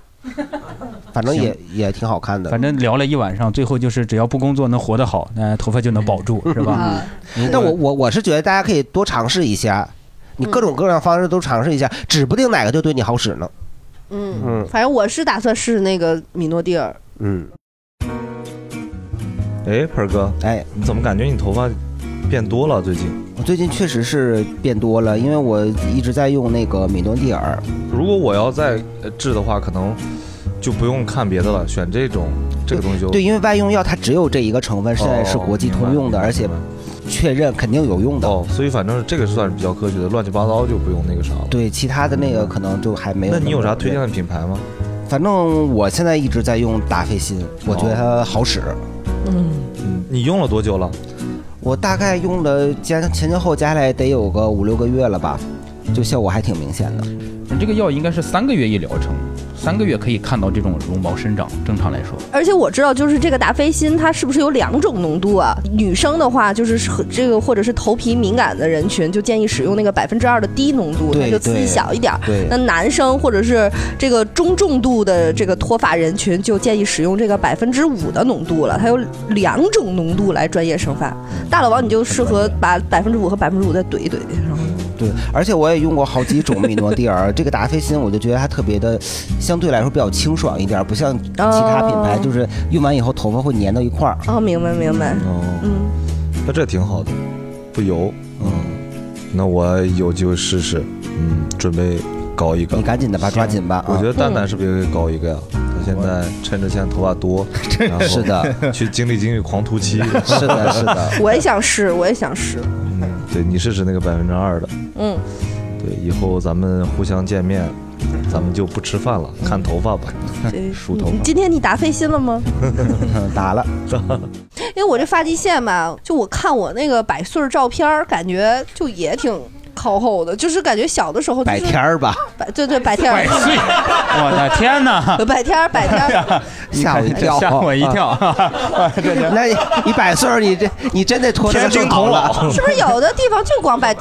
反正也行也挺好看的。反正聊了一晚上，最后就是只要不工作能活得好，那头发就能保住，是吧？ 如但果我我我是觉得大家可以多尝试一下，你各种各样的方式都尝试一下，指不定哪个就对你好使呢。嗯嗯反正我是打算试那个米诺地尔，嗯。哎，盆儿哥，哎，你怎么感觉你头发变多了最近？我最近确实是变多了，因为我一直在用那个米诺地尔。如果我要再呃治的话，可能就不用看别的了，选这种这个东西就对，因为外用药它只有这一个成分，现在是国际通用的，而且确认肯定有用的。哦，所以反正这个算是比较科学的，乱七八糟就不用那个啥了。对，其他的那个可能就还没有那么。你有啥推荐的品牌吗？反正我现在一直在用达霏欣，我觉得它好使。哦嗯，你用了多久了？我大概用了加前前后加起来得有个五六个月了吧，就效果还挺明显的。你这个药应该是三个月一疗程，三个月可以看到这种绒毛生长。正常来说，而且我知道就是这个达霏欣它是不是有两种浓度啊？女生的话就是是和这个或者是头皮敏感的人群，就建议使用那个百分之二的低浓度，对它就刺激对小一点儿对。那男生或者是这个中重度的这个脱发人群，就建议使用这个百分之五的浓度了。它有两种浓度来专业生发。大老王你就适合把百分之五和百分之五再怼一怼，然后对，而且我也用过好几种米诺地尔，这个达霏欣我就觉得它特别的，相对来说比较清爽一点，不像其他品牌，哦就是用完以后头发会粘到一块儿。哦，明白明白，哦嗯。那这挺好的，不油。嗯，那我有机会试试。嗯，准备搞一个。你赶紧的吧，抓紧吧。啊我觉得蛋蛋是不是也得搞一个呀？他现在趁着现在头发 多，然后是的 去经历经历狂突期。 是的是的 我也想试，我也想试。 对你试试那个百分之二的，嗯，对，以后咱们互相见面，咱们就不吃饭了，看头发吧，梳头你发。今天你打飞心了吗？ 打了，打了。因为我这发际线吧，就我看我那个百岁儿照片儿，感觉就也挺靠后的，就是感觉小的时候、就百是、天儿吧，百对对百天儿，我的天 哪！百天儿百天儿， 你吓我看一 跳，啊吓我一跳。 那你你百岁儿，你这你真得拖得更好了， 是不是有的地方就光百，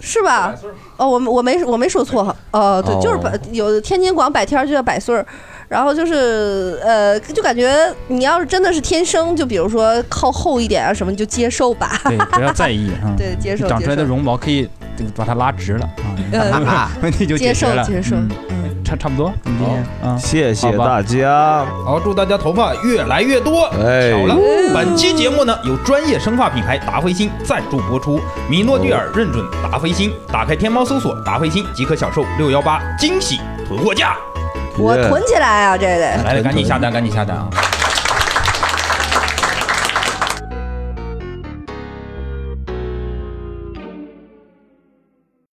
是吧？哦，我没我没我没说错哈，哦，对，就是百哦有的天津广百天儿就叫百岁儿，然后就是呃，就感觉你要是真的是天生，就比如说靠后一点啊什么，你就接受吧。 对，不要在意啊。对接受长出来接的受绒毛可以就把它拉直了啊 呃，问题就接解决受了。接受嗯，差差不多。我们今天啊，谢谢大家，好，祝大家头发越来越多。哎巧了，嗯本期节目呢由专业生发品牌达霏欣赞助播出，米诺地尔认准达霏欣，打开天猫搜索达霏欣即可享受六幺八惊喜囤货价。我囤起来啊，这得。来来，赶紧下单，赶紧下单啊！